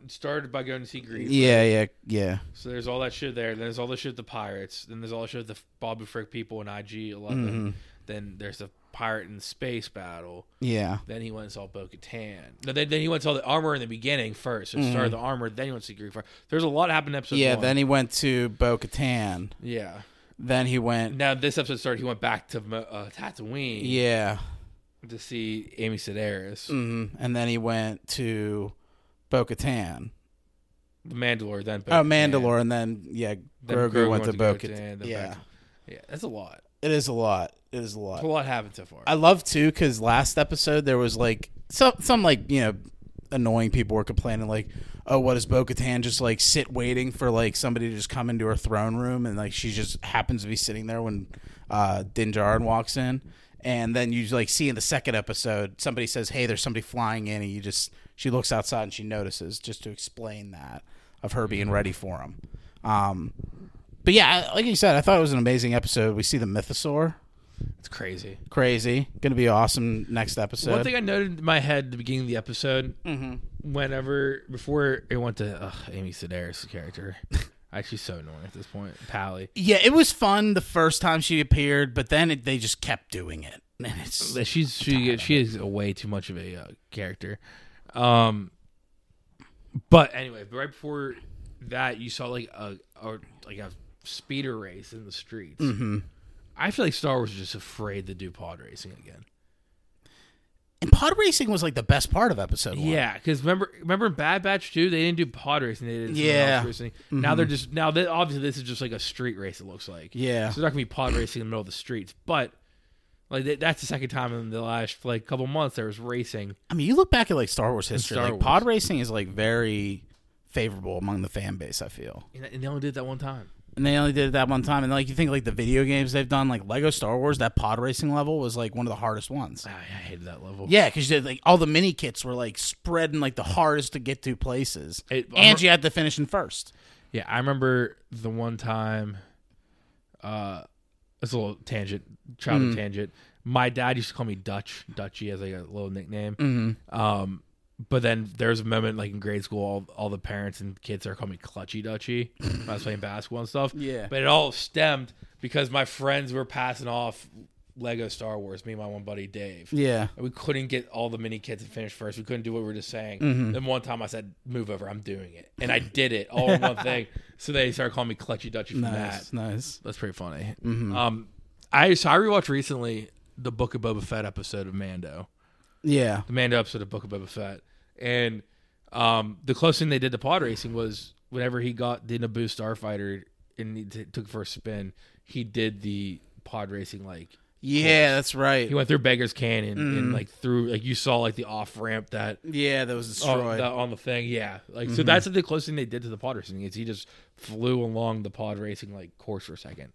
B: started by going to see Greece.
A: yeah, yeah, yeah.
B: So there's all that shit there. Then there's all the shit with the pirates. Then there's all the shit with the Boba Frick people in IG 11.
A: Mm-hmm.
B: Then there's the pirate in space battle.
A: Yeah.
B: Then he went and saw Bo Katan. No, then, then he went and saw the armor in the beginning first. So it started the armor. Then he went to see Greek Fire. There's a lot that happened in episode
A: Mm-hmm. Yeah,
B: one.
A: then he went to Bo Katan.
B: yeah.
A: Then he went
B: Now this episode started. He went back to Mo- uh, Tatooine
A: Yeah.
B: to see Amy Sedaris,
A: mhm, And then he went to Bo Katan.
B: the Mandalore. Then Bo
A: Oh,
B: Katan.
A: Mandalore, and then yeah,
B: Then
A: Grogu, went, to Bo
B: Katan,
A: Katan.
B: then
A: Yeah,
B: back- yeah, that's a lot.
A: it is a lot. It is a lot.
B: A lot happened so far.
A: I love too because last episode there was like some some like you know annoying people were complaining like oh what does Bo-Katan just like sit waiting for like somebody to just come into her throne room and like she just happens to be sitting there when uh Din Djarin walks in and then you like see in the second episode somebody says hey there's somebody flying in and you just she looks outside and she notices just to explain that of her being ready for him um but yeah I- like you said I thought it was an amazing episode we see the mythosaur
B: it's crazy.
A: crazy. Gonna be awesome next episode.
B: One thing I noted in my head at the beginning of the episode,
A: Mm-hmm.
B: whenever before it went to ugh, Amy Sedaris' character, actually so annoying at this point, Pally.
A: yeah, it was fun the first time she appeared, but then it, they just kept doing it, and it's
B: She's she she is way too much of a uh, character. Um, but anyway, right before that, you saw like a, a like a speeder race in the streets. I feel like Star Wars is just afraid to do pod racing again.
A: and pod racing was like the best part of episode one.
B: Yeah, because remember, remember in Bad Batch too, they didn't do pod racing. They did
A: Yeah.
B: yeah. Mm-hmm. racing. Now they're just now. They, obviously, this is just like a street race. It looks like.
A: Yeah.
B: So they're not gonna be pod racing in the middle of the streets, but like that- that's the second time in the last like couple months there was racing.
A: I mean, you look back at like Star Wars history,
B: Star
A: like
B: Wars.
A: pod racing is like very favorable among the fan base. I feel,
B: And, and they only did that one time.
A: and they only did it that one time. And like you think, like the video games they've done, like Lego Star Wars, that pod racing level was like one of the hardest ones.
B: I, I hated that level.
A: Yeah, because like all the mini kits were like spread in like the hardest to get to places,
B: It-
A: and you had to finish in first.
B: Yeah, I remember the one time. Uh, it's a little tangent, childhood tangent. My dad used to call me Dutch, Dutchy as like a little nickname. Um, but then there was a moment like in grade school, all, all the parents and kids are calling me Clutchy Dutchy. when I was playing basketball and stuff.
A: Yeah.
B: but it all stemmed because my friends were passing off Lego Star Wars. Me and my one buddy Dave.
A: Yeah,
B: And We couldn't get all the mini kits and finish first. We couldn't do what we were just saying.
A: Mm-hmm.
B: Then one time I said, "Move over, I'm doing it," and I did it all in one thing. So they started calling me Clutchy Dutchy from
A: nice, Mm-hmm.
B: that.
A: nice.
B: That's pretty funny.
E: Um, I so I rewatched recently the Book of Boba Fett episode of Mando,
A: Yeah,
B: The Mando episode of Book of Boba Fett, and um, the closest thing they did to pod racing was whenever he got the Naboo starfighter and he t- took for a spin, he did the pod racing like
A: yeah, that's right.
B: he went through Beggar's Canyon and like through like you saw like the off ramp that
A: yeah, Oh, that was
B: on
A: destroyed.
B: the, on the thing. Yeah, like so that's the closest thing they did to the pod racing is he just flew along the pod racing like course for a second.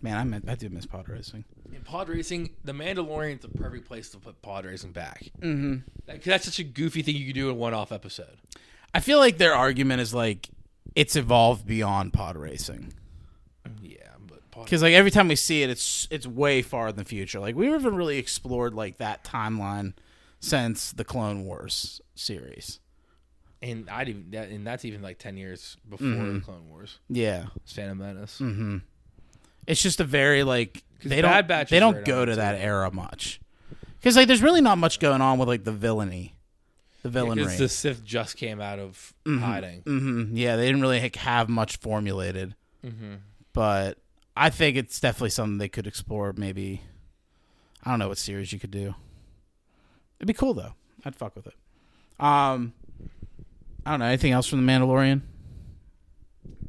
A: Man, I, meant, I do miss pod racing.
B: And pod racing, the Mandalorian's the perfect place to put pod racing back. Mm-hmm. that's such a goofy thing you could do in one off episode.
A: I feel like their argument is like it's evolved beyond pod racing
B: Yeah, but pod
A: because like every time we see it, it's it's way far in the future. Like we haven't really explored like that timeline since the Clone Wars series.
B: and I'd even that, and that's even like ten years before the Clone Wars,
A: Yeah,
B: It's Phantom Menace.
A: it's just a very like they
B: Bad
A: don't
B: Batch
A: they
B: is
A: don't
B: right
A: go
B: on,
A: to that era much because like there's really not much going on with like the villainy, the villainry.
B: Because the Sith just came out of hiding.
A: Mhm. Yeah, they didn't really like, have much formulated, but I think it's definitely something they could explore. Maybe I don't know what series you could do. It'd be cool though. I'd fuck with it. Um, I don't know anything else from the Mandalorian.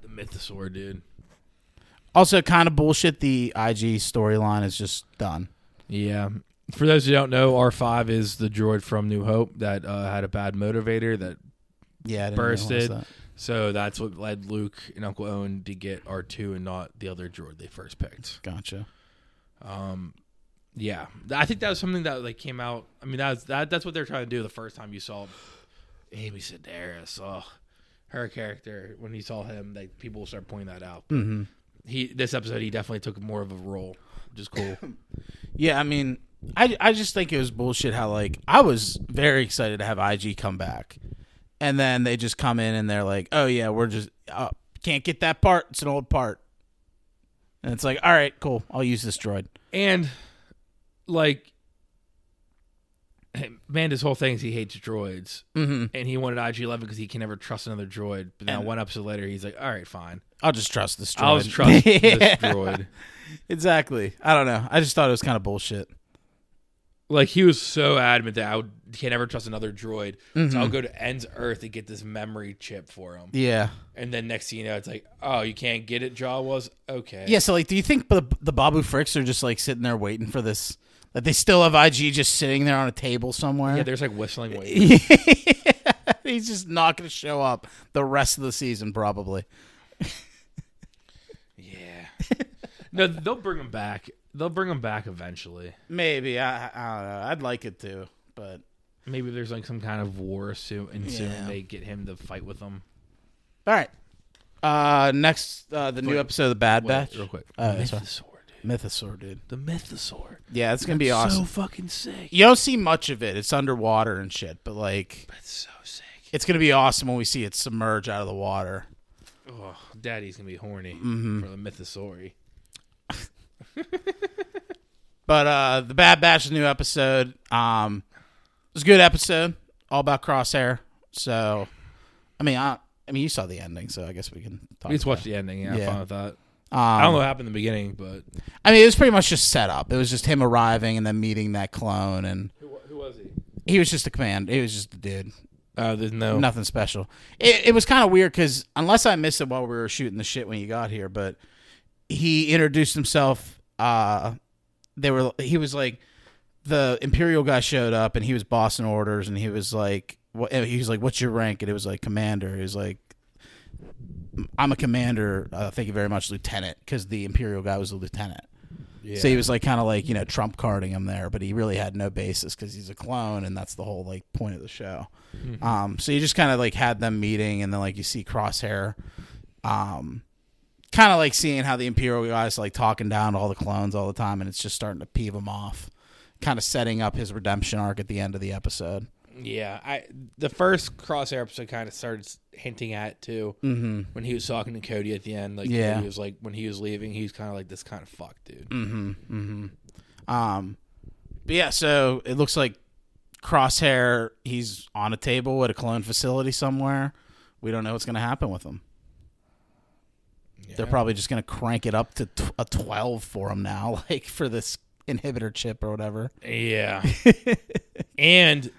B: The Mythosaur, dude.
A: Also, kind of bullshit. The IG storyline is just done.
B: Yeah. For those who don't know, R5 is the droid from New Hope that uh, had a bad motivator that
A: Yeah, I didn't realize
B: bursted.
A: that.
B: So that's what led Luke and Uncle Owen to get R2 and not the other droid they first picked.
A: Gotcha.
B: Yeah. I think that was something that like came out. I mean, that's that, that's what they're trying to do the first time you saw Amy Sedaris. Oh, her character when you saw him, like people will start pointing that out. Mm-hmm. He this episode he definitely took more of a role, which is cool.
A: Yeah, I mean, I, I just think it was bullshit how, like, I was very excited to have IG come back. And then they just come in and they're like, oh, yeah, we're just, uh, can't get that part. It's an old part. And it's like, all right, cool. I'll use this droid.
B: And like Amanda's whole thing is he hates droids, mm-hmm. and he wanted IG Eleven because he can never trust another droid. But now one episode later, he's like, "All right, fine,
A: I'll just trust this droid.
B: I'll just trust
A: Yeah,
B: this droid."
A: Exactly. I don't know. I just thought it was kind of bullshit.
B: Like he was so adamant that I would, can never trust another droid, so I'll go to End's Earth and get this memory chip for him.
A: Mm-hmm. Yeah.
B: And then next thing you know, it's like, "Oh, you can't get it, Jawas." Okay,
A: Yeah, so, like, do you think the, the Babu Fricks are just, like, sitting there waiting for this? Like, they still have IG just sitting there on a table somewhere?
B: yeah. There's like whistling. Wait.
A: He's just not going to show up the rest of the season, probably.
B: Yeah. no, they'll bring him back. They'll bring him back eventually.
A: Maybe I, I don't know. I'd like it to, but
B: Maybe there's like some kind of war soon, and soon
A: Yeah.
B: they get him to fight with them.
A: all right. Uh, next, uh, the new episode of the Bad Batch.
B: real quick.
A: Oh, that's right.
B: Mythosaur, dude.
A: Mythosaur, dude.
B: The Mythosaur.
A: Yeah, it's gonna be
B: So
A: awesome.
B: fucking sick.
A: You don't see much of it. It's underwater and shit, but like,
B: That's so sick.
A: it's gonna be awesome when we see it submerge out of the water.
B: Oh, Daddy's gonna be horny
A: Mm-hmm.
B: for the Mythosaur.
A: But uh, the Bad Batch new episode. Um, it was a good episode, all about Crosshair. So, I mean, I, I mean, you saw the ending, so I guess we can talk.
B: We just
A: about
B: watched the ending. Yeah,
A: Yeah.
B: I'm fine with that.
A: Um,
B: I don't know what happened in the beginning, but
A: I mean, it was pretty much just set up. It was just him arriving and then meeting that clone, and
B: who, who was he?
A: he was just a command. He was just a dude,
B: Uh, there's no.
A: nothing special. It, it was kind of weird because unless I missed it while we were shooting the shit when you got here, but he introduced himself. Uh, they were he was like the Imperial guy showed up and he was bossing orders and he was like, what and he was like, "What's your rank?" And it was like commander. He was like, "I'm a commander. Uh, thank you very much, lieutenant," because the imperial guy was a lieutenant. So he was like kind of like you know trump carding him there, but he really had no basis because he's a clone, and that's the whole like point of the show. Um, so you just kind of like had them meeting, and then like you see Crosshair, um, kind of like seeing how the Imperial guys like talking down to all the clones all the time, and it's just starting to peeve him off, kind of setting up his redemption arc at the end of the episode.
B: Yeah, I the first crosshair episode kind of started s- hinting at it, too mm-hmm. when he was talking to Cody at the end. Like,
A: Yeah.
B: he was like when he was leaving, he was kind of like this kind of fuck dude.
A: Um, but yeah, so it looks like Crosshair he's on a table at a clone facility somewhere. We don't know what's going to happen with him. They're probably just going to crank it up to tw- a twelve for him now, like for this inhibitor chip or whatever.
B: Yeah, and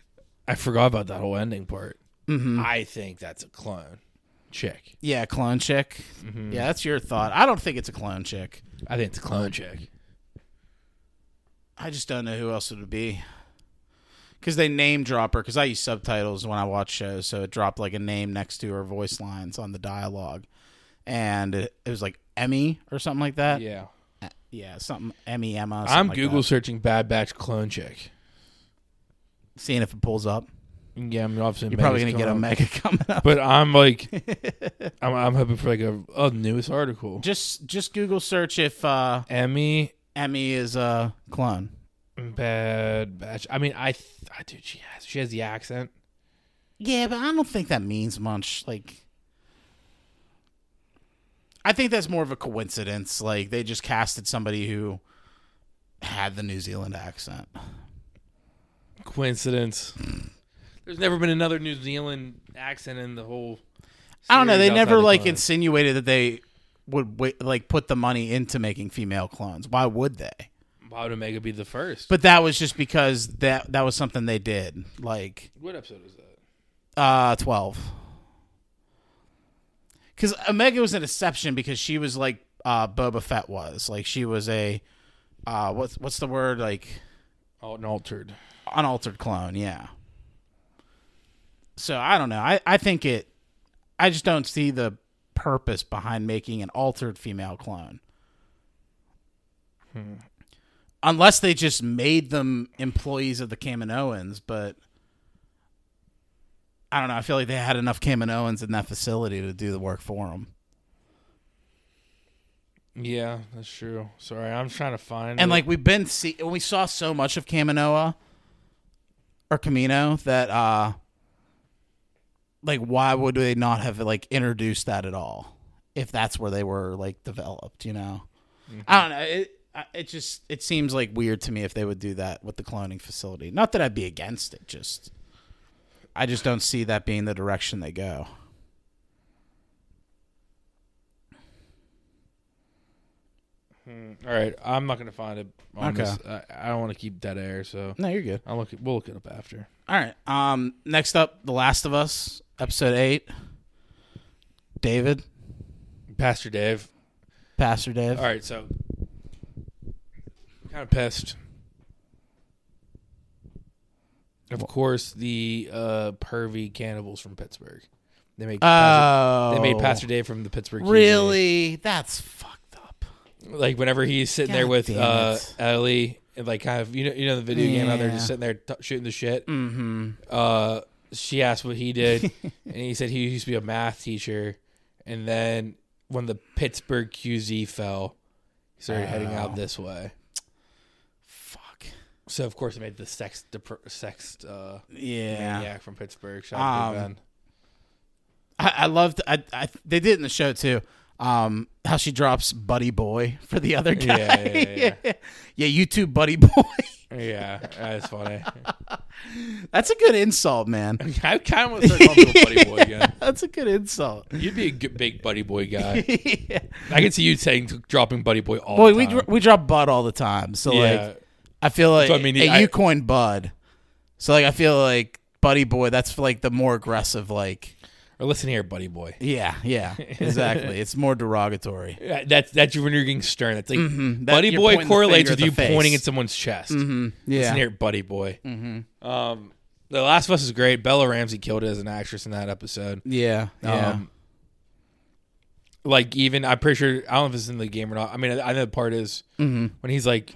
B: I forgot about that whole ending part.
A: Mm-hmm.
B: I think that's a clone chick.
A: Yeah, clone chick. Yeah, that's your thought. I don't think it's a clone chick.
B: I think it's a clone chick.
A: I just don't know who else it would be. Because they name drop her. Because I use subtitles when I watch shows, so it dropped like a name next to her voice lines on the dialogue, and it, it was like Emmy or something like that.
B: Yeah,
A: yeah, something Emmy Emma. something
B: I'm
A: like
B: Google
A: that.
B: searching Bad Batch clone chick.
A: seeing if it pulls up.
B: Yeah, I'm obviously
A: You're probably gonna get a mega coming up.
B: But I'm like, I'm, I'm hoping for like a, a newest article.
A: Just just Google search if uh,
B: Emmy
A: Emmy is a clone.
B: Bad Batch. I mean, I, th- I dude, she has she has the accent.
A: Yeah, but I don't think that means much. Like, I think that's more of a coincidence. Like, they just casted somebody who had the New Zealand accent.
B: Coincidence. There's never been another New Zealand accent in the whole.
A: I don't know. They
B: series outside
A: never
B: of
A: like
B: Clone.
A: insinuated that they would wa- like put the money into making female clones. Why would they?
B: Why would Omega be the first?
A: But that was just because that that was something they did. Like,
B: what episode was that?
A: Uh, twelve. Because Omega was an exception because she was like uh, Boba Fett was. Like she was a uh, what's what's the word like
B: Oh, an altered.
A: unaltered clone? Yeah. So I don't know. I I think it. I just don't see the purpose behind making an altered female clone. Unless they just made them employees of the Kaminoans, but I don't know. I feel like they had enough Kaminoans in that facility to do the work for them.
B: Yeah, that's true. Sorry, I'm trying to find.
A: And
B: it.
A: like we've been see, we saw so much of Kaminoa or Camino that uh, like why would they not have like introduced that at all if that's where they were like developed? You know, I don't know. It I- it just it seems like weird to me if they would do that with the cloning facility. Not that I'd be against it, just I just don't see that being the direction they go.
B: all right, I'm not gonna find it. On
A: Okay.
B: this. I, I don't want to keep dead air, so
A: No, you're good.
B: I'll look. It, we'll look it up after.
A: All right. Um. Next up, The Last of Us, episode eight. David.
B: Pastor Dave.
A: Pastor Dave.
B: All right, so kind of pissed. Of course, the uh, pervy cannibals from Pittsburgh. They make
A: Oh,
B: they made Pastor Dave from the Pittsburgh. community.
A: Really? That's fucked up.
B: Like whenever he's sitting there
A: God
B: with
A: damn
B: uh,
A: it.
B: Ellie and like kind of you know you know the video game how they're
A: Yeah.
B: just sitting there t- shooting the shit. Mm-hmm. Uh, she asked what he did, and he said he used to be a math teacher, and then when the Pittsburgh QZ fell, he started heading out this way.
A: Fuck.
B: So of course, it made the sex dep- sex uh,
A: Yeah.
B: maniac from Pittsburgh. Shout out to
A: Um,
B: Ben.
A: I, I loved. I, I. They did in the show too. Um, how she drops Buddy Boy for the other guy.
B: Yeah, yeah, yeah,
A: yeah. you too, Buddy Boy.
B: Yeah, that's funny.
A: That's a good insult, man.
B: I kind of want to start calling you a buddy boy again.
A: That's a good insult.
B: You'd be a good, big buddy boy guy.
A: yeah.
B: I can see you saying dropping buddy boy all
A: Boy,
B: the
A: we
B: time.
A: dr- we drop Bud all the time. So
B: yeah,
A: like, I feel like
B: what I mean.
A: and
B: I-
A: you coined Bud. So like, I feel like Buddy Boy. That's like the more aggressive. Like,
B: or listen here, buddy boy.
A: yeah, yeah, exactly. it's more derogatory.
B: Yeah, That's that's when you're getting stern. It's like
A: Mm-hmm. that-
B: buddy
A: you're
B: boy
A: pointing the Mm-hmm.
B: correlates
A: finger
B: with
A: at
B: you
A: the face.
B: pointing at someone's chest.
A: Yeah.
B: Listen here, buddy boy. Um, The Last of Us is great. Bella Ramsey killed it as an actress in that episode.
A: Yeah. Yeah.
B: Um, like even I'm pretty sure I don't know if it's in the game or not. I mean, I, I know the part is
A: Mm-hmm.
B: when he's like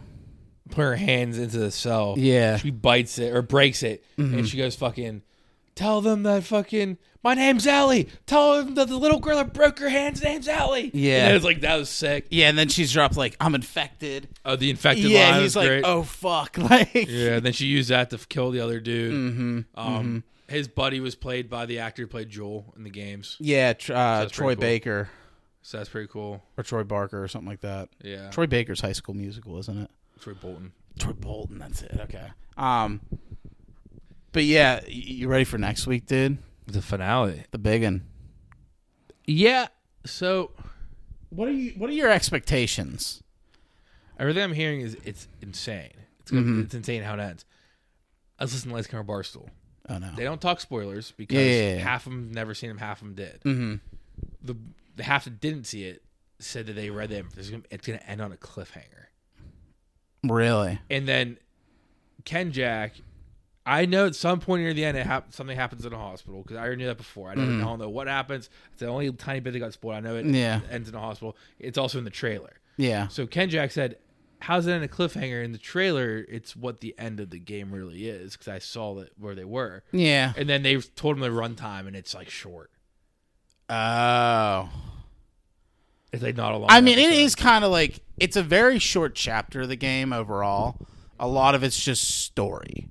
B: putting her hands into the cell.
A: Yeah. Mm-hmm.
B: she bites it or breaks it, and she goes fucking. Tell them that fucking my name's Allie. Tell them that the little girl that broke her hands name's Allie.
A: Yeah.
B: and it's like that was sick.
A: yeah, and then she's dropped like I'm infected.
B: Oh, the infected
A: Yeah,
B: line
A: he's
B: was
A: like,
B: great.
A: oh fuck, like
B: Yeah, then she used that to f- kill the other dude.
A: Mm-hmm.
B: Um, His buddy was played by the actor who played Joel in the games,
A: yeah, tr- uh,
B: That's pretty
A: Troy
B: cool.
A: Baker
B: so that's pretty cool.
A: or Troy Barker or something like that.
B: Yeah,
A: Troy Baker's High School Musical, isn't it?
B: Troy Bolton.
A: Troy Bolton, that's it. Okay. Um, but yeah, y- you ready for next week, dude?
B: The finale.
A: The big one.
B: Yeah. So
A: What are you? What are your expectations?
B: everything I'm hearing is it's insane. It's gonna,
A: Mm-hmm.
B: it's insane how it ends. I was listening to Lights Camera Barstool.
A: Oh no.
B: They don't talk spoilers because
A: Yeah, yeah, yeah.
B: half of them never seen them, half of them did. Mm-hmm. The the half that didn't see it said that they read them. It's gonna, it's gonna end on a cliffhanger.
A: Really?
B: And then Ken Jack, I know at some point near the end, it hap- something happens in a hospital because I already knew that before. I don't,
A: Mm-hmm.
B: I don't know what happens. It's the only tiny bit that got spoiled. I know it
A: Yeah.
B: ends in a hospital. It's also in the trailer.
A: Yeah.
B: So Ken Jack said, "How's it in a cliffhanger?" In the trailer, it's what the end of the game really is because I saw that where they were.
A: Yeah.
B: And then they told him the runtime, and it's like short.
A: Oh.
B: It's like not a long.
A: I mean, it
B: episode.
A: is kind of like it's a very short chapter of the game overall. A lot of it's just story,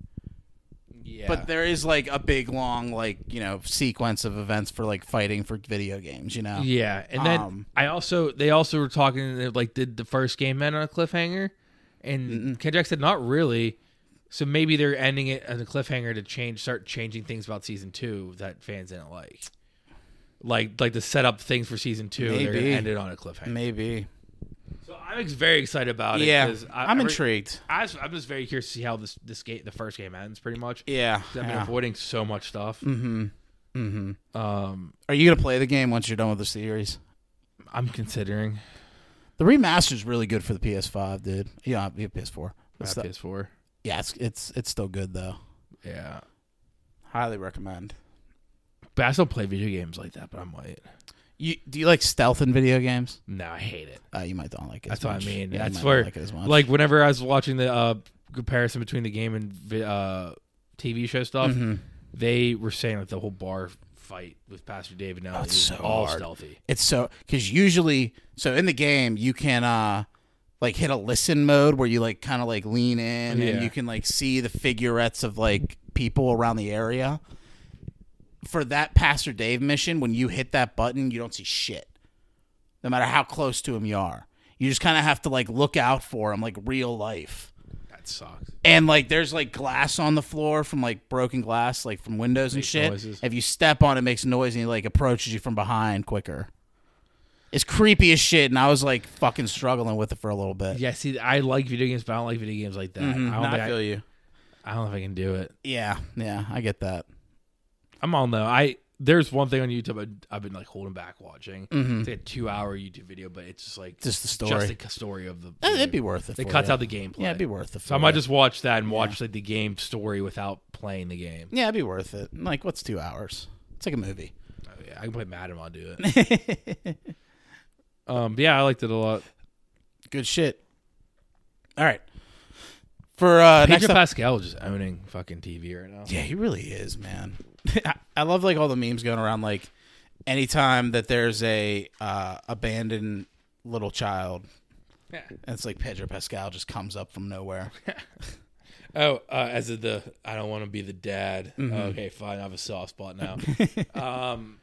B: Yeah.
A: but there is like a big long like you know sequence of events for like fighting for video games. You know.
B: Yeah, and then
A: Um,
B: I also they also were talking they, like did the first game end on a cliffhanger, and Ken Jack said not really, so maybe they're ending it on a cliffhanger to change start changing things about season two that fans didn't like, like like the setup things for season two. They're gonna
A: Maybe.
B: end it on a cliffhanger.
A: Maybe.
B: So I'm ex- very excited about it.
A: Yeah.
B: 'cause I,
A: I'm
B: I re-
A: intrigued.
B: I was, I'm just very curious to see how this this game the first game ends pretty much.
A: Yeah. Mm.
B: 'Cause I've been
A: yeah.
B: avoiding so much stuff. Mm-hmm. Mm-hmm. Um,
A: Are you gonna play the game once you're done with the series?
B: I'm considering
A: The remaster's really good for the PS5, dude. You know, you have PS4. It's the-
B: PS4.
A: yeah, it's it's it's still good though.
B: Yeah.
A: Highly recommend.
B: But I still play video games like that, but I might.
A: You do you like stealth in video games?
B: No, I hate it.
A: Uh, you might don't like it.
B: That's
A: as
B: what I
A: much.
B: mean.
A: Yeah, you
B: That's
A: might not
B: where,
A: like
B: like,
A: it as much.
B: whenever I was watching the uh, comparison between the game and vi- uh, TV show stuff,
A: Mm-hmm.
B: they were saying that the whole bar fight with Pastor David now is
A: Oh, so
B: all
A: hard.
B: stealthy.
A: it's so because usually so in the game you can uh like hit a listen mode where you like kind of like lean in
B: Yeah.
A: and you can like see the figurettes of like people around the area for that pastor dave mission when you hit that button you don't see shit no matter how close to him you are you just kind of have to like look out for him like real life
B: That sucks.
A: and like there's like glass on the floor from like broken glass like from windows and shit
B: noises.
A: if you step on it, it makes noise and he like approaches you from behind quicker it's creepy as shit and i was like fucking struggling with it for a little bit
B: Yeah, see, I like video games, but I don't like video games like that. I, don't
A: No,
B: think
A: i
B: I,
A: feel Mm-hmm. you
B: I don't know if I can do it.
A: yeah yeah i get that
B: I'm on though. I there's one thing on YouTube I, I've been like holding back watching. It's like a two hour YouTube video, but it's just like
A: Mm-hmm. Just the story.
B: just the story of the.
A: Eh, it'd be worth it
B: It
A: for
B: cuts
A: ya.
B: out the gameplay.
A: yeah it'd be worth it
B: So I might just watch that and watch like the game story without playing the game.
A: yeah it'd be worth it like what's two hours it's like a movie
B: Yeah, I can play Madden while I do it. um, but yeah, I liked it a lot.
A: good shit all right for uh next
B: Pedro
A: up
B: Pascal is just owning fucking TV right now.
A: Yeah, he really is, man. I- I love like all the memes going around. Like anytime that there's a uh, abandoned little child, and it's like Pedro Pascal just comes up from nowhere.
B: Oh, uh, as of the I don't want to be the dad.
A: Mm-hmm.
B: Okay, fine. I have a soft spot now. um,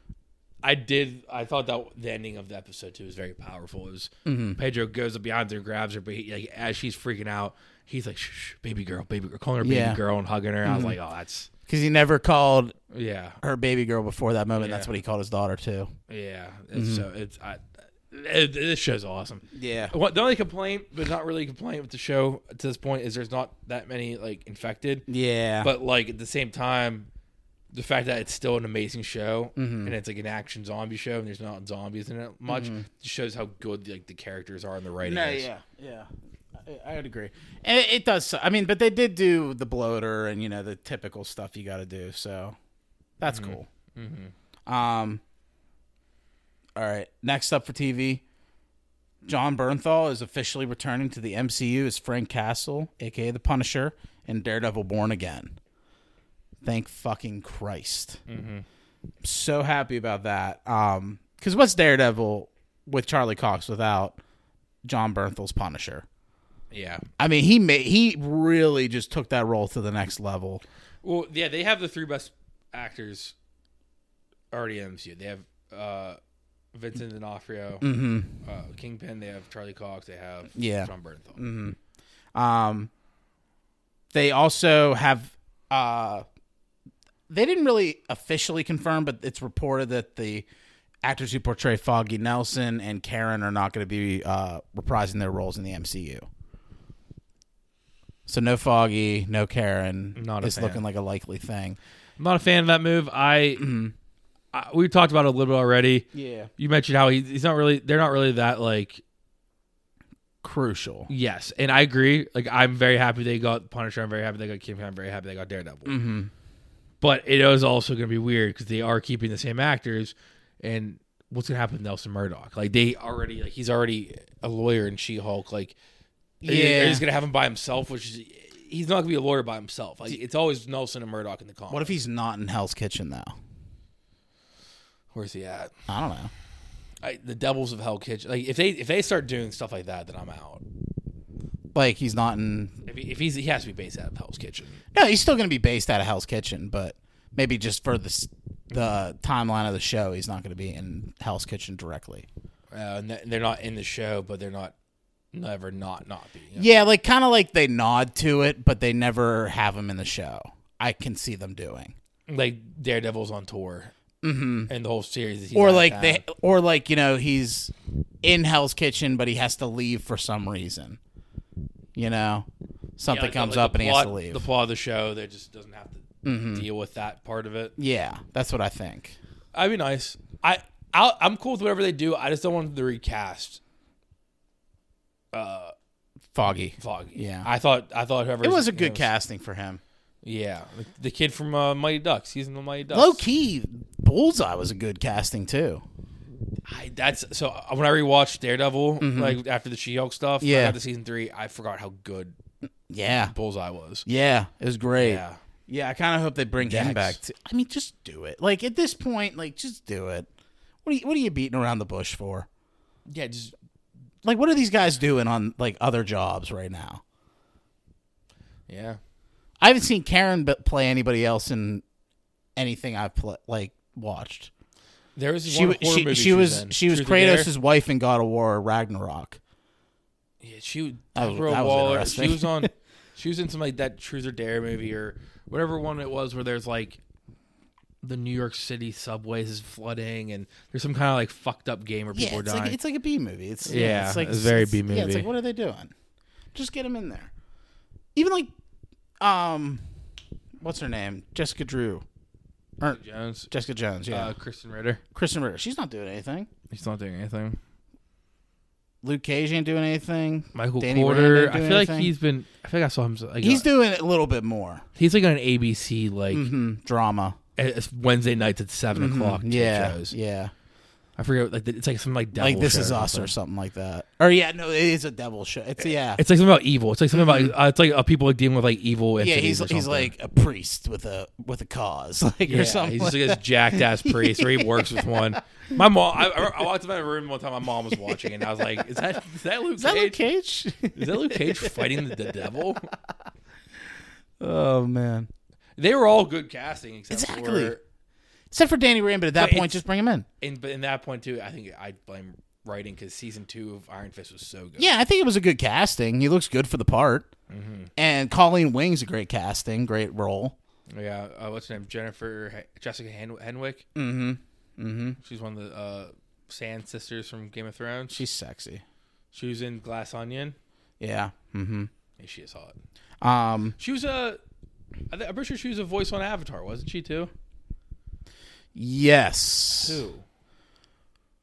B: I did. I thought that the ending of the episode too was very powerful. It was
A: Mm-hmm.
B: Pedro goes up behind her, grabs her, but he, like as she's freaking out, he's like, shh, shh, "Baby girl, baby girl," calling her baby
A: Yeah. Mm-hmm.
B: girl and hugging her. I was like, "Oh, that's
A: Because he never called
B: yeah,
A: her baby girl before that moment. That's
B: Yeah.
A: what he called his daughter too.
B: yeah." It's, So it's I, it, this show's awesome.
A: Mm-hmm. Yeah.
B: What, the only complaint, but not really a complaint with the show to this point, is there's not that many like infected.
A: Yeah.
B: but like at the same time the fact that it's still an amazing show and it's like an action zombie show and there's not zombies in it much just shows how good like the characters are in the writing
A: no,
B: is.
A: yeah, yeah. I would agree. And it, it does. su- I mean, but they did do the bloater and you know the typical stuff you got to do. So that's cool. Um. All right. Next up for TV, John Bernthal is officially returning to the MCU as Frank Castle, aka the Punisher, in Daredevil: Born Again. Thank fucking Christ. I'm so happy about that. Um, because what's Daredevil with Charlie Cox without John Bernthal's Punisher?
B: Yeah.
A: I mean, he made he really just took that role to the next level.
B: Well, yeah, they have the three best actors already in MCU. They have uh, Vincent D'Onofrio, uh, Kingpin. They have Charlie Cox. They have
A: Yeah.
B: John Bernthal.
A: Um, they also have uh, they didn't really officially confirm, but it's reported that the actors who portray Foggy Nelson and Karen are not going to be uh, reprising their roles in the MCU. So no Foggy, no Karen.
E: Not a
A: it's
E: fan.
A: looking like a likely thing.
E: I'm not a fan of that move. I, I we talked about it a little bit already.
A: Yeah,
E: You mentioned how he, he's not really. They're not really that like.
A: crucial.
E: Yes, and I agree. Like I'm very happy they got Punisher. I'm very happy they got Kingpin. I'm very happy they got Daredevil.
A: Mm-hmm.
E: But it is also going to be weird because they are keeping the same actors, and what's going to happen with Nelson Murdoch? Like they already, like he's already
B: A lawyer in She Hulk. Like,
A: Yeah.
B: yeah, he's gonna have him by himself, which is he's not gonna be a lawyer by himself. Like, it's always Nelson and Murdoch in the comic.
A: What if he's not in Hell's Kitchen though?
B: Where's he at?
A: I don't know.
B: I, the Devils of Hell Kitchen. Like, if they if they start doing stuff like that, then I'm out.
A: Like he's not in
B: If, he, if he's he has to be based out of Hell's Kitchen.
A: No, he's still going to be based out of Hell's Kitchen, but maybe just for the s- the timeline of the show, he's not going to be in Hell's Kitchen directly.
B: Uh, and th- they're not in the show, but they're not never not not be. you know?
A: Yeah, like kind of like they nod to it, but they never have him in the show. I can see them doing,
B: Like Daredevil's on tour, mm-hmm. and the whole series. he's out
A: or
B: of
A: like
B: town.
A: they, or like you know, he's in Hell's Kitchen, but he has to leave for some reason. You know,
B: Yeah,
A: something
B: like the-
A: comes
B: like
A: up
B: the
A: and he has to
B: plot-
A: leave. Mm-hmm.
B: The plot of the show that just doesn't have to deal with that part of it.
A: yeah, that's what I think.
B: I'd be nice. I I'll, I'm cool with whatever they do. I just don't want them to recast
A: Foggy.
B: Foggy.
A: Yeah.
B: I thought I thought whoever
A: It was a good casting for him.
B: Yeah, the, the kid from uh, Mighty Ducks. He's in the Mighty Ducks.
A: Low key, Bullseye was a good casting too.
B: I, that's so. uh, When I rewatched Daredevil, like after the She-Hulk stuff,
A: Mm-hmm. Yeah.
B: yeah, I got to season three. I forgot how good
A: Yeah,
B: Bullseye was.
A: Yeah, it was great. Yeah,
B: Yeah,
A: I kind of hope they bring him
B: Yikes.
A: back. To, I mean, just do it. Like at this point, like just do it. What are you, what are you beating around the bush for?
B: yeah. Just
A: Like, what are these guys doing on like other jobs right now?
B: yeah.
A: I haven't seen Karen b- play anybody else in anything I've pl- like watched.
B: There was
A: She
B: one
A: was
B: horror
A: she,
B: movie
A: she was
B: in,
A: she was
B: Truth or Dare.
A: Kratos' wife in God of War Ragnarok.
B: Yeah, she
A: That was-
B: Deborah
A: that was
B: Waller.
A: interesting.
B: She was on. she was in some like that Truth or Dare movie or whatever one it was where there's like the New York City subways is flooding and there's some kind of like fucked up game where people
A: Yeah,
B: are
A: it's
B: dying.
A: like it's like a B movie. It's
B: Yeah,
A: it's like
B: it's very
A: it's- Yeah, it's
B: B-movie.
A: like what are they doing? Just get them in there. Even like, um, what's her name? Jessica Drew, or
B: Jones,
A: Jessica Jones. Yeah,
B: uh, Kristen Ritter.
A: Kristen Ritter. She's not doing anything.
B: He's not doing anything.
A: Luke Cage ain't doing anything.
B: Michael
A: Danny Rand
B: Porter.
A: ain't
B: I
A: doing
B: feel like
A: anything.
B: he's been. I feel like I saw him. Like,
A: he's
B: he's
A: doing a little bit more
B: he's like on an ABC like
A: Mhm, drama.
B: a- a Wednesday nights at 7 o'clock.
A: Mm-hmm. Yeah,
B: shows.
A: yeah.
B: I forget. Like it's like some like devil
A: Like this
B: show
A: is
B: or
A: us
B: something.
A: or something like that. Or yeah, no, it is a devil show. It's yeah.
B: It's like something about evil. It's like something about. Uh, it's like uh, people like dealing with like evil.
A: Mm-hmm. yeah,
B: entities
A: he's
B: or
A: he's
B: something.
A: like a priest with a with a cause, like or something.
B: He's
A: like
B: just like this jacked ass priest where he works with one. My mom, I, I I walked in my room one time. My mom was watching, and I was like, "Is that is that Luke
A: is that Luke
B: Cage?
A: Cage?
B: Is that Luke Cage fighting the, the devil?"
A: oh man.
B: They were all good casting, except
A: Exactly.
B: for
A: Except for Danny Rand, but at that
B: But
A: point,
B: it's-
A: just bring him in.
B: and but in that point too, I think I blame writing because season two of Iron Fist was so good.
A: Yeah, I think it was a good casting. He looks good for the part.
B: Mm-hmm.
A: And Colleen Wing's a great casting, great role.
B: yeah. Uh, what's her name? Jennifer H- Jessica Hen- Henwick. Mm-hmm. Mm-hmm. She's one of the uh, Sand sisters from Game of Thrones. She
A: She's sexy.
B: she was in Glass Onion.
A: Yeah. Mm-hmm.
B: Yeah, she is hot.
A: Um.
B: She was a. I th- I'm pretty sure she was a voice on Avatar, wasn't she too?
A: Yes.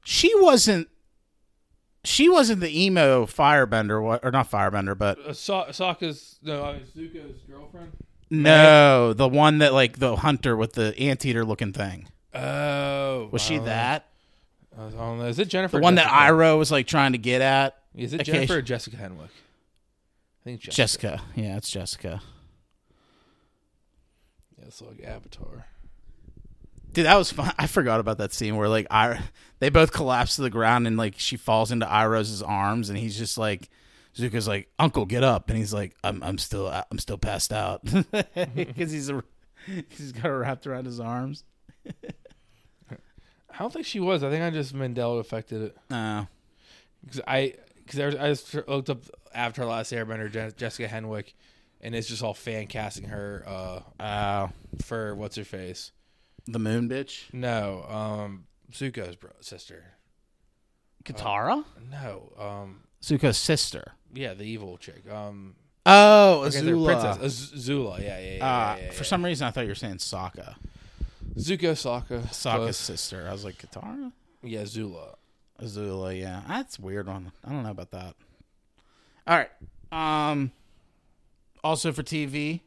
A: She wasn't. she wasn't the emo firebender, wa- or not firebender, but
B: Uh, Sa- Sokka's no, uh, Zuko's girlfriend.
A: no, the one that like the hunter with the anteater looking thing.
B: Oh,
A: Was she that?
B: I don't know. Is it Jennifer?
A: The one that
B: Jessica?
A: Iro was like trying to get at?
B: Is it
A: Okay,
B: Jennifer
A: she-
B: or Jessica Henwick? I think Jessica.
A: Jessica. Yeah, it's Jessica.
B: yeah, it's like Avatar.
A: Dude, that was fun. I forgot about that scene where like I they both collapse to the ground and like she falls into Iro's arms and he's just like Zuko's like uncle get up and he's like I'm I'm still I'm still passed out because he's a, he's got her wrapped around his arms.
B: I don't think she was. I think I just Mandela affected it
A: Uh,
B: because I because I just looked up Avatar: Last Airbender, Je- Jessica Henwick, and it's just all fan casting her uh,
A: uh,
B: for what's her face?
A: the moon bitch,
B: No, um, Zuko's bro- sister.
A: Katara,
B: No, um,
A: Zuko's sister.
B: yeah, the evil chick. Um,
A: Oh,
B: okay, they're princess Uh, Z- Zula. Yeah, yeah, yeah.
A: Uh,
E: Ah.
B: yeah, yeah,
A: For some reason, I thought you were saying Sokka.
B: yeah. Zuko Sokka.
A: Sokka's
B: Close.
A: sister. I was like Katara.
B: Yeah, Zula.
A: Azula, yeah. That's a weird one. I don't know about that. All right. Um also for TV,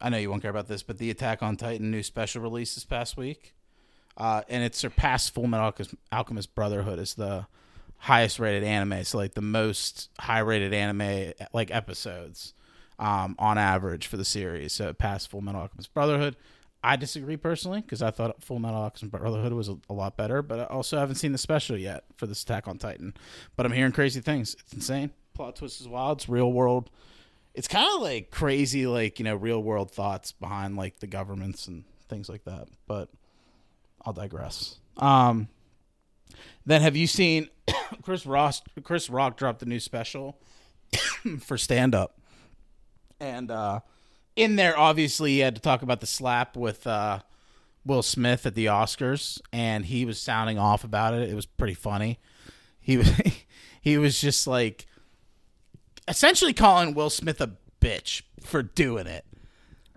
A: I know you won't care about this, but the Attack on Titan new special release this past week. Uh, and it surpassed Full Metal Alchemist, Alchemist Brotherhood as the highest rated anime, so like the most high rated anime like episodes um, on average for the series. So it passed Full Metal Alchemist Brotherhood. I disagree personally because I thought Full Metal Alchemist Brotherhood was a, a lot better, but I also haven't seen the special yet for this Attack on Titan. But I'm hearing crazy things. It's insane. Plot twist is wild. It's real world. It's kind of like crazy, like you know, real world thoughts behind like the governments and things like that. But I'll digress. Um, then have you seen Chris Ross? Chris Rock dropped a new special for stand up, and uh, in there, obviously, he had to talk about the slap with uh, Will Smith at the Oscars, and he was sounding off about it. It was pretty funny. He was he was just like essentially calling Will Smith a bitch for doing it.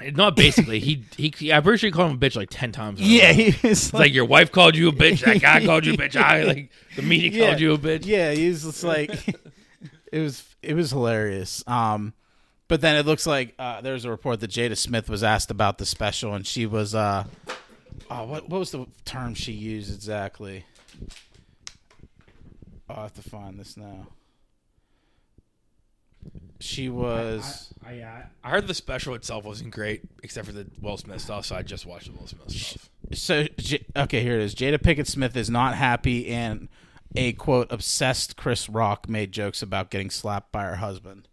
E: Not basically. he, he he. I'm pretty sure he called him a bitch like ten times. in a row.
A: Yeah, he was
E: It's like your wife called you a bitch. That guy called you a bitch. I like the media
A: yeah.
E: called you a bitch.
A: Yeah, he was just like it was it was hilarious. Um but then it looks like uh there's a report that Jada Smith was asked about the special and she was uh oh what what was the term she used exactly? I'll have to find this now. She was
E: I,
B: I heard the special itself wasn't great, except for the Will Smith stuff. So I just watched the Will Smith stuff.
A: so J- okay here it is jada pickett smith is not happy and a quote obsessed chris rock made jokes about getting slapped by her husband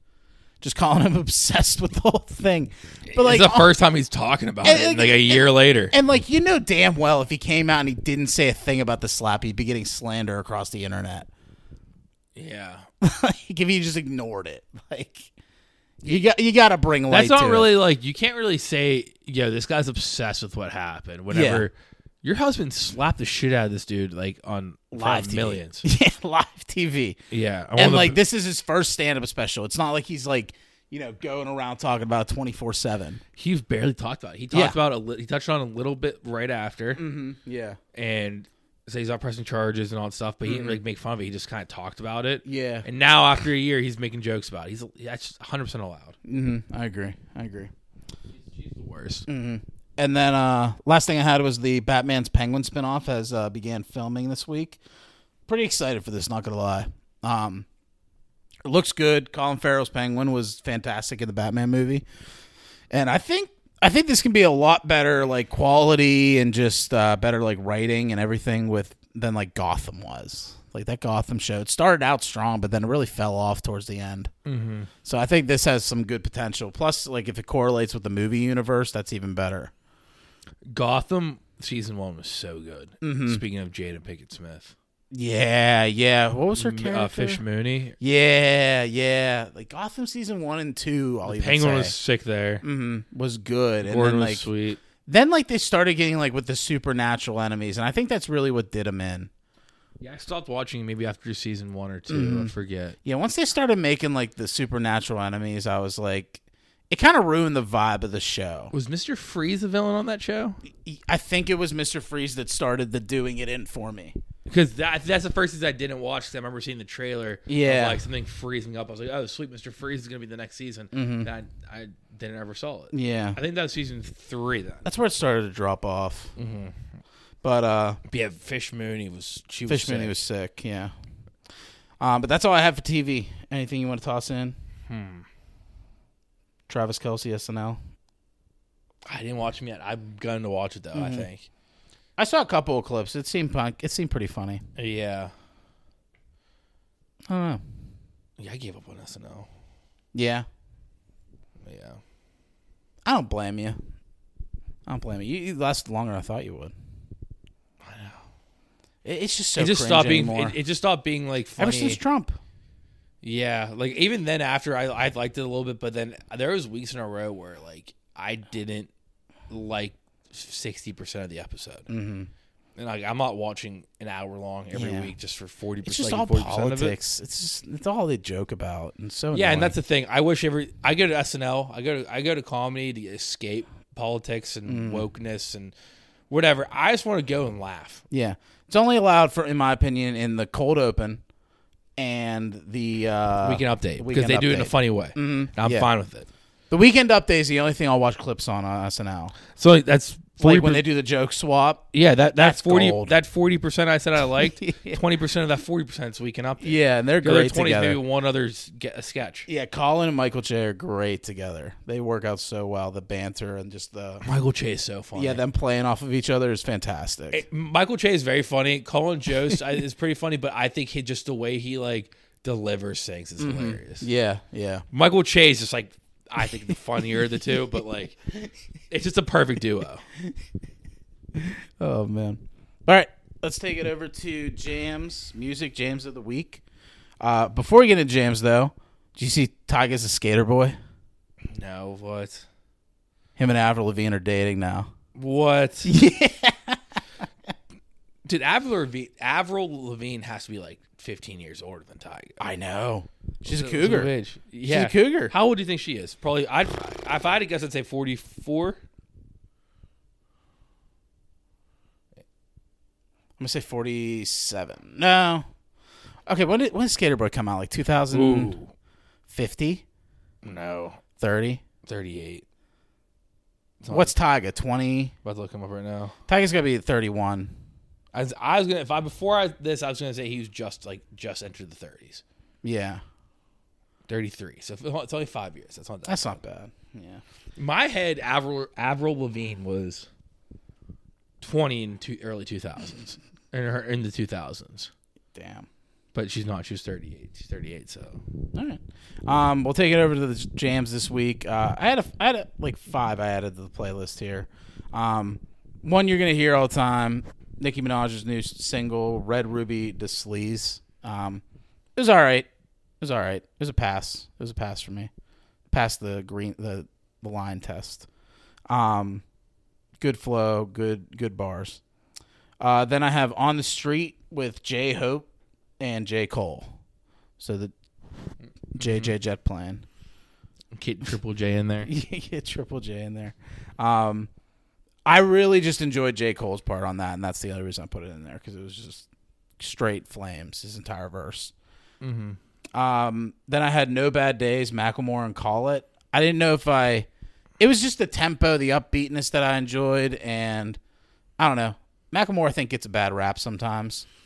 A: just calling him obsessed with the whole thing but like
B: it's the first time he's talking about
A: And,
B: it,
A: like,
B: uh, like, a year later.
A: and like you know damn well if he came out and he didn't say a thing about the slap he'd be getting slander across the internet
B: yeah,
A: like if he just ignored it like you got you got to bring light
E: That's
A: to
E: not
A: it.
E: really like you can't really say. Yo, this guy's obsessed with what happened. Whenever your husband slapped the shit out of this dude, like on in front
A: live
E: of
A: TV.
E: millions.
A: yeah live tv
E: Yeah, I
A: and
E: wanna-
A: like this is his first stand-up special it's not like he's like you know going around talking about 24 7
E: he's barely talked about. It. He talked
A: Yeah. Mm-hmm.
E: about a li- he touched on a little bit right after,
A: yeah
E: and say he's not pressing charges and all that stuff. But he didn't really make fun of it. He just kind of talked about it.
A: Yeah.
E: and now after a year, he's making jokes about it. He's that's 100 percent allowed.
A: I agree. I agree.
E: He's the worst.
A: And then uh last thing I had was the Batman's Penguin spinoff has uh began filming this week. Pretty excited for this, not gonna lie. Um it looks good. Colin Farrell's Penguin was fantastic in the Batman movie. And I think I think this can be a lot better like quality and just uh better like writing and everything with than like Gotham was. Like that Gotham show. It started out strong, but then it really fell off towards the end. So I think this has some good potential. Plus, like if it correlates with the movie universe, that's even better.
B: Gotham season one was so good.
A: Mm-hmm.
B: Speaking of Jada Pickett Smith,
A: Yeah, yeah. What was her
B: M-
A: character?
B: uh, Fish Mooney,
A: Yeah, yeah. Like Gotham season one and two. I'll even
B: Penguin
A: say,
B: was sick there.
A: Mhm, was good, and
B: Gordon
A: then
B: was
A: like
B: sweet.
A: then like they started getting like with the supernatural enemies, and I think that's really what did them in.
B: Yeah, I stopped watching maybe after season one or 2
A: Mm-hmm.
B: I forget.
A: Yeah, once they started making like the supernatural enemies, I was like, it kind of ruined the vibe of the show.
B: Was Mister Freeze the villain on that show?
A: I think it was Mister Freeze that started the doing it in for me.
E: because that, that's the first things I didn't watch. 'cause I remember seeing the trailer. of,
A: Yeah.
E: like something freezing up. I was like, oh, sweet, Mister Freeze is gonna be the next season. And I, I didn't ever saw it.
A: Mm-hmm. Yeah.
E: I think that was season three. Then
A: That's where it started to drop off.
B: Mm-hmm.
A: But uh,
B: Yeah, Fish Mooney was she was
A: Fishman, he
B: sick.
A: was sick. Yeah. Um, but that's all I have for TV. Anything you want to toss in? Hmm. Travis Kelsey SNL.
B: I didn't watch him yet. I'm going to watch it though.
A: Mm-hmm.
B: I think.
A: I saw a couple of clips. It seemed punk. It seemed pretty funny.
B: Yeah.
A: I don't know.
B: Yeah, I gave up on SNL.
A: Yeah.
B: Yeah.
A: I don't blame you. I don't blame you. You, you lasted longer than I thought you would. I know. It, it's just so.
B: it just
A: cringe
B: stopped being.
A: anymore.
B: It, it just stopped being like funny.
A: Ever since Trump.
B: yeah, like even then after I I liked it a little bit, but then there was weeks in a row where like I didn't like sixty percent of the episode. Mm-hmm. And like I'm not watching an hour long every
A: Yeah.
B: week just for forty
A: It's
B: percent.
A: just
B: like
A: all
B: 40% of it.
A: politics. It's just it's all they joke about, and so
B: Yeah, and
A: annoying.
B: that's the thing. I wish every I go to SNL, I go to I go to comedy to escape politics
A: Mm.
B: and wokeness and whatever. I just want to go and laugh.
A: yeah. It's only allowed for, in my opinion, in the cold open and the uh,
B: We can update because
A: Weekend
B: they do it in
A: Update.
B: a
A: Mm-hmm.
B: funny way. And I'm
A: Yeah.
B: fine with it.
A: The weekend update is the only thing I'll watch clips on uh, on SNL.
B: So like, that's forty.
A: Like when they do the joke swap.
B: yeah, that
A: that's
B: that forty
A: gold.
B: that forty percent I said I liked. Twenty percent of that forty percent is weekend update.
A: Yeah, and they're
B: the other
A: great
B: twenty
A: together.
B: maybe one other s- get a sketch.
A: Yeah, Colin and Michael J are great together. They work out so well. The banter and just the
B: Michael Che is so funny.
A: yeah, them playing off of each other is fantastic.
B: Michael Che is very funny. Colin Jost I- is pretty funny, but I think he just the way he like delivers things is hilarious.
A: yeah, yeah.
B: Michael Che is just like I think the funnier of the two, but like it's just a perfect duo.
A: Oh man. All right, let's take it over to jams, music jams of the week. Uh, before we get into jams, though, do you see Tyga's a skater boy?
B: No, what?
A: Him and Avril Lavigne are dating now.
B: What? Yeah. Dude, Avril Lavigne, Avril Lavigne has to be like 15 years older than Tyga.
A: I know. She's a
B: She's of
A: cougar.
B: age. Yeah.
A: cougar.
B: How old do you think she is? Probably, I'd, if I had to guess, I'd say 44.
A: I'm gonna say 47. No. Okay, when did when did Skater Boy come out? Like 2050,
B: No.
A: 30.
B: 38.
A: What's Tyga? 20.
B: About to look him up right now.
A: Tyga's gonna be 31.
B: I was, I was going to, if I, before I, this, I was going to say he was just like, just entered the 30s.
A: Yeah,
B: 33. So it's only five years. That's not that.
A: that's not bad. Yeah.
B: My head, Avril, Avril Lavigne was twenty in two, early two thousands, in her in the two thousands.
A: Damn.
B: But she's not. She's thirty eight. She's thirty eight. So
A: All right. Um, we'll take it over to the jams this week. Uh, I had a, I had a, like five I added to the playlist here. Um, one you're gonna hear all the time: Nicki Minaj's new single, "Red Ruby to Sleaze." Um, it was all right. It was all right. It was a pass. It was a pass for me. Passed the green the the line test. Um, good flow. Good good bars. Uh, then I have "On the Street" with J Hope and J Cole. So the JJ Jet plan.
B: Kate Triple J in there.
A: you get Triple J in there. Um, I really just enjoyed J Cole's part on that, and that's the other reason I put it in there because it was just straight flames his entire verse. Um, then I had No Bad Days, Macklemore, and Call It. I didn't know if I. It was just the tempo, the upbeatness that I enjoyed, and I don't know. Macklemore, I think, gets a bad rap sometimes.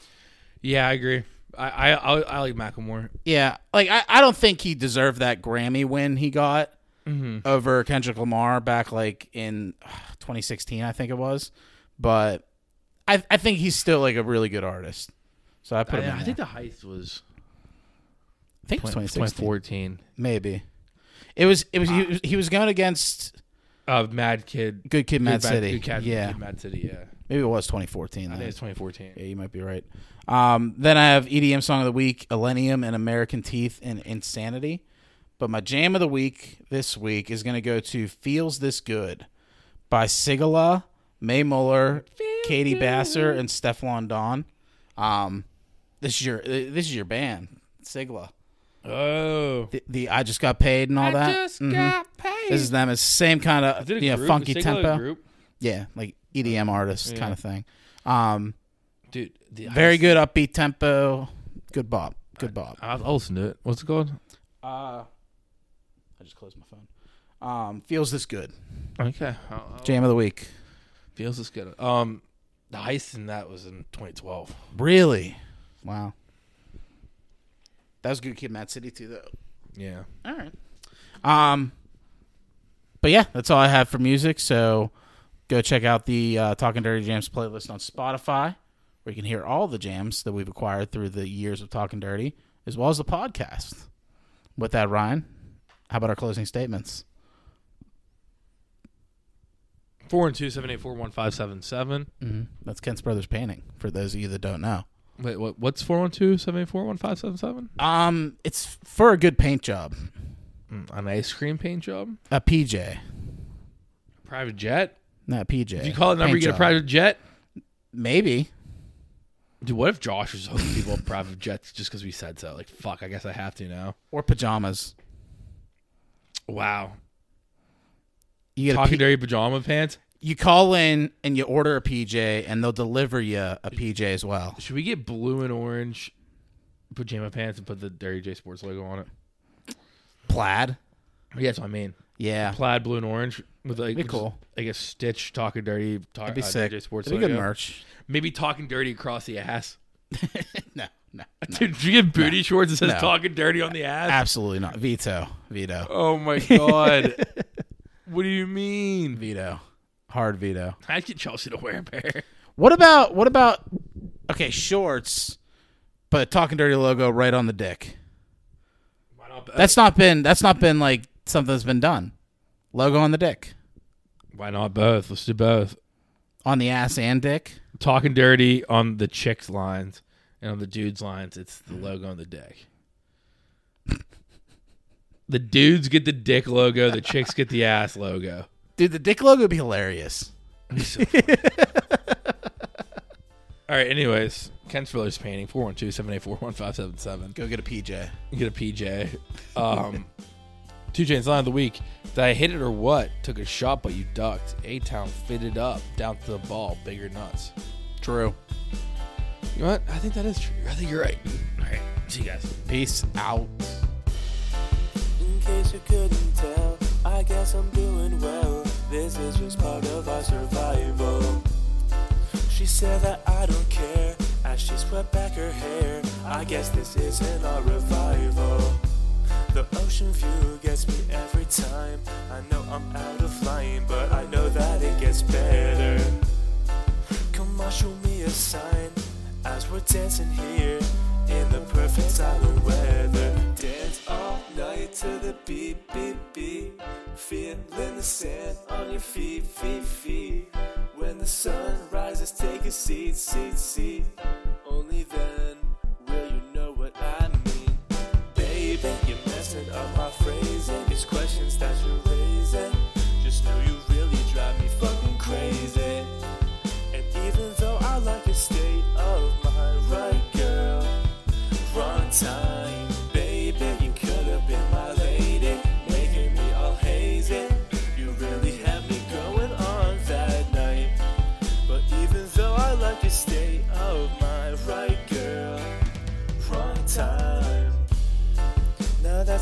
B: Yeah, I agree. I I, I, I like Macklemore.
A: Yeah, like I, I don't think he deserved that Grammy win he got
B: Mm-hmm.
A: over Kendrick Lamar back like in ugh, 2016, I think it was. But I I think he's still like a really good artist. So I put him.
B: I,
A: in
B: I
A: there.
B: think the heist was
A: I think it was 2016,
B: 2014.
A: maybe. It was it was he, was he was going against
B: Of Mad Kid.
A: Good Kid, Mad
B: Bad-
A: City.
B: Good Cat-
A: yeah,
B: Good Mad City. Yeah.
A: maybe it was 2014.
B: I
A: then.
B: think it's 2014.
A: Yeah, you might be right. Um, then I have EDM song of the week, Illenium and American Teeth and Insanity. But my jam of the week this week is going to go to Feels This Good by Sigala, May Muller, Katie Basser, and Stefflon Don. Um, this is your this is your band, Sigala.
B: Oh.
A: The, the I just got paid and all that. Mhm.
B: got paid.
A: This is them. It's the same kind of
B: Did a
A: you know,
B: group, Uh, a
A: funky
B: single
A: tempo.
B: Group?
A: Yeah, like EDM artist kind of thing. Um,
B: dude. the-
A: Very good upbeat tempo. Good bop. Good bop.
B: I'll, I'll listen to it. What's it called?
A: I just closed my phone. Um, feels this good.
B: Okay, I'll- I'll-
A: Jam of the week.
B: feels this good. Um, the heist in that was in 2012.
A: Really? Wow. That was good, Kid, Mad City too, though.
B: Yeah,
A: All right. Um, but yeah, that's all I have for music. So go check out the uh, Talking Dirty Jams playlist on Spotify, where you can hear all the jams that we've acquired through the years of Talking Dirty, as well as the podcast. With that, Ryan, how about our closing statements?
B: four and two seven eight four one five seven seven.
A: Mm. That's Kent's Brothers Painting, for those of you that don't know.
B: Wait, what? What's four one two seven eight four one five seven seven?
A: Um, it's for a good paint job,
B: Mm, An ice cream paint job,
A: a PJ,
B: private jet.
A: not PJ.
B: If you call a number,
A: Paint
B: you get a
A: job.
B: private jet.
A: Maybe.
B: Dude, what if Josh was hooking people up private jets just because we said so? Like, fuck, I guess I have to now.
A: or pajamas.
B: Wow.
A: You get a
B: Talking
A: P-
B: dirty pajama pants.
A: you call in and you order a PJ, and they'll deliver you a PJ as well.
B: Should we get blue and orange pajama pants and put the Dirty J Sports logo on it?
A: Plaid,
B: Yeah, that's what I mean.
A: yeah,
B: Plaid blue and orange with like
A: Be cool.
B: like a stitch talking dirty talk,
A: that'd be
B: uh,
A: sick.
B: Dirty J Sports
A: That'd be
B: logo.
A: good merch.
B: Maybe talking dirty across the ass.
A: No, no,
B: Dude, did you get booty shorts that says
A: No.
B: talking dirty on the ass?
A: absolutely not. Veto, veto,
B: Oh my god. what do you mean?
A: veto, hard veto.
B: I'd get Chelsea to wear a pair.
A: What about what about? Okay, shorts, but talking dirty logo right on the dick.
B: Why not,
A: That's not been that's not been like something that's been done. Logo on the dick,
B: Why not both? Let's do both.
A: on the ass and dick.
B: Talking dirty on the chicks lines and on the dudes lines, it's the logo on the dick. the dudes get the dick logo, the chicks get the ass logo.
A: Dude, the dick logo would be hilarious.
B: All right, anyways, Ken Spiller's painting 412-784-1577.
A: Go get a PJ.
B: Get a PJ. Um Two Chain's line of the week. Did I hit it or what? Took a shot, but you ducked. A Town fitted up, down to the ball, bigger nuts.
A: True.
B: You know what? I think that is true. I think you're right. All right. See you guys.
A: Peace out.
F: In case you couldn't tell, I guess I'm doing well. This is just part of our survival. She said that I don't care as she swept back her hair. I guess this isn't our revival. The ocean view gets me every time. I know I'm out of line, but I know that it gets better. Come on, show me a sign as we're dancing here in the perfect silent weather. Dance all night to the beat, beat, beat. Feeling the sand on your feet, feet, feet. When the sun rises, take a seat, seat, seat. Only then will you know what I mean. Baby, you're messing up my phrasing. These questions that you're raising. Just know you really drive me fucking crazy. And even though I like your state of mind, right, girl? Wrong time, baby. You could have been my lady, making me all hazy. You really had me going on that night. But even though I like your state of mind, right, girl? Wrong time. Now that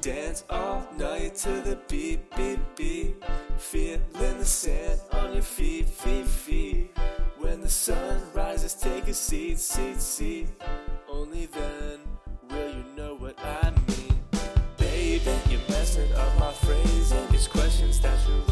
F: Dance all night to the beat, beat, beat. Feeling the sand on your feet, feet, feet. When the sun rises, take a seat, seat, seat. Only then will you know what I mean. Baby, you're messing up my phrasing. These questions that you're